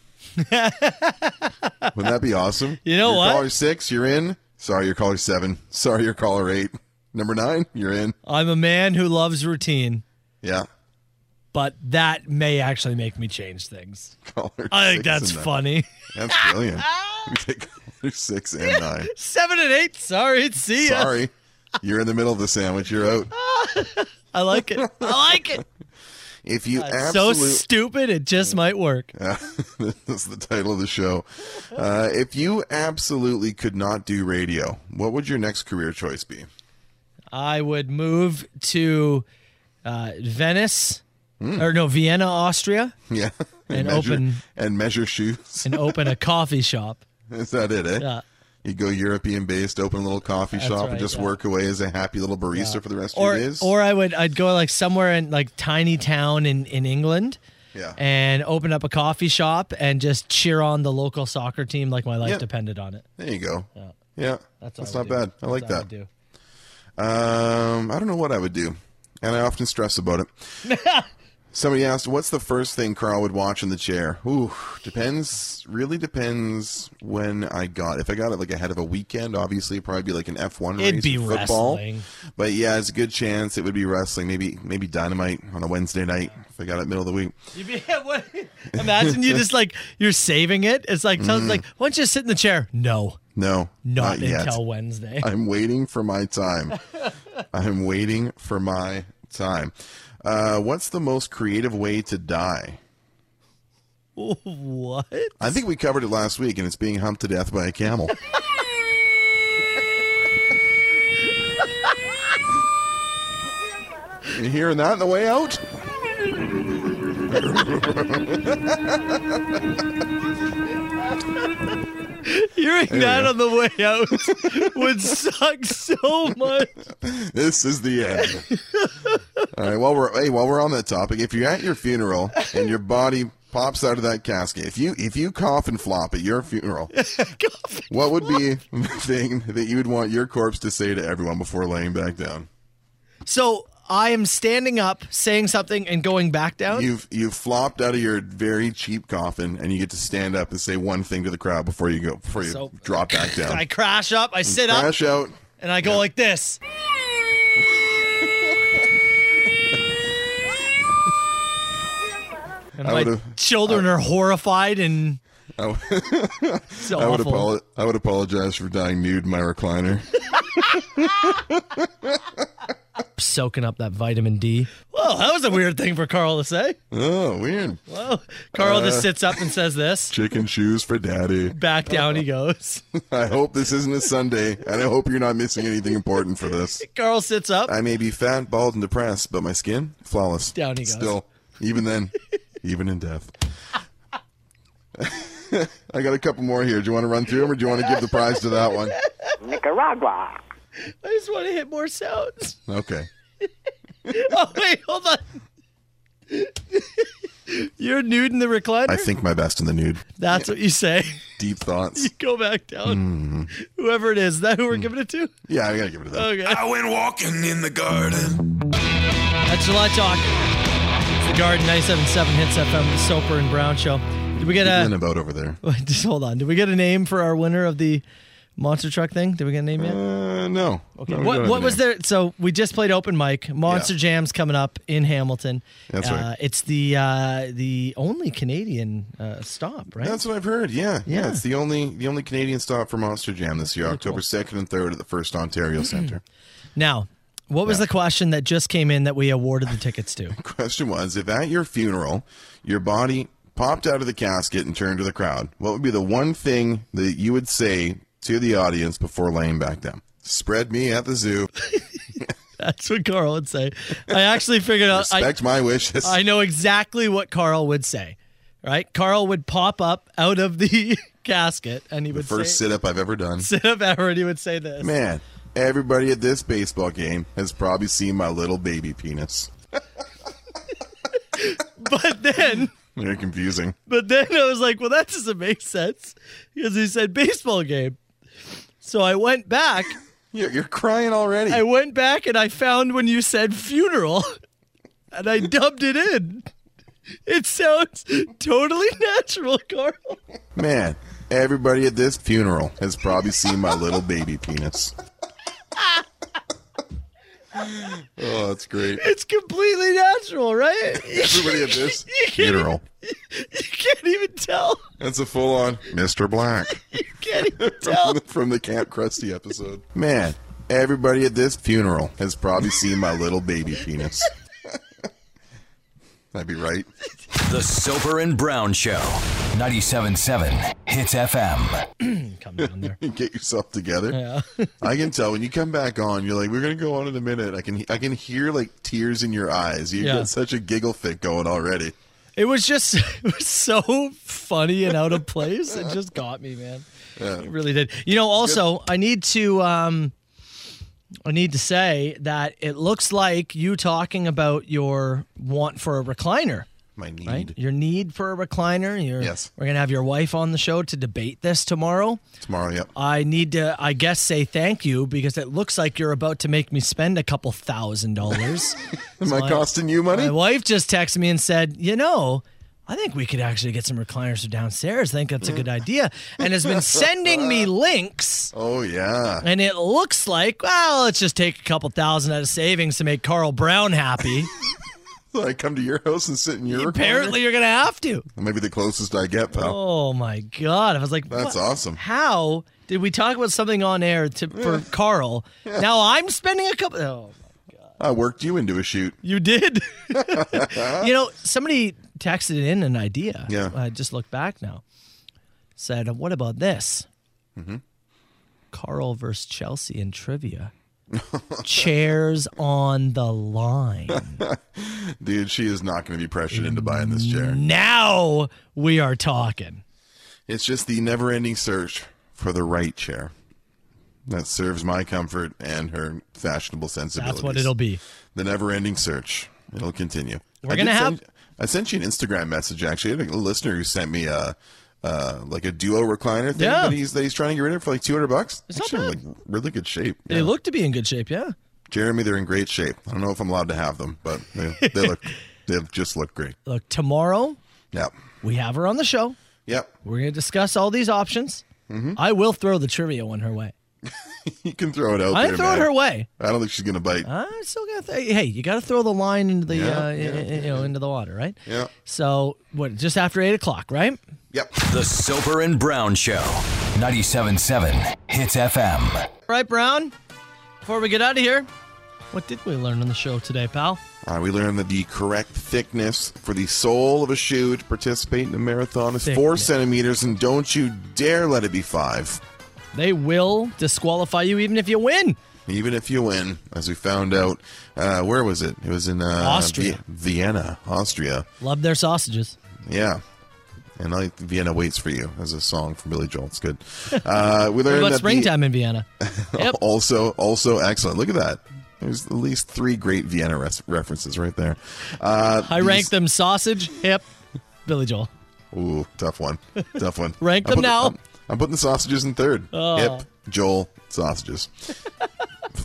[SPEAKER 6] Wouldn't that be awesome?
[SPEAKER 5] You know
[SPEAKER 6] You're
[SPEAKER 5] what?
[SPEAKER 6] Caller six, you're in. Sorry, you're caller seven. Sorry, you're caller eight. Number nine, you're in.
[SPEAKER 5] I'm a man who loves routine,
[SPEAKER 6] Yeah.
[SPEAKER 5] but that may actually make me change things.
[SPEAKER 6] Caller
[SPEAKER 5] I think
[SPEAKER 6] six and
[SPEAKER 5] that's
[SPEAKER 6] nine.
[SPEAKER 5] funny.
[SPEAKER 6] That's brilliant. You take caller six and nine.
[SPEAKER 5] Seven and eight. Sorry, see ya.
[SPEAKER 6] Sorry, you're in the middle of the sandwich. You're out.
[SPEAKER 5] I like it. I like it.
[SPEAKER 6] If you
[SPEAKER 5] It's
[SPEAKER 6] absolute-
[SPEAKER 5] So stupid, it just might work.
[SPEAKER 6] Yeah, this is the title of the show. Uh, if you absolutely could not do radio, what would your next career choice be?
[SPEAKER 5] I would move to uh, Venice,
[SPEAKER 6] Hmm.
[SPEAKER 5] or no, Vienna, Austria,
[SPEAKER 6] Yeah,
[SPEAKER 5] And
[SPEAKER 6] measure,
[SPEAKER 5] open-
[SPEAKER 6] and measure shoes.
[SPEAKER 5] and open a coffee shop.
[SPEAKER 6] Is that it? Eh?
[SPEAKER 5] Yeah.
[SPEAKER 6] You go European based, open a little coffee
[SPEAKER 5] That's
[SPEAKER 6] shop,
[SPEAKER 5] right,
[SPEAKER 6] and just
[SPEAKER 5] yeah.
[SPEAKER 6] work away as a happy little barista for the rest
[SPEAKER 5] or
[SPEAKER 6] of your days.
[SPEAKER 5] or I would I'd go like somewhere in like tiny town in in England.
[SPEAKER 6] Yeah.
[SPEAKER 5] And open up a coffee shop and just cheer on the local soccer team like my life
[SPEAKER 6] Yeah.
[SPEAKER 5] depended on it.
[SPEAKER 6] there you go. Yeah,
[SPEAKER 5] That's what I
[SPEAKER 6] that's, not
[SPEAKER 5] would do.
[SPEAKER 6] bad. I
[SPEAKER 5] That's
[SPEAKER 6] like
[SPEAKER 5] what I would
[SPEAKER 6] that.
[SPEAKER 5] do.
[SPEAKER 6] Um, I don't know what I would do, and I often stress about it. Somebody asked, "What's the first thing Carl would watch in the chair?" Ooh, depends. Really depends when I got. If I got it like ahead of a weekend, obviously it'd probably be like an F one race,
[SPEAKER 5] It'd be
[SPEAKER 6] or football.
[SPEAKER 5] wrestling.
[SPEAKER 6] But yeah, it's a good chance it would be wrestling. Maybe maybe dynamite on a Wednesday night if I got it middle of the week.
[SPEAKER 5] You'd be, what, imagine you just like you're saving it. It's like someone's
[SPEAKER 6] Mm.
[SPEAKER 5] like why don't you sit in the chair? No,
[SPEAKER 6] No,
[SPEAKER 5] not,
[SPEAKER 6] yet.
[SPEAKER 5] until Wednesday.
[SPEAKER 6] I'm waiting for my time. I'm waiting for my time. Uh, what's the most creative way to die?
[SPEAKER 5] what?
[SPEAKER 6] I think we covered it last week, and it's being humped to death by a camel. you hearing that on the way out?
[SPEAKER 5] Hearing
[SPEAKER 6] There we
[SPEAKER 5] that
[SPEAKER 6] go.
[SPEAKER 5] on the way out would suck so much.
[SPEAKER 6] This is the end. All right. While we're hey, while we're on that topic, if you're at your funeral and your body pops out of that casket, if you if you cough and flop at your funeral, what would be the thing that you would want your corpse to say to everyone before laying back down?
[SPEAKER 5] So I am standing up, saying something, and going back down.
[SPEAKER 6] You've you've flopped out of your very cheap coffin, and you get to stand up and say one thing to the crowd before you go before you
[SPEAKER 5] So-
[SPEAKER 6] drop back down.
[SPEAKER 5] I crash up, I sit up,
[SPEAKER 6] Crash out.
[SPEAKER 5] and I go like this. And my
[SPEAKER 6] I would've-
[SPEAKER 5] children are horrified and
[SPEAKER 6] I,
[SPEAKER 5] it's
[SPEAKER 6] I would
[SPEAKER 5] awful.
[SPEAKER 6] apolo- I would apologize for dying nude in my recliner.
[SPEAKER 5] Soaking up that vitamin D. Well, that was a weird thing for Carl to say.
[SPEAKER 6] Oh, weird.
[SPEAKER 5] Well, Carl
[SPEAKER 6] Uh.
[SPEAKER 5] just sits up and says this.
[SPEAKER 6] Chicken shoes for daddy.
[SPEAKER 5] Back down he goes.
[SPEAKER 6] I hope this isn't a Sunday, and I hope you're not missing anything important for this.
[SPEAKER 5] Carl sits up.
[SPEAKER 6] I may be fat, bald, and depressed, but my skin flawless.
[SPEAKER 5] Down he goes.
[SPEAKER 6] Still, even then, even in death. I got a couple more here. Do you want to run through them, or do you want to give the prize to that one?
[SPEAKER 1] Nicaragua.
[SPEAKER 5] I just want to hit more sounds.
[SPEAKER 6] Okay.
[SPEAKER 5] oh wait, hold on. You're nude in the recliner.
[SPEAKER 6] I think my best in the nude.
[SPEAKER 5] That's what you say.
[SPEAKER 6] Deep thoughts.
[SPEAKER 5] You go back down.
[SPEAKER 6] Mm.
[SPEAKER 5] Whoever it is, that who
[SPEAKER 6] Hmm.
[SPEAKER 5] we're giving it to.
[SPEAKER 6] Yeah, I gotta give it to that.
[SPEAKER 5] Okay.
[SPEAKER 2] I went walking in the garden.
[SPEAKER 5] That's July Talk. It's the Garden 97.7 Hits FM, the Soper and Brown Show. Did we get
[SPEAKER 6] Keep it in
[SPEAKER 5] a?
[SPEAKER 6] about over there.
[SPEAKER 5] Wait, Just hold on. Did we get a name for our winner of the monster truck thing? Did we get a name yet?
[SPEAKER 6] Uh, no.
[SPEAKER 5] Okay.
[SPEAKER 6] No, we don't
[SPEAKER 5] what
[SPEAKER 6] have
[SPEAKER 5] what
[SPEAKER 6] a
[SPEAKER 5] was
[SPEAKER 6] name.
[SPEAKER 5] there? So we just played open mic. Monster Jam's coming up in Hamilton.
[SPEAKER 6] That's
[SPEAKER 5] uh,
[SPEAKER 6] right.
[SPEAKER 5] It's the uh, the only Canadian uh, stop, right?
[SPEAKER 6] That's what I've heard. Yeah, yeah,
[SPEAKER 5] Yeah.
[SPEAKER 6] It's the only the only Canadian stop for Monster Jam this year, October second and third at the First Ontario
[SPEAKER 5] Mm-hmm.
[SPEAKER 6] Centre.
[SPEAKER 5] Now, what was the question that just came in that we awarded the tickets to?
[SPEAKER 6] Question was: If at your funeral your body popped out of the casket and turned to the crowd, what would be the one thing that you would say to the audience before laying back down? Spread me at the zoo.
[SPEAKER 5] That's what Carl would say. I actually figured out. Uh, I,
[SPEAKER 6] Respect my wishes.
[SPEAKER 5] I know exactly what Carl would say. Right? Carl would pop up out of the casket and he
[SPEAKER 6] the
[SPEAKER 5] would
[SPEAKER 6] first
[SPEAKER 5] say,
[SPEAKER 6] sit up I've ever done.
[SPEAKER 5] sit up ever and he would say this.
[SPEAKER 6] Man, everybody at this baseball game has probably seen my little baby penis.
[SPEAKER 5] But then.
[SPEAKER 6] Very confusing.
[SPEAKER 5] But then I was like, well, that doesn't make sense because he said baseball game. So I went back.
[SPEAKER 6] You're, you're crying already.
[SPEAKER 5] I went back and I found when you said funeral. and I dubbed it in. It sounds totally natural, Carl.
[SPEAKER 6] Man, everybody at this funeral has probably seen my little baby penis. Oh, that's great.
[SPEAKER 5] It's completely natural, right?
[SPEAKER 6] Everybody at this
[SPEAKER 5] You can't even-
[SPEAKER 6] funeral.
[SPEAKER 5] You can't even tell.
[SPEAKER 6] That's a full on Mr. Black
[SPEAKER 5] You can't even
[SPEAKER 6] from
[SPEAKER 5] tell.
[SPEAKER 6] the, from the Camp Krusty episode. Man, everybody at this funeral has probably seen my little baby penis. I'd be right.
[SPEAKER 4] The Soper and Brown Show, 97.7 Hits FM.
[SPEAKER 5] Come down there.
[SPEAKER 6] Get yourself together.
[SPEAKER 5] Yeah.
[SPEAKER 6] I can tell when you come back on, you're like, we're gonna go on in a minute. I can I can hear like tears in your eyes. You've
[SPEAKER 5] Yeah.
[SPEAKER 6] got such a giggle fit going already.
[SPEAKER 5] It was just it was so funny and out of place. It just got me, man.
[SPEAKER 6] Yeah.
[SPEAKER 5] It really did. You know, also I need to um I need to say that it looks like you talking about your want for a recliner.
[SPEAKER 6] My need.
[SPEAKER 5] Your need for a recliner. Your, yes. We're gonna have your wife on the show to debate this tomorrow.
[SPEAKER 6] Tomorrow, yep.
[SPEAKER 5] I need to, I guess, say thank you because it looks like you're about to make me spend a couple thousand dollars.
[SPEAKER 6] Am I costing you money?
[SPEAKER 5] My wife just texted me and said, you know, I think we could actually get some recliners downstairs. I think that's a good idea. And has been sending me links.
[SPEAKER 6] Oh yeah.
[SPEAKER 5] And it looks like, well, let's just take a couple thousand out of savings to make Carl Brown happy.
[SPEAKER 6] So I come to your house and sit in your
[SPEAKER 5] Apparently, you're going to have to.
[SPEAKER 6] Maybe the closest I get, pal.
[SPEAKER 5] Oh my god! I was like,
[SPEAKER 6] That's
[SPEAKER 5] what-
[SPEAKER 6] awesome.
[SPEAKER 5] How did we talk about something on air to, for Carl?
[SPEAKER 6] Yeah.
[SPEAKER 5] Now I'm spending a couple. Oh,
[SPEAKER 6] I worked you into a shoot.
[SPEAKER 5] you did. you know, somebody texted in an idea.
[SPEAKER 6] Yeah.
[SPEAKER 5] I just looked back now. Said, what about this?
[SPEAKER 6] Mhm.
[SPEAKER 5] Carl versus Chelsea in trivia. Chairs on the line.
[SPEAKER 6] Dude, she is not going to be pressured into buying this chair.
[SPEAKER 5] Now we are talking.
[SPEAKER 6] It's just the never ending search for the right chair that serves my comfort and her fashionable sensibilities.
[SPEAKER 5] That's what it'll be.
[SPEAKER 6] The never ending search. It'll continue.
[SPEAKER 5] We're
[SPEAKER 6] I did
[SPEAKER 5] gonna
[SPEAKER 6] send- I sent you an Instagram message, actually. I had a listener who sent me a. Uh, like a duo recliner thing
[SPEAKER 5] Yeah.
[SPEAKER 6] that he's that he's trying to get rid of for like two hundred bucks. It's not bad. Like really good shape.
[SPEAKER 5] They look to be in good shape, yeah.
[SPEAKER 6] Jeremy, they're in great shape. I don't know if I'm allowed to have them, but they, they look they just look great.
[SPEAKER 5] Look, tomorrow
[SPEAKER 6] Yep.
[SPEAKER 5] we have her on the show.
[SPEAKER 6] Yep.
[SPEAKER 5] We're going to discuss all these options. I will throw the trivia one her way.
[SPEAKER 6] You can throw it out
[SPEAKER 5] I
[SPEAKER 6] there.
[SPEAKER 5] throw it
[SPEAKER 6] man.
[SPEAKER 5] her Uh, way.
[SPEAKER 6] I don't think she's gonna bite.
[SPEAKER 5] I still got. Th- hey, you got to throw the line into the
[SPEAKER 6] Yeah,
[SPEAKER 5] uh,
[SPEAKER 6] yeah,
[SPEAKER 5] i- i- you know into the water, right?
[SPEAKER 6] Yeah.
[SPEAKER 5] So what? Just after eight o'clock, right?
[SPEAKER 6] Yep.
[SPEAKER 4] The Soper and Brown Show, 97.7 Hits FM.
[SPEAKER 5] Right, Brown. Before we get out of here, what did we learn on the show today, pal?
[SPEAKER 6] Uh, we learned that the correct thickness for the sole of a shoe to participate in a marathon is four centimeters, and don't you dare let it be five,
[SPEAKER 5] They will disqualify you even if you win.
[SPEAKER 6] even if you win. As we found out, uh, where was it? It was in uh,
[SPEAKER 5] Austria.
[SPEAKER 6] Vi- Vienna, Austria.
[SPEAKER 5] Love their sausages.
[SPEAKER 6] Yeah. And I like Vienna waits for you as a song from Billy Joel. It's good. Uh, we
[SPEAKER 5] What
[SPEAKER 6] learned
[SPEAKER 5] about
[SPEAKER 6] that the-
[SPEAKER 5] springtime in Vienna? Yep.
[SPEAKER 6] also, also excellent. Look at that. There's at least three great Vienna res- references right there. Uh,
[SPEAKER 5] I
[SPEAKER 6] these-
[SPEAKER 5] rank them sausage, hip, Billy Joel.
[SPEAKER 6] Ooh, tough one. Tough one.
[SPEAKER 5] Rank
[SPEAKER 6] I'm
[SPEAKER 5] them
[SPEAKER 6] putting-
[SPEAKER 5] now.
[SPEAKER 6] I'm, I'm putting the sausages in third.
[SPEAKER 5] Oh.
[SPEAKER 6] Hip, Joel, sausages.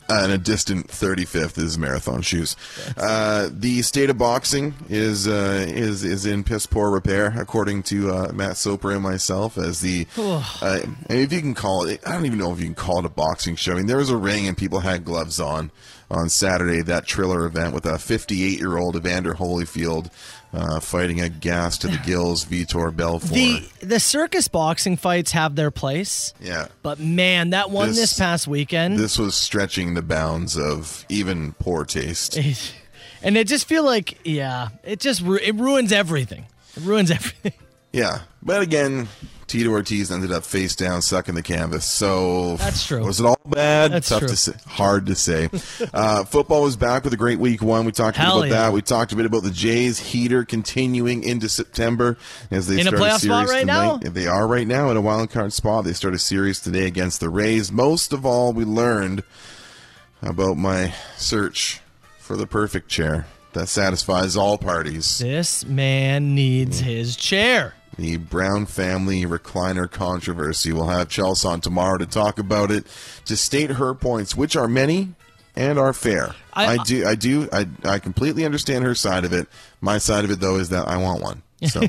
[SPEAKER 6] and a distant 35th is marathon shoes. Uh, the state of boxing is uh, is is in piss poor repair, according to uh, Matt Soper and myself. As the uh, and if you can call it, I don't even know if you can call it a boxing show. I mean, there was a ring and people had gloves on on Saturday. That Triller event with a 58 year old Evander Holyfield uh, fighting a gas to the gills Vitor Belfort.
[SPEAKER 5] The the circus boxing fights have their place.
[SPEAKER 6] Yeah.
[SPEAKER 5] But man, that one this,
[SPEAKER 6] This-
[SPEAKER 5] past weekend.
[SPEAKER 6] This was stretching the bounds of even poor taste.
[SPEAKER 5] and I just feel like, yeah, it just ru- it ruins everything. It ruins everything.
[SPEAKER 6] Yeah, but again, Tito Ortiz ended up face down, sucking the canvas. So
[SPEAKER 5] That's true.
[SPEAKER 6] Was it all bad?
[SPEAKER 5] That's
[SPEAKER 6] Tough
[SPEAKER 5] true.
[SPEAKER 6] to say. Hard to say. uh, football was back with a great week one. We talked a bit
[SPEAKER 5] Hell
[SPEAKER 6] about
[SPEAKER 5] yeah.
[SPEAKER 6] that. We talked a bit about the Jays heater continuing into September as they
[SPEAKER 5] In a
[SPEAKER 6] start
[SPEAKER 5] playoff
[SPEAKER 6] series
[SPEAKER 5] spot right
[SPEAKER 6] tonight.
[SPEAKER 5] now?
[SPEAKER 6] They are right now in a wild card spot. They start a series today against the Rays. Most of all, we learned about my search for the perfect chair that satisfies all parties.
[SPEAKER 5] This man needs his chair.
[SPEAKER 6] The Brown family recliner controversy. We'll have Chelsea on tomorrow to talk about it, to state her points, which are many and are fair. I, do. I do. I I completely understand her side of it. My side of it though is that I want one. So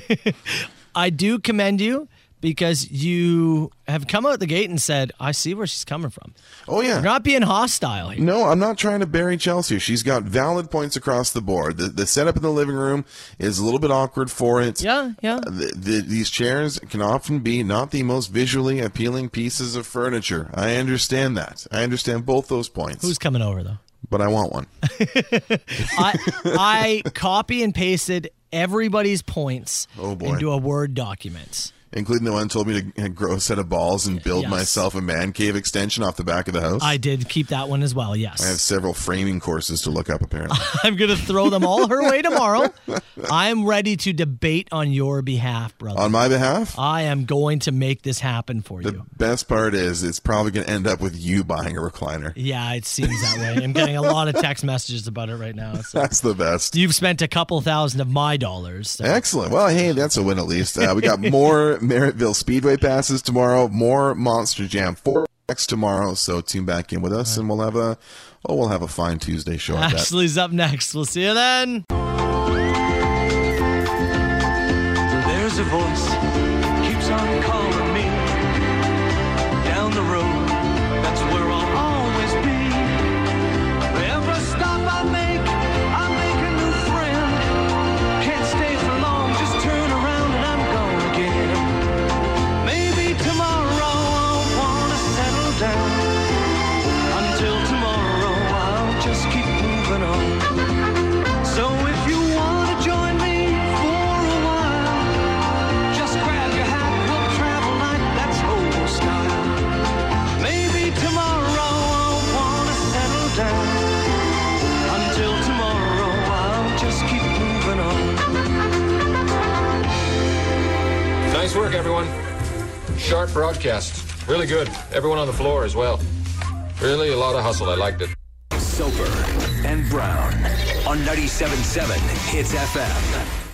[SPEAKER 5] I do commend you because you have come out the gate and said, "I see where she's coming from."
[SPEAKER 6] Oh yeah,
[SPEAKER 5] You're not being hostile. Here.
[SPEAKER 6] No, I'm not trying to bury Chelsea. She's got valid points across the board. The, the setup in the living room is a little bit awkward for it.
[SPEAKER 5] Yeah, yeah.
[SPEAKER 6] Uh, The, the, these chairs can often be not the most visually appealing pieces of furniture. I understand that. I understand both those points.
[SPEAKER 5] Who's coming over though?
[SPEAKER 6] but I want one.
[SPEAKER 5] I I copy and pasted everybody's points
[SPEAKER 6] Oh, boy.
[SPEAKER 5] into a Word document.
[SPEAKER 6] Including the one who told me to grow a set of balls and build
[SPEAKER 5] Yes.
[SPEAKER 6] myself a man cave extension off the back of the house.
[SPEAKER 5] I did keep that one as well.
[SPEAKER 6] I have
[SPEAKER 5] Yes,
[SPEAKER 6] several framing courses to look up, apparently.
[SPEAKER 5] I'm gonna throw them all her way tomorrow. I'm ready to debate on your behalf, brother.
[SPEAKER 6] On my behalf,
[SPEAKER 5] I am going to make this happen for you.
[SPEAKER 6] best part is it's probably going to end up with you buying a recliner.
[SPEAKER 5] Yeah, it seems that way. I'm getting a lot of text messages about it right now. So.
[SPEAKER 6] That's the best.
[SPEAKER 5] You've spent a couple thousand of my dollars. so-
[SPEAKER 6] Excellent. Well, hey, that's a win at least. Uh, we got more Merrittville Speedway passes tomorrow, more Monster Jam 4 X tomorrow. So tune back in with us, and we'll have a oh, we'll have a fine Tuesday show. I bet.
[SPEAKER 5] Ashley's up next. We'll see you then.
[SPEAKER 2] There's a voice keeps on calling me down the road. That's where I'll always be. Every stop I make, I make a new friend. Can't stay for long, just turn around and I'm gone again. Maybe tomorrow I'll wanna settle down. Until tomorrow I'll just keep moving on. So if you wanna join me for a while. Just grab your hat, we'll travel like that's old style. Maybe tomorrow I'll wanna settle down. Until tomorrow I'll just keep moving on.
[SPEAKER 16] Nice work, everyone. Sharp broadcast. Really good. Everyone on the floor as well. Really a lot of hustle. I liked it.
[SPEAKER 4] Soper and Brown on 97.7 Hits FM.